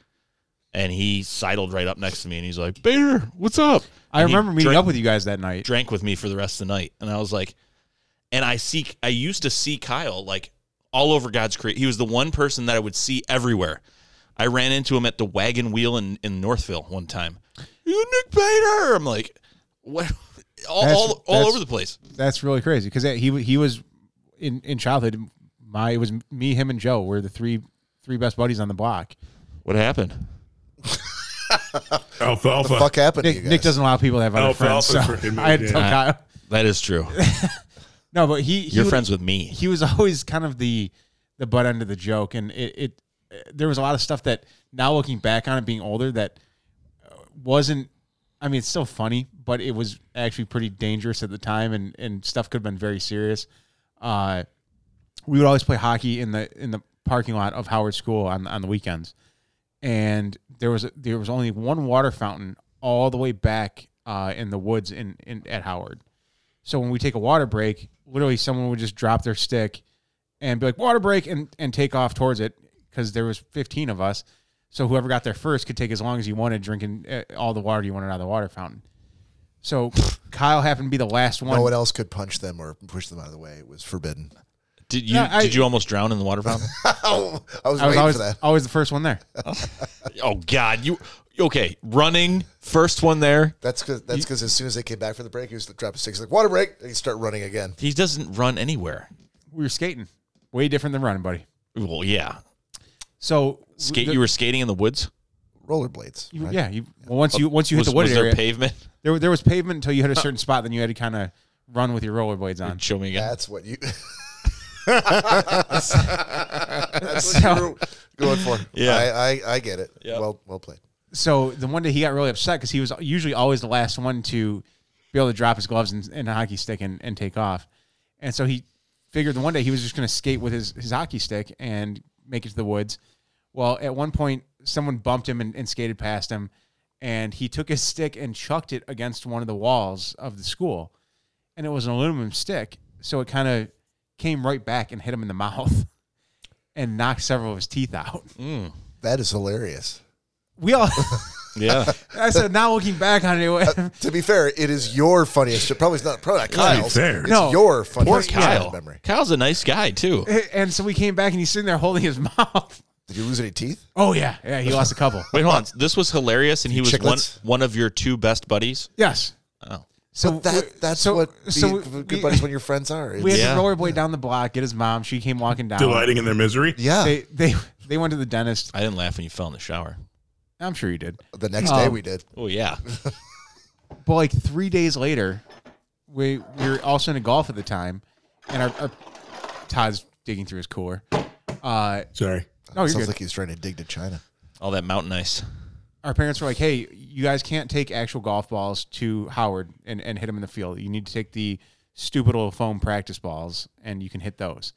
S4: and he sidled right up next to me and he's like bader what's up
S3: I
S4: And he
S3: remember meeting
S4: drank-
S3: up with you guys that night.
S4: drank with me for the rest of the night. And I was like, and I see, I used to see Kyle like all over God's creek. He was the one person that I would see everywhere. I ran into him at the wagon wheel in, in Northville one time. You Nick Bader. I'm like, what? All,
S3: That's-
S4: all, all
S3: that's-
S4: over the place.
S3: That's really crazy because he wa- he was in in childhood. My it was me, him, and Joe were the three three best buddies on the block.
S4: What happened?
S2: alfalfa.
S1: Fuck happened to
S3: Nick,
S1: you guys?
S3: Nick doesn't allow people to have other
S2: Oh, for
S3: friends. So
S2: Alpha Fraternity,
S3: I had to
S2: yeah.
S3: tell Kyle.
S4: That is true.
S3: No, but he, he
S4: You're
S3: would-
S4: friends with me.
S3: He was always kind of the the butt end of the joke, and it, it uh, there was a lot of stuff that now looking back on it, being older, that uh, wasn't. I mean, it's still funny, but it was actually pretty dangerous at the time, and and stuff could have been very serious. Uh, we would always play hockey in the in the parking lot of Howard School on on the weekends, and there was there was only one water fountain all the way back uh, in the woods in, in at Howard. So when we take a water break, literally someone would just drop their stick and be like water break and and take off towards it because there was 15 of us. So whoever got there first could take as long as you wanted drinking uh, all the water you wanted out of the water fountain. So Kyle happened to be the last one.
S1: No one else could punch them or push them out of the way. It was forbidden.
S4: Did you,
S3: No, I-
S4: did you almost drown in the water fountain?
S1: Oh, I was
S3: I was
S1: waiting
S3: always
S1: for that.
S3: always the first one there.
S4: oh God. You, okay. Running first one there.
S1: That's because that's because as soon as they came back from the break, he was drop a six like water break. And he start running again.
S4: He doesn't run anywhere.
S3: We were skating, way different than running, buddy.
S4: Well, yeah.
S3: So
S4: Skate.
S3: the-
S4: you were skating in the woods.
S1: rollerblades.
S3: you-
S1: right?
S3: yeah. You, well, once you once you
S4: was,
S3: hit the wooded
S4: was there
S3: area,
S4: pavement?
S3: there there was pavement until you hit a certain spot. Then you had to kind of run with your rollerblades on.
S4: Show me again.
S1: That's what you. That's what you were going for.
S4: Yeah.
S1: I, I, I get it. Well, well played.
S3: So the one day he got really upset because he was usually always the last one to be able to drop his gloves and, and a hockey stick and, and take off. And so he figured the one day he was just going to skate with his, his hockey stick and make it to the woods. Well, at one point, someone bumped him and, and skated past him, and he took his stick and chucked it against one of the walls of the school. And it was an aluminum stick, so it kind of came right back and hit him in the mouth and knocked several of his teeth out.
S1: That is hilarious.
S3: We all.
S8: Yeah.
S3: I said, now looking back on it, it, wa-
S1: To be fair, it is your funniest. joke. Probably it's not. Probably not Kyle's.
S2: fair.
S1: It's
S3: No.
S1: your funniest
S8: Poor Kyle.
S1: memory.
S8: Kyle's a nice guy too.
S3: and so we came back and he's sitting there holding his mouth.
S1: Did you lose any teeth?
S3: Oh yeah, yeah, he lost a couple.
S4: Wait, hold on. This was hilarious, and he was
S1: Chicklets?
S4: one one of your two best buddies.
S3: Yes.
S4: Oh.
S3: So
S1: That that's
S3: so-
S1: what the,
S3: so
S1: good
S3: we-
S1: buddies when your friends are.
S3: we had
S4: Yeah.
S3: to rollerblade down the block, get his mom. She came walking down.
S2: Delighting in their misery.
S1: yeah.
S3: They they they went to the dentist.
S4: I didn't laugh when you fell in the shower.
S3: I'm sure you did.
S1: the next day
S3: um,
S1: we did.
S4: Oh yeah.
S3: But like three days later, we we were also in a golf at the time, and our, our Todd's digging through his cooler. Uh,
S2: Sorry.
S3: no, you're
S1: Sounds
S3: good.
S1: like he's trying to dig to China.
S4: All that mountain ice.
S3: our parents were like, "Hey, you guys can't take actual golf balls to Howard and, and hit them in the field. You need to take the stupid little foam practice balls, and you can hit those."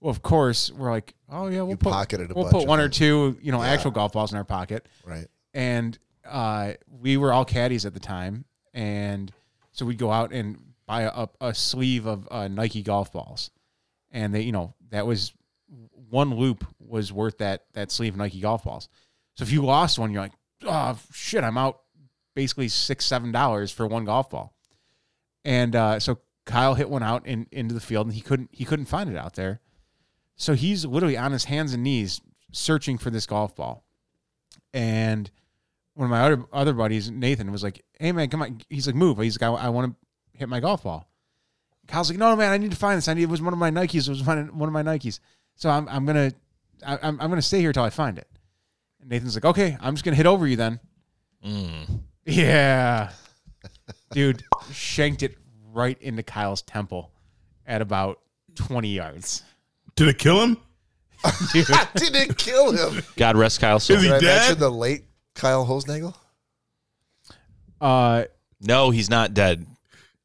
S3: Well, of course, we're like, "Oh yeah, we'll put
S1: pocketed a
S3: we'll
S1: bunch
S3: put
S1: of
S3: one or
S1: them."
S3: two, you know, actual golf balls in our pocket."
S1: Right.
S3: And uh, we were all caddies at the time, and so we'd go out and buy a, a sleeve of uh, Nike golf balls, and they, you know, that was one loop was worth that that sleeve of Nike golf balls. So if you lost one, you're like, oh shit, I'm out basically six seven dollars for one golf ball. And uh, so Kyle hit one out in, into the field, and he couldn't he couldn't find it out there. So he's literally on his hands and knees searching for this golf ball. And one of my other other buddies, Nathan, was like, "Hey man, come on." He's like, "Move." He's like, "I, I want to hit my golf ball." Kyle's like, "No man, I need to find this. I need it was one of my Nikes. It was one of, one of my Nikes. So I'm I'm gonna I, I'm I'm gonna stay here till I find it." And Nathan's like, "Okay, I'm just gonna hit over you then." Yeah, dude, shanked it right into Kyle's temple at about twenty yards.
S2: Did it kill him?
S1: Didn't kill him.
S4: God rest Kyle. Soul.
S2: Is he
S1: Did I
S2: dead?
S1: mention the late Kyle Hosnagel?
S3: Uh,
S4: No, he's not dead.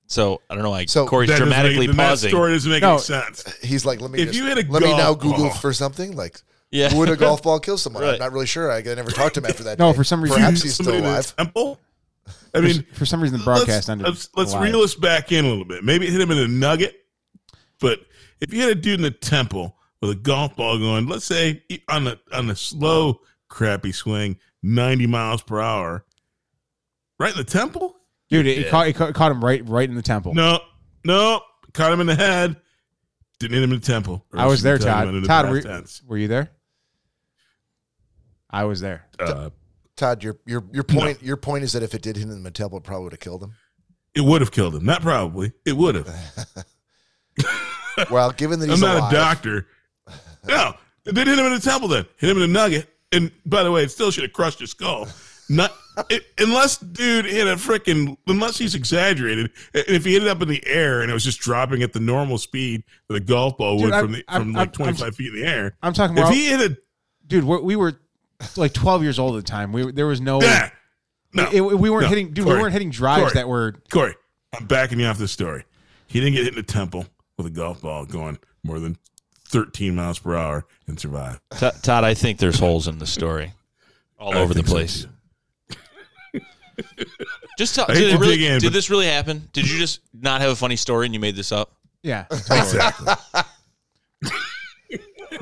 S4: So I don't know. Like
S1: So
S4: Corey's
S2: That doesn't
S4: dramatically
S2: make, then
S4: pausing.
S2: That story doesn't make
S3: No.
S2: any sense.
S1: He's like, let me
S2: If
S1: just,
S2: you hit a
S1: let me now
S2: golf
S1: Google
S2: ball-
S1: for something like
S4: Yeah.
S1: would a golf ball kill someone? I'm
S4: Right.
S1: not really sure. I, I never talked to him after that.
S3: No,
S1: day.
S3: for some reason-
S1: perhaps he's still
S2: Somebody in a
S1: alive.
S2: Temple? I mean,
S3: for some reason, the broadcast
S2: let's,
S3: ended.
S2: Let's, let's
S3: live.
S2: reel us back in a little bit. Maybe it hit him in a nugget. But if you had a dude in the temple with a golf ball going, let's say on a on a slow, crappy swing, ninety miles per hour, right in the temple?
S3: dude. It, it caught, it caught caught him right right in the temple.
S2: No, no, caught him in the head. Didn't hit him in the temple. Or
S3: I was there,
S2: should we tell
S3: Todd.
S2: him in the
S3: Todd,
S2: past
S3: were,
S2: tense?
S3: were you there? I was there.
S2: Uh,
S1: Todd, your your your point your point is that if it did hit him in the temple, it probably would have killed him.
S2: it would have killed him. Not probably. It would have.
S1: Well, given that
S2: I'm
S1: he's
S2: not
S1: alive,
S2: a doctor. No, they didn't hit him in a temple. Then hit him in a nugget. And by the way, it still should have crushed his skull. Not it, unless dude hit a freaking unless he's exaggerated. And if he hit it up in the air and it was just dropping at the normal speed that a golf ball
S3: Dude,
S2: would
S3: I'm-
S2: from the,
S3: I'm-
S2: from
S3: I'm-
S2: like 25 feet in the air.
S3: I'm talking
S2: if
S3: about,
S2: he hit a
S3: dude. we we were like 12 years old at the time. We were, there was no,
S2: yeah, no,
S3: it- we weren't
S2: no,
S3: hitting, dude.
S2: Corey,
S3: we weren't hitting drives
S2: Corey.
S3: that were.
S2: Corey, I'm backing you off this story. He didn't get hit in the temple with a golf ball going more than 13 miles per hour and survive.
S4: To- Todd, I think there's holes in the story, all
S2: I
S4: over the
S2: think so,
S4: place.
S2: too.
S4: Just tell.
S2: I hate
S4: Did,
S2: to
S4: it really,
S2: dig in,
S4: did
S2: but-
S4: this really happen? Did you just not have a funny story and you made this up?
S3: Yeah,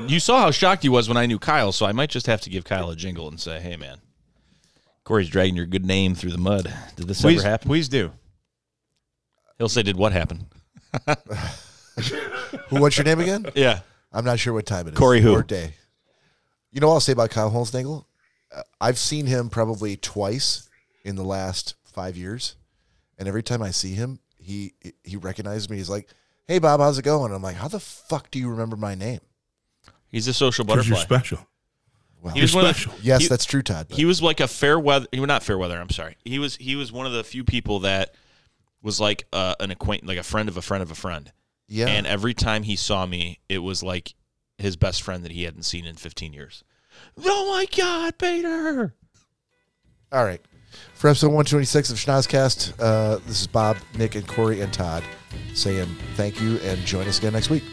S4: You saw how shocked he was when I knew Kyle, so I might just have to give Kyle a jingle and say, "Hey, man, Corey's dragging your good name through the mud. Did this
S3: please,
S4: ever happen?"
S3: please do.
S4: He'll say, "Did what happen?"
S1: who, what's your name again?
S4: Yeah.
S1: I'm not sure what time it is.
S4: Corey who?
S1: Or day. You know what I'll say about Kyle Holznagel? Uh, I've seen him probably twice in the last five years, and every time I see him, he he recognizes me. He's like, "Hey, Bob, how's it going?" And I'm like, "How the fuck do you remember my name?"
S4: He's a social
S2: Because you're
S4: butterfly.
S2: special.
S1: Well,
S4: He was one of the,
S2: special.
S1: yes,
S4: he-
S1: that's true, Todd. but-
S4: he was like a fair weather. He was not fair weather. I'm sorry. He was he was one of the few people that was like uh, an acquaint, like a friend of a friend of a friend.
S1: yeah,
S4: And every time he saw me, it was like his best friend that he hadn't seen in 15 years. Oh my God, Bader!
S1: All right. For episode 126 of Schnozcast, uh, this is Bob, Nick, and Corey and Todd saying thank you and join us again next week.